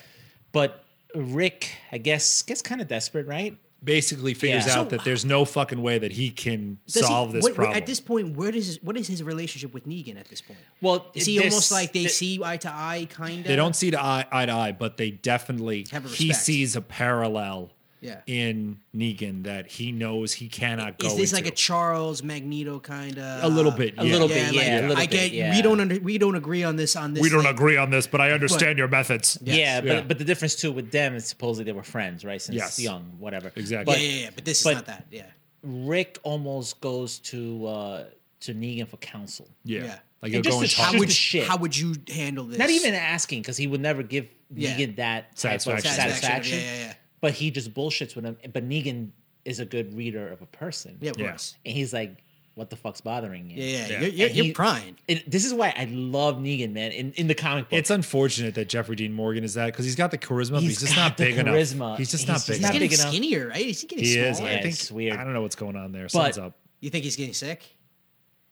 S5: But Rick, I guess, gets kind of desperate, right?
S4: Basically, figures
S5: Yeah.
S4: out
S8: So-
S4: that there's no fucking way that he can
S8: Does he-
S4: solve this
S8: what-
S4: problem.
S8: At this point, where does his, what is his relationship with Negan at this point?
S5: Well,
S8: Is he
S5: there's-
S8: almost like they
S5: the-
S8: see eye to eye, kind of?
S4: they don't see to eye, eye to eye, but they definitely
S8: Have a
S4: he
S8: respect.
S4: sees a parallel
S8: Yeah.
S4: in Negan that he knows he cannot go.
S8: Is this
S4: into.
S8: like a Charles Magneto kind of?
S4: A little bit,
S5: uh, a
S4: yeah.
S5: little bit,
S8: like,
S5: yeah, a little
S8: I get
S5: bit, yeah.
S8: we don't under, we don't agree on this on this.
S4: we don't
S8: like-
S4: agree on this, but I understand your methods.
S5: Yeah,
S4: Yeah.
S5: but but the difference too with them is supposedly they were friends, right? Since
S4: Yes.
S5: young, whatever.
S4: Exactly.
S5: But
S8: yeah, yeah, yeah, but this
S5: but-
S8: is not that. Yeah,
S5: Rick almost goes to uh to Negan for counsel.
S4: Yeah,
S8: Yeah.
S4: like you'll
S5: just
S4: go
S5: to
S4: and
S5: show
S4: talk.
S8: how
S5: Shoot
S8: would
S5: the shit.
S8: how would you handle this?
S5: Not even asking because he would never give
S8: Yeah.
S5: Negan that type of
S4: Satisfaction.
S5: satisfaction.
S8: Satisfaction, yeah, yeah, yeah.
S5: But he just bullshits with him. But Negan is a good reader of a person.
S8: Yeah, of
S4: Yeah.
S8: course.
S5: And he's like, what the fuck's bothering you.
S8: Yeah, yeah,
S4: Yeah.
S8: You're, you're,
S5: And
S8: you're
S5: he-
S8: prying.
S5: And this is why I love Negan, man. In in the comic book,
S4: It's unfortunate that Jeffrey Dean Morgan is that because he's got the charisma, but
S5: He's
S4: he's just
S5: got
S4: not
S5: the
S4: big
S5: charisma.
S4: enough. He's just
S5: He's
S4: not
S5: just
S4: big
S8: He's
S5: not
S4: enough.
S8: getting
S5: big enough.
S8: skinnier, right? Is he getting
S4: He
S8: smaller?
S4: is. I
S5: Yeah,
S4: think.
S5: it's weird.
S4: I don't know what's going on there.
S5: But-
S4: Something's up.
S8: You think he's getting sick?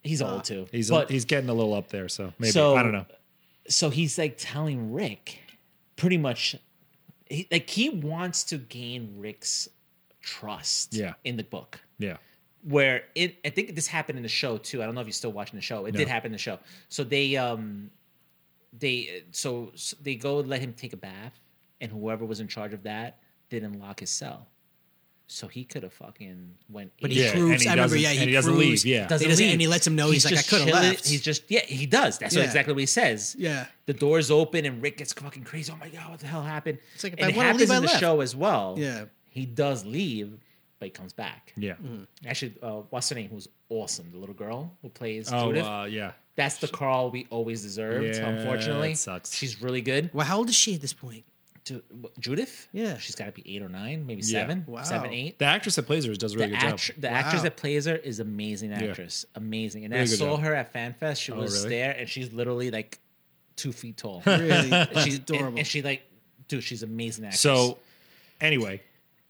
S5: he's old too.
S4: He's
S5: but,
S4: he's getting a little up there. So maybe
S5: So-
S4: I don't know.
S5: so he's like telling Rick, pretty much, he, like he wants to gain Rick's trust.
S4: Yeah.
S5: in the book.
S4: Yeah.
S5: where it I think this happened in the show too. I don't know if you're still watching the show. It did
S4: No.
S5: happen in the show. So they um they so, so they go let him take a bath and whoever was in charge of that didn't lock his cell. So he could have fucking went
S8: But he
S4: Yeah, and
S8: proves.
S4: he
S8: I remember.
S4: doesn't-
S8: Yeah, he
S4: and he doesn't
S8: proves-
S4: leave, yeah.
S8: he doesn't, and he lets him know. He's, like, I
S5: just
S8: could have
S5: chilling.
S8: left.
S5: He's just yeah, he does. That's
S8: Yeah.
S5: exactly what he says.
S8: Yeah.
S5: The door's open and Rick gets fucking crazy. Oh my god, what the hell happened?
S8: It's like, if
S5: and
S8: I
S5: it
S8: wanna
S5: happens
S8: leave,
S5: in
S8: I
S5: the
S8: left.
S5: show as well.
S8: Yeah.
S5: He does leave, but he comes back.
S4: Yeah.
S5: Actually, uh, what's her name? Who's awesome? The little girl who plays
S4: Oh
S5: Judith.
S4: uh, yeah.
S5: That's the Carl we always deserved.
S4: Yeah,
S5: unfortunately,
S4: that sucks.
S5: She's really good.
S8: Well, how old is she at this point?
S5: Ju- what- Judith.
S8: Yeah.
S5: she's got to be eight or nine, maybe
S4: Yeah.
S5: seven,
S8: Wow.
S5: seven, eight.
S4: The actress that plays her does a really
S5: the
S4: good
S5: act-
S4: job.
S5: the actress
S8: Wow.
S5: that plays her is amazing actress, amazing. And then
S4: Really
S5: I
S4: good
S5: saw
S4: job.
S5: her at FanFest. She
S4: Oh,
S5: was
S4: really?
S5: there, and she's literally like two feet tall.
S8: Really,
S5: she's
S8: she's
S5: and-
S8: adorable.
S5: and, she like, dude, she's amazing actress.
S4: So anyway,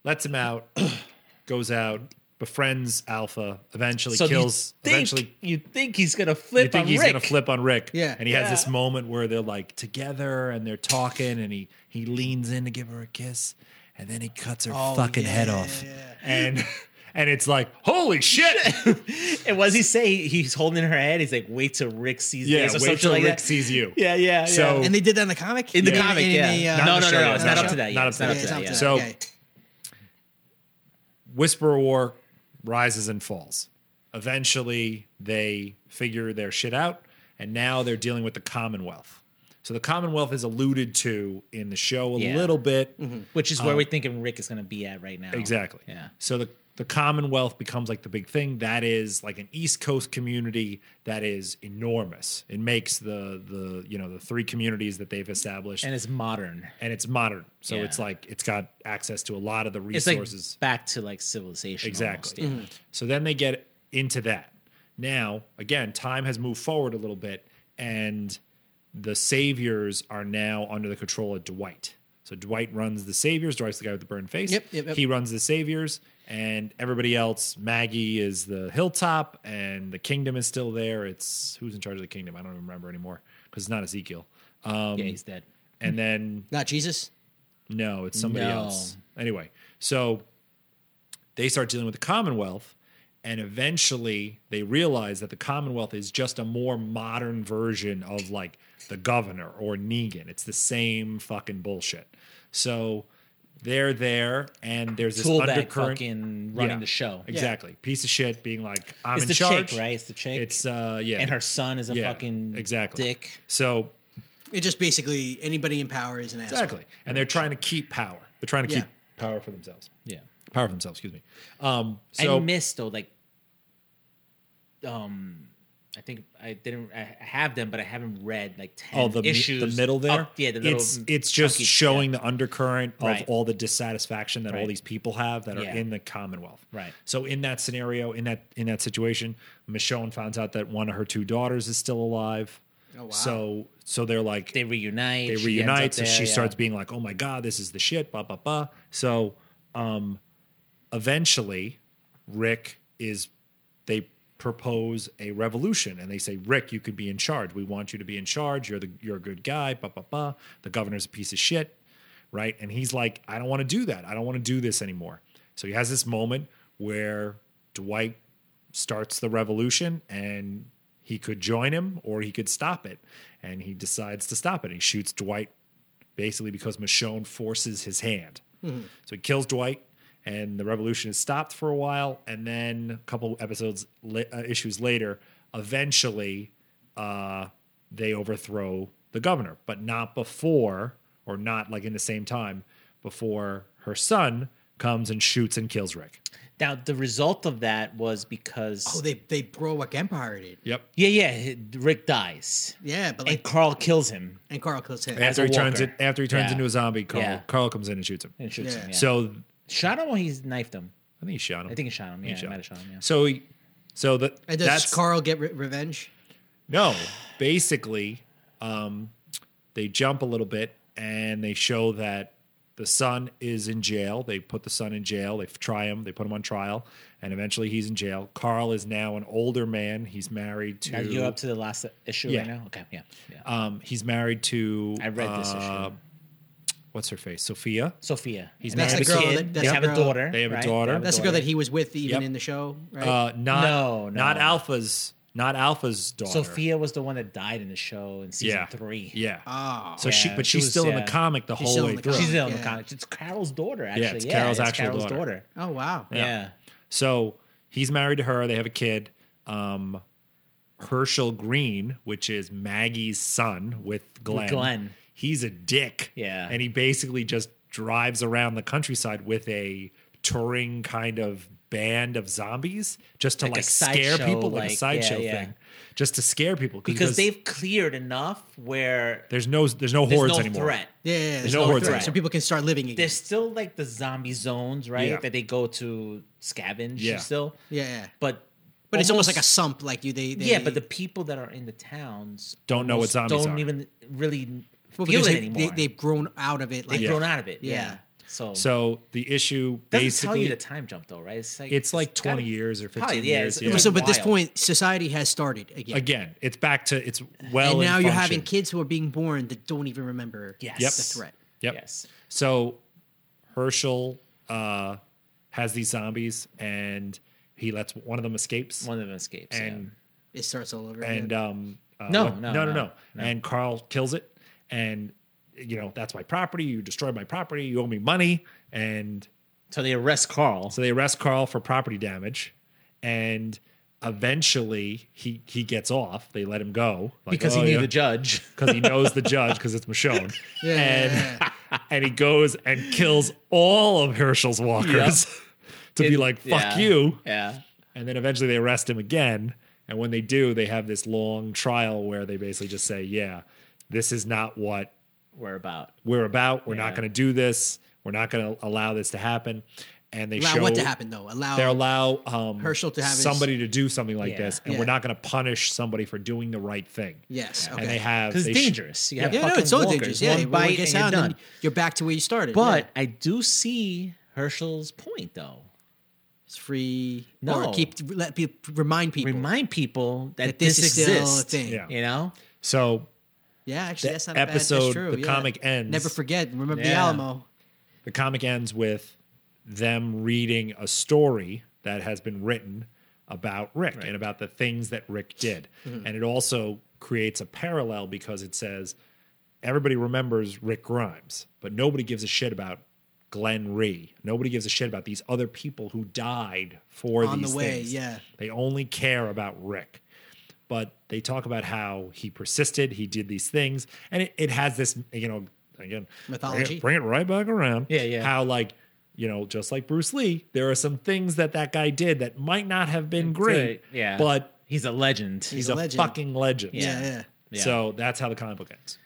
S4: lets him out, goes out, befriends Alpha, eventually
S5: So you
S4: kills
S5: think-
S4: eventually
S5: you think he's gonna flip?
S4: you think
S5: on
S4: he's
S5: Rick.
S4: gonna flip on Rick.
S8: Yeah.
S4: And he has this
S5: Yeah.
S4: moment where they're like together and they're talking and he he leans in to give her a kiss and then he cuts her
S8: Oh,
S4: fucking head
S8: yeah,
S4: off.
S8: yeah.
S4: And and it's like, holy shit.
S5: And what does he say? He's holding her head. He's like, wait till Rick sees
S4: yeah,
S5: this or
S4: wait
S5: something
S4: till
S5: like
S4: Rick
S5: that.
S4: sees you.
S5: Yeah, yeah.
S4: So-
S5: yeah.
S8: And they did that in the comic.
S5: in the
S4: Yeah.
S5: comic,
S8: in
S5: yeah.
S8: the, uh,
S4: Not
S5: no,
S4: in the
S5: no,
S4: show
S5: no, no,
S4: yet,
S5: it's
S4: not
S5: not
S4: show.
S5: up to that.
S4: Not
S5: yet.
S4: up
S5: It's
S4: to
S5: not up
S4: that
S5: to that.
S4: yet.
S5: yet.
S4: So-
S8: okay.
S4: Whisperer War rises and falls. Eventually, they figure their shit out, and now they're dealing with the Commonwealth. So the Commonwealth is alluded to in the show a
S5: Yeah.
S4: little bit.
S5: which is where we're thinking Rick is going to be at right now.
S4: um, Exactly.
S5: Oh, Yeah.
S4: So the the Commonwealth becomes like the big thing. That is like an East Coast community that is enormous. It makes the the you know the three communities that they've established,
S5: And
S4: and,
S5: it's modern.
S4: it's modern. So
S5: Yeah.
S4: it's like it's got access to a lot of the
S5: It's
S4: resources.
S5: like back to like civilization.
S4: Exactly.
S8: Mm-hmm.
S5: almost, yeah.
S4: So then they get into that. Now, again, time has moved forward a little bit, and the Saviors are now under the control of Dwight. So Dwight runs the Saviors. Dwight's the guy with the burned face.
S8: Yep, yep, yep.
S4: He runs the Saviors, and everybody else. Maggie is the hilltop, and the kingdom is still there. It's who's in charge of the kingdom? I don't even remember anymore because it's not Ezekiel. Um,
S5: Yeah, he's dead.
S4: and then
S8: Not Jesus.
S4: no, it's somebody
S5: No.
S4: else. Anyway, so they start dealing with the Commonwealth, and eventually they realize that the Commonwealth is just a more modern version of like the governor or Negan. It's the same fucking bullshit. So they're there, and there's this
S5: Tool bag
S4: undercurrent.
S5: fucking running
S4: Yeah,
S5: the show.
S4: Exactly. Piece of shit being like, I'm
S5: It's
S4: in
S5: the
S4: charge.
S5: chick, right? It's the chick.
S4: It's, uh, yeah.
S5: and her son is a
S4: yeah,
S5: fucking
S4: exactly.
S5: dick.
S4: So
S8: It just basically anybody in power is an asshole.
S4: Exactly. And they're trying to keep power. They're trying to
S8: Yeah.
S4: keep power for themselves.
S5: Yeah.
S4: Power for themselves, excuse me. Um, so
S5: I missed though, like, um, I think I didn't. I I have them, but I haven't read like ten
S4: all oh, the, mi-
S5: issues.
S4: the middle there,
S5: Up- yeah, the little
S4: it's it's just
S5: chunky-
S4: showing the undercurrent of
S5: Right.
S4: all the dissatisfaction that all
S5: Right.
S4: these people have that are
S5: Yeah.
S4: in the Commonwealth.
S5: Right.
S4: So in that scenario, in that in that situation, Michonne finds out that one of her two daughters is still alive.
S8: Oh, wow.
S4: So so they're like
S5: They reunite.
S4: they
S5: she ends
S4: reunite.
S5: up
S4: So
S5: there,
S4: she
S5: yeah.
S4: starts being like, "Oh my god, this is the shit." Blah blah blah. So, um, eventually, Rick is. They propose a revolution, and they say, "Rick, you could be in charge. We want you to be in charge. You're the you're a good guy." Blah blah blah. The governor's a piece of shit, right? And he's like, "I don't want to do that. I don't want to do this anymore." So he has this moment where Dwight starts the revolution and he could join him or he could stop it. And he decides to stop it. He shoots Dwight basically because Michonne forces his hand. So he kills Dwight and the revolution is stopped for a while. And then a couple episodes, la- uh, issues later, eventually uh, they overthrow the governor, but not before or not like in the same time before her son comes and shoots and kills Rick.
S5: Now the result of that was because
S8: Oh, they they Broic Empire did.
S4: Yep.
S5: yeah yeah Rick dies
S8: Yeah,
S5: and
S8: but like
S5: Carl kills him
S8: and Carl kills him.
S4: after
S5: a
S4: he turns it
S5: walker.
S4: after he turns
S5: Yeah.
S4: into a zombie, Carl
S5: Yeah.
S4: Carl comes in and shoots him.
S5: and shoots
S8: Yeah.
S5: him. Yeah.
S4: So
S5: shot him or he's knifed him.
S4: I think he shot him.
S5: I think he shot him. Yeah, he might have shot him. Yeah.
S4: So he, So that
S8: And does
S4: that's
S8: Carl get re- revenge?
S4: no. Basically, um, they jump a little bit and they show that the son is in jail. They put the son in jail. They try him. They put him on trial, and eventually he's in jail. Carl is now an older man. He's married to.
S5: Now you up to the last issue
S4: Yeah.
S5: right now? Okay, yeah. yeah.
S4: um, he's married to.
S5: I read this
S4: uh,
S5: issue.
S4: What's her face? Sophia.
S5: Sophia.
S4: He's
S5: And that's
S4: married
S5: the
S4: to
S5: girl.
S4: Kid.
S5: That, they
S8: Yep.
S5: have a daughter.
S4: They have a
S5: right?
S4: daughter.
S5: have a
S4: The
S8: That's the girl
S5: daughter.
S8: that he was with even
S4: Yep.
S8: in the show, right?
S4: Uh, not
S5: No, no.
S4: not Alpha's not Alpha's daughter.
S5: Sophia was the one that died in the show in season
S4: yeah,
S5: three.
S4: Yeah.
S8: oh,
S4: so she,
S5: Yeah,
S4: but
S5: she
S4: she's
S5: was-
S4: still in the
S5: yeah.
S4: comic the
S8: She's
S4: whole
S8: still in
S4: way
S8: the
S4: through.
S8: comic.
S5: She's on the
S8: Oh, Yeah.
S5: comic. It's Carol's daughter, actually.
S4: it's Carol's actual
S5: Carol's
S4: daughter.
S5: daughter.
S8: oh wow.
S5: Yeah.
S4: So he's married to her. They have a kid. Um, Herschel Green, which is Maggie's son with Glenn.
S5: Glenn.
S4: He's a dick.
S5: Yeah.
S4: And he basically just drives around the countryside with a touring kind of band of zombies just to
S5: Like
S4: like,
S5: a
S4: scare
S5: sideshow,
S4: people, like, a
S5: like-
S4: sideshow
S5: yeah, yeah.
S4: thing. Just to scare people.
S5: Because they've cleared enough where
S4: there's no there's no
S5: there's
S4: hordes
S5: no
S4: anymore.
S5: threat.
S8: Yeah, yeah, yeah.
S4: There's no words
S5: anymore.
S8: so people can start living again.
S5: There's still like the zombie zones, right?
S4: Yeah.
S5: That they go to scavenge
S4: Yeah.
S5: still.
S8: yeah, yeah.
S5: But
S8: But it's almost like a sump, like you. They, they
S5: yeah, but the people that are in the towns
S4: Don't know what
S5: almost
S4: zombies
S5: don't
S4: are.
S5: even really feel
S8: well, because
S5: it
S8: they,
S5: anymore.
S8: They, have grown out of it. Like
S5: have grown out of it. Yeah.
S8: Yeah.
S5: So,
S4: So the issue
S5: doesn't tell
S4: basically
S5: you the time jump though, right? It's like
S4: it's like
S5: gotta-
S4: 20 years or 15
S5: probably, yeah,
S4: years.
S5: it's- it was
S8: So, but at this
S5: Wild.
S8: point, society has started again.
S4: Again, it's back to it's well.
S8: and
S4: in
S8: now you're
S4: function.
S8: having kids who are being born that don't even remember
S5: Yes.
S8: the threat.
S4: Yep.
S5: Yes.
S4: So Herschel uh, has these zombies, and he lets one of them escapes,
S5: One of them escapes.
S4: and
S8: It starts all over.
S4: and
S8: again.
S4: um, uh,
S5: No,
S4: what- no,
S5: no,
S4: no,
S5: no,
S4: no,
S5: no.
S4: and Carl kills it, and you know that's my property. You destroyed my property. You owe me money, and
S5: yeah. so they arrest Carl.
S4: so they arrest Carl for property damage, and eventually he he gets off. They let him go like,
S5: because
S4: "Oh,
S5: he knew
S4: yeah."
S5: the judge.
S4: because he knows the judge because it's Michonne.
S8: Yeah,
S4: and and he goes and kills all of Herschel's walkers to be
S5: It-
S4: like fuck
S5: yeah.
S4: you.
S5: Yeah.
S4: And then eventually they arrest him again. And when they do, they have this long trial where they basically just say, "Yeah, this is not what
S5: We're about.
S4: we're about. We're not
S5: Yeah.
S4: going to do this. We're not going to allow this to happen." And they
S8: allow
S4: show
S8: what to happen though. Allow
S4: They allow um,
S8: Herschel to have his-
S4: somebody to do something like
S5: Yeah.
S4: this, and
S8: Yeah.
S4: we're not going to punish somebody for doing the right thing.
S8: yes. Okay.
S4: And they have
S5: Because
S4: they
S5: it's
S4: sh-
S5: dangerous. You have
S8: yeah, no,
S5: fucking
S8: it's so
S5: walkers.
S8: dangerous. Yeah,
S5: One
S8: one
S5: bite
S8: gets
S5: and
S8: out,
S5: you're
S8: and
S5: done.
S8: you're back to where you started.
S5: But
S8: yeah.
S5: I do see Herschel's point though.
S8: it's free.
S5: No.
S8: or keep let people remind people
S5: Remind people that,
S8: that
S5: this,
S8: this, is still a
S5: exists.
S8: thing.
S4: Yeah.
S8: Yeah,
S5: You know?
S4: So
S8: actually,
S4: The
S8: that's not a bad.
S4: episode,
S8: That's true.
S4: the
S8: yeah.
S4: comic ends.
S8: Never forget. Remember the
S5: Yeah.
S8: Alamo.
S4: the comic ends with them reading a story that has been written about Rick and about the things that Rick did.
S8: Mm-hmm.
S4: And it also creates a parallel because it says everybody remembers Rick Grimes, but nobody gives a shit about Glenn Ree. Nobody gives a shit about these other people who died for
S8: On the
S4: these
S8: way,
S4: things.
S8: yeah.
S4: They only care about Rick. But they talk about how he persisted, he did these things, and it, it has this, you know, again, bring
S8: Mythology.
S4: it- bring it right back around.
S5: Yeah, yeah.
S4: How like you know, just like Bruce Lee, there are some things that that guy did that might not have been great.
S5: Good, Yeah.
S4: but
S5: he's a legend.
S4: he's, a,
S8: a legend.
S4: fucking legend.
S8: Yeah,
S5: Yeah.
S8: yeah.
S5: Yeah.
S4: So that's how the comic book ends.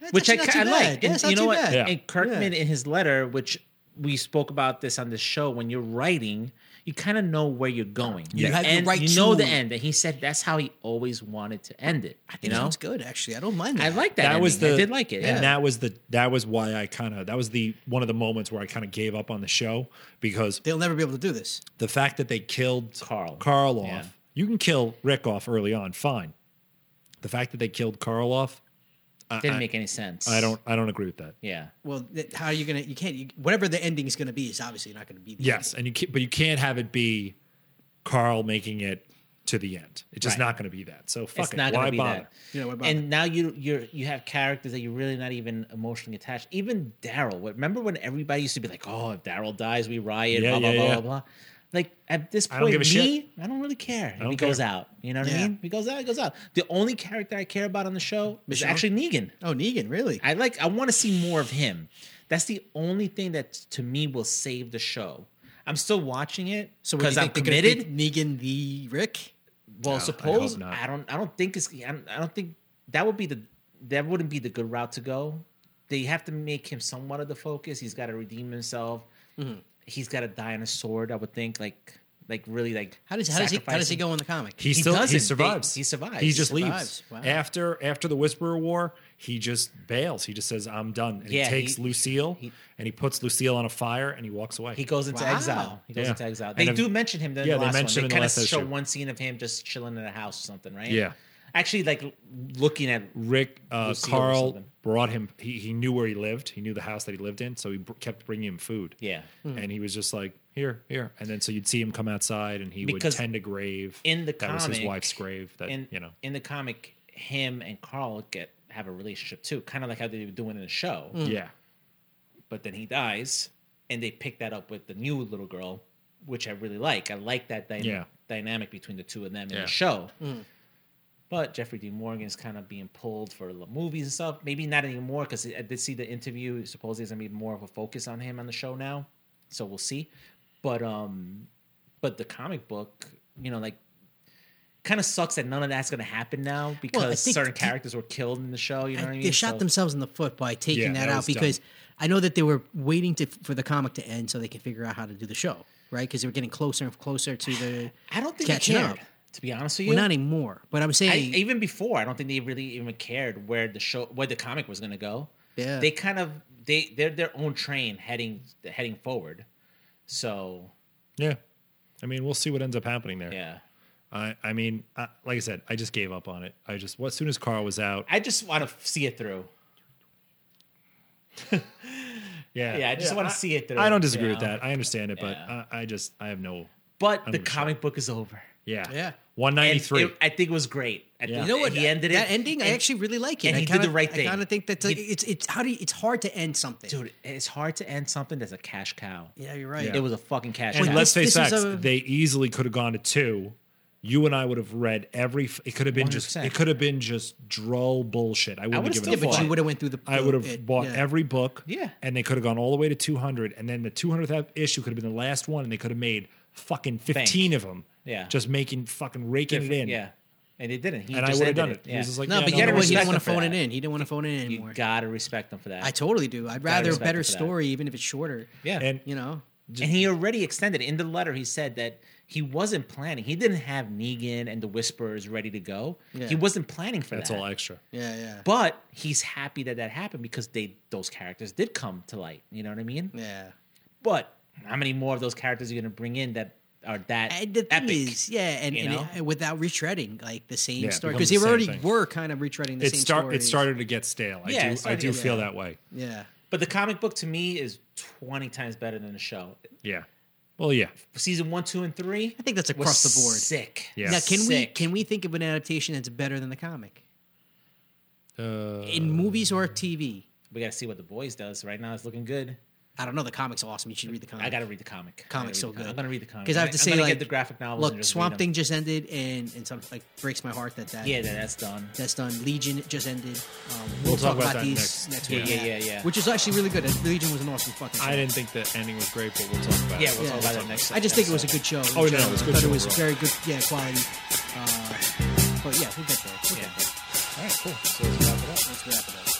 S8: That's
S5: which I,
S8: actually not
S5: I
S8: too bad.
S5: like.
S8: Yeah,
S5: And
S8: it's not
S5: you know
S8: too
S5: what?
S8: bad.
S4: Yeah.
S5: And Kirkman
S8: Yeah.
S5: in his letter, which we spoke about this on the show, when you're writing, you kind of know where you're going.
S8: You
S5: The
S8: have your
S5: end-
S8: right
S5: you know the
S8: to-
S5: end, and he said that's how he always wanted to end it.
S8: I
S5: You
S8: think it
S5: know,
S8: sounds good. Actually, I don't mind that.
S5: I like that.
S4: was
S5: ending.
S4: the
S5: I did like it.
S4: and
S5: yeah.
S4: that was the that was why I kind of that was the one of the moments where I kind of gave up on the show because
S8: They'll never be able to do this.
S4: the fact that they killed
S5: Carl.
S4: Carl off.
S5: Yeah.
S4: You can kill Rick off early on, fine. The fact that they killed Carl off,
S5: didn't make any sense.
S4: I don't I don't agree with that.
S5: Yeah,
S8: Well, th- how are you gonna? You can't. You, whatever the ending is gonna be is obviously not gonna be. The
S4: Yes,
S8: ending.
S4: and you can't, but you can't have it be Carl making it to the end. It's just
S5: Right.
S4: not going to be that. So fuck
S5: it's
S4: it.
S5: not
S4: Why
S5: going to be
S4: bother?
S5: that.
S8: Yeah, why bother?
S5: and now you you're you have characters that you're really not even emotionally attached. Even Daryl. Remember when everybody used to be like, "Oh, if Daryl dies, we riot."
S4: Yeah,
S5: blah,
S4: yeah,
S5: blah,
S4: yeah.
S5: blah blah blah. Like at this
S4: I
S5: point,
S4: don't give a
S5: me, I don't really care. if
S4: don't
S5: he goes
S4: care.
S5: out. You know what
S8: Yeah.
S5: I mean? If he goes out. He goes out. The only character I care about on the show is
S8: Michonne?
S5: actually Negan.
S8: Oh, Negan, really?
S5: I like. I want to see more of him. That's the only thing that to me will save the show. I'm still watching it
S8: what do you
S5: because I'm
S8: think they're
S5: committed.
S8: gonna make Negan the Rick.
S5: Well, suppose
S4: not.
S5: I, don't. I don't think it's. I don't, I don't think that would be the. That wouldn't be the good route to go. They have to make him somewhat
S8: Mm-hmm.
S5: of the focus. He's got to redeem himself. He's got to die on a sword. I would think. Like like really like
S8: How does how does he how does he
S5: sacrificing-
S8: go in the comic?
S4: He, still
S5: doesn't.
S4: he
S5: They-
S4: survives.
S5: he survives.
S4: He just
S5: He
S4: leaves
S5: survives. Wow.
S4: after after the Whisperer War. He just bails. He just says, "I'm done." And
S5: Yeah,
S4: he takes
S5: he-
S4: Lucille
S5: he-
S4: and he puts Lucille on a fire and he walks away.
S5: He goes into
S8: Wow.
S5: exile. He goes
S4: Yeah.
S5: into exile.
S4: And
S5: They
S4: if-
S5: do mention him. Then
S4: Yeah,
S5: the
S4: they
S5: last
S4: mention him in
S5: one. They
S4: the
S5: kind of
S4: last
S5: show
S4: issue.
S5: one scene of him just chilling in a house or something, right?
S4: Yeah.
S5: Actually, like l- looking at
S4: Rick uh,
S5: Lucille or
S4: Carl
S5: something.
S4: brought him. He, he knew where he lived. He knew the house that he lived in, so he br- kept bringing him food.
S5: yeah.
S8: Hmm.
S4: and he was just like, "Here, here," and then so you'd see him come outside and he
S5: Because
S4: would tend a grave
S5: in the
S4: that was his
S5: comic,
S4: wife's grave. That
S5: in
S4: you know,
S5: in the comic, him and Carl get have a relationship too, kind of like how they were doing in the show.
S4: yeah,
S5: But then he dies, and they pick that up with the new little girl, which I really like. I like that dyna-
S4: Yeah.
S5: dynamic between the two of them in
S4: Yeah.
S5: the show.
S8: Mm.
S5: But Jeffrey D. Morgan is kind of being pulled for the movies and stuff. Maybe not anymore because I did see the interview. Supposedly, there's gonna be more of a focus on him on the show now, so we'll see. But um, but the comic book, you know, like kind of sucks that none of that's gonna happen now because
S8: think
S5: certain
S8: the-
S5: characters were killed in the show. You know what I mean?
S8: They shot
S5: So-
S8: themselves in the foot by taking
S4: Yeah,
S8: that,
S4: that
S8: out
S4: was
S8: because I know that they were waiting to, for the comic to end so they can figure out how to do the show, right? Because they were getting closer and closer to the.
S5: I don't think they
S8: catching
S5: cared.
S8: up.
S5: To be honest with you,
S8: Well, not anymore, but I'm
S5: I,
S8: saying
S5: even before, I don't think they really even cared where the show, where the comic was going to go.
S8: Yeah.
S5: they kind of they they're their own train heading heading forward. So
S4: yeah. I mean, we'll see what ends up happening there.
S5: yeah,
S4: I, I mean, I, like I said, I just gave up on it. I just, well, as soon as Carl was out,
S5: I just want to see it through.
S4: yeah,
S5: yeah, I just wanna see it through,
S4: I don't disagree
S5: you
S4: with
S5: know?
S4: that. I understand it,
S5: Yeah.
S4: but I, I just, I have no,
S5: But the
S4: I'm sure.
S5: comic book is over.
S4: yeah,
S8: Yeah.
S4: one
S5: And
S4: ninety three.
S5: it- I think it was great. I think
S4: You
S8: You know what?
S5: He ended it.
S8: that ending. I
S5: and-
S8: actually really like it.
S5: and
S8: I
S5: he did
S8: kinda,
S5: the right thing.
S8: I kind of think that's like,
S5: He-
S8: it's it's how do you, it's hard to end something,
S5: dude, it's hard to end something that's a cash cow.
S8: Yeah, you're right.
S4: Yeah.
S5: It was a fucking cash
S4: And
S5: cow.
S4: let's face
S8: this- this is
S4: facts,
S8: a-
S4: they easily could have gone to two. You and I would have read every. f- It could have been just.
S5: 100%.
S4: It could have been just droll bullshit. I wouldn't
S5: would've
S4: have given a
S5: still
S4: fuck.
S5: bought
S8: But
S5: Why?
S8: you would have went through the.
S4: I would have
S8: it,
S4: bought
S8: yeah.
S4: every book.
S5: Yeah.
S4: And they could have gone all the way to 200. And then the 200th issue could have been the last one. And they could have made fucking 15 of them.
S5: Yeah.
S4: Just making fucking raking it in.
S5: Yeah, and they didn't. He
S4: And I
S5: just
S4: would have
S5: ended
S4: done it. He
S5: Yeah.
S4: was just like,
S8: No,
S4: yeah,
S8: but
S4: no,
S8: you
S4: no,
S8: know
S5: gotta
S8: what?
S4: no.
S8: He didn't
S5: respect
S8: want to
S5: him for
S8: phone it
S5: that.
S8: in. He didn't want to phone it in
S5: you
S8: anymore.
S5: gotta respect him for that.
S8: I totally do. I'd
S5: gotta
S8: rather a
S5: respect
S8: better
S5: him for that.
S8: story, even if it's shorter.
S5: yeah,
S4: And
S8: You know.
S5: and he already extended it. in the letter. He said that he wasn't planning. He didn't have Negan and the Whisperers ready to go.
S8: Yeah.
S5: He wasn't planning for
S4: that's
S5: that.
S4: all extra.
S8: Yeah, yeah,
S5: but he's happy that that happened because they those characters did come to light. You know what I mean?
S8: yeah.
S5: But how many more of those characters are you going to bring in that are that
S8: And the thing
S5: epic?
S8: is, yeah, and,
S5: you
S8: and
S5: know?
S8: it- without retreading like the same
S4: Yeah, it
S8: story
S4: becomes
S8: because they
S4: the same
S8: already
S4: thing.
S8: were kind of retreading the
S4: It
S8: same
S4: start.
S8: story.
S4: It started to get stale. I
S5: Yeah, it
S4: do. I
S5: started
S4: do
S5: to get
S4: feel
S5: stale.
S4: that way.
S8: Yeah,
S5: But the comic book to me is twenty times better than the show.
S4: Yeah. Well, yeah.
S5: Season one, two, and three.
S8: I think that's
S5: was
S8: across the board.
S5: Sick.
S4: Yeah.
S8: Now, can
S5: Sick.
S8: we can we think of an adaptation that's better than the comic
S4: Uh,
S8: in movies or TV?
S5: We gotta see what the boys does right now. It's looking good.
S8: I don't know. The comic's awesome. You should read the comic.
S5: I gotta read the comic. I gotta
S8: Comic's
S5: read
S8: so
S5: the
S8: good.
S5: I'm gonna read the comic
S8: because I have to
S5: I'm
S8: say
S5: gonna
S8: like
S5: get the graphic novels. and
S8: Look,
S5: just
S8: Swamp
S5: read 'em.
S8: Thing just ended, and and some like breaks my heart that that
S5: Yeah, that, that's done.
S8: that's done. Legion just ended. Um,
S4: We'll talk about that
S8: these
S4: next- yeah.
S8: week.
S5: Yeah, yeah, yeah.
S8: Which is actually really good. Legion was an awesome fucking. Show.
S4: I didn't think the ending was great, but we'll talk about
S5: Yeah,
S4: it.
S5: we'll
S8: Yeah.
S5: talk about that next.
S8: I just think it was a good show. in
S4: Oh, no,
S8: general.
S4: it was a
S8: I
S4: good
S8: thought
S4: show
S8: it was
S4: overall.
S8: very good, yeah, quality. Uh, but yeah, we'll get there. We'll
S5: Yeah.
S8: get there.
S5: All right, cool. So let's wrap it up.
S8: Let's wrap it up.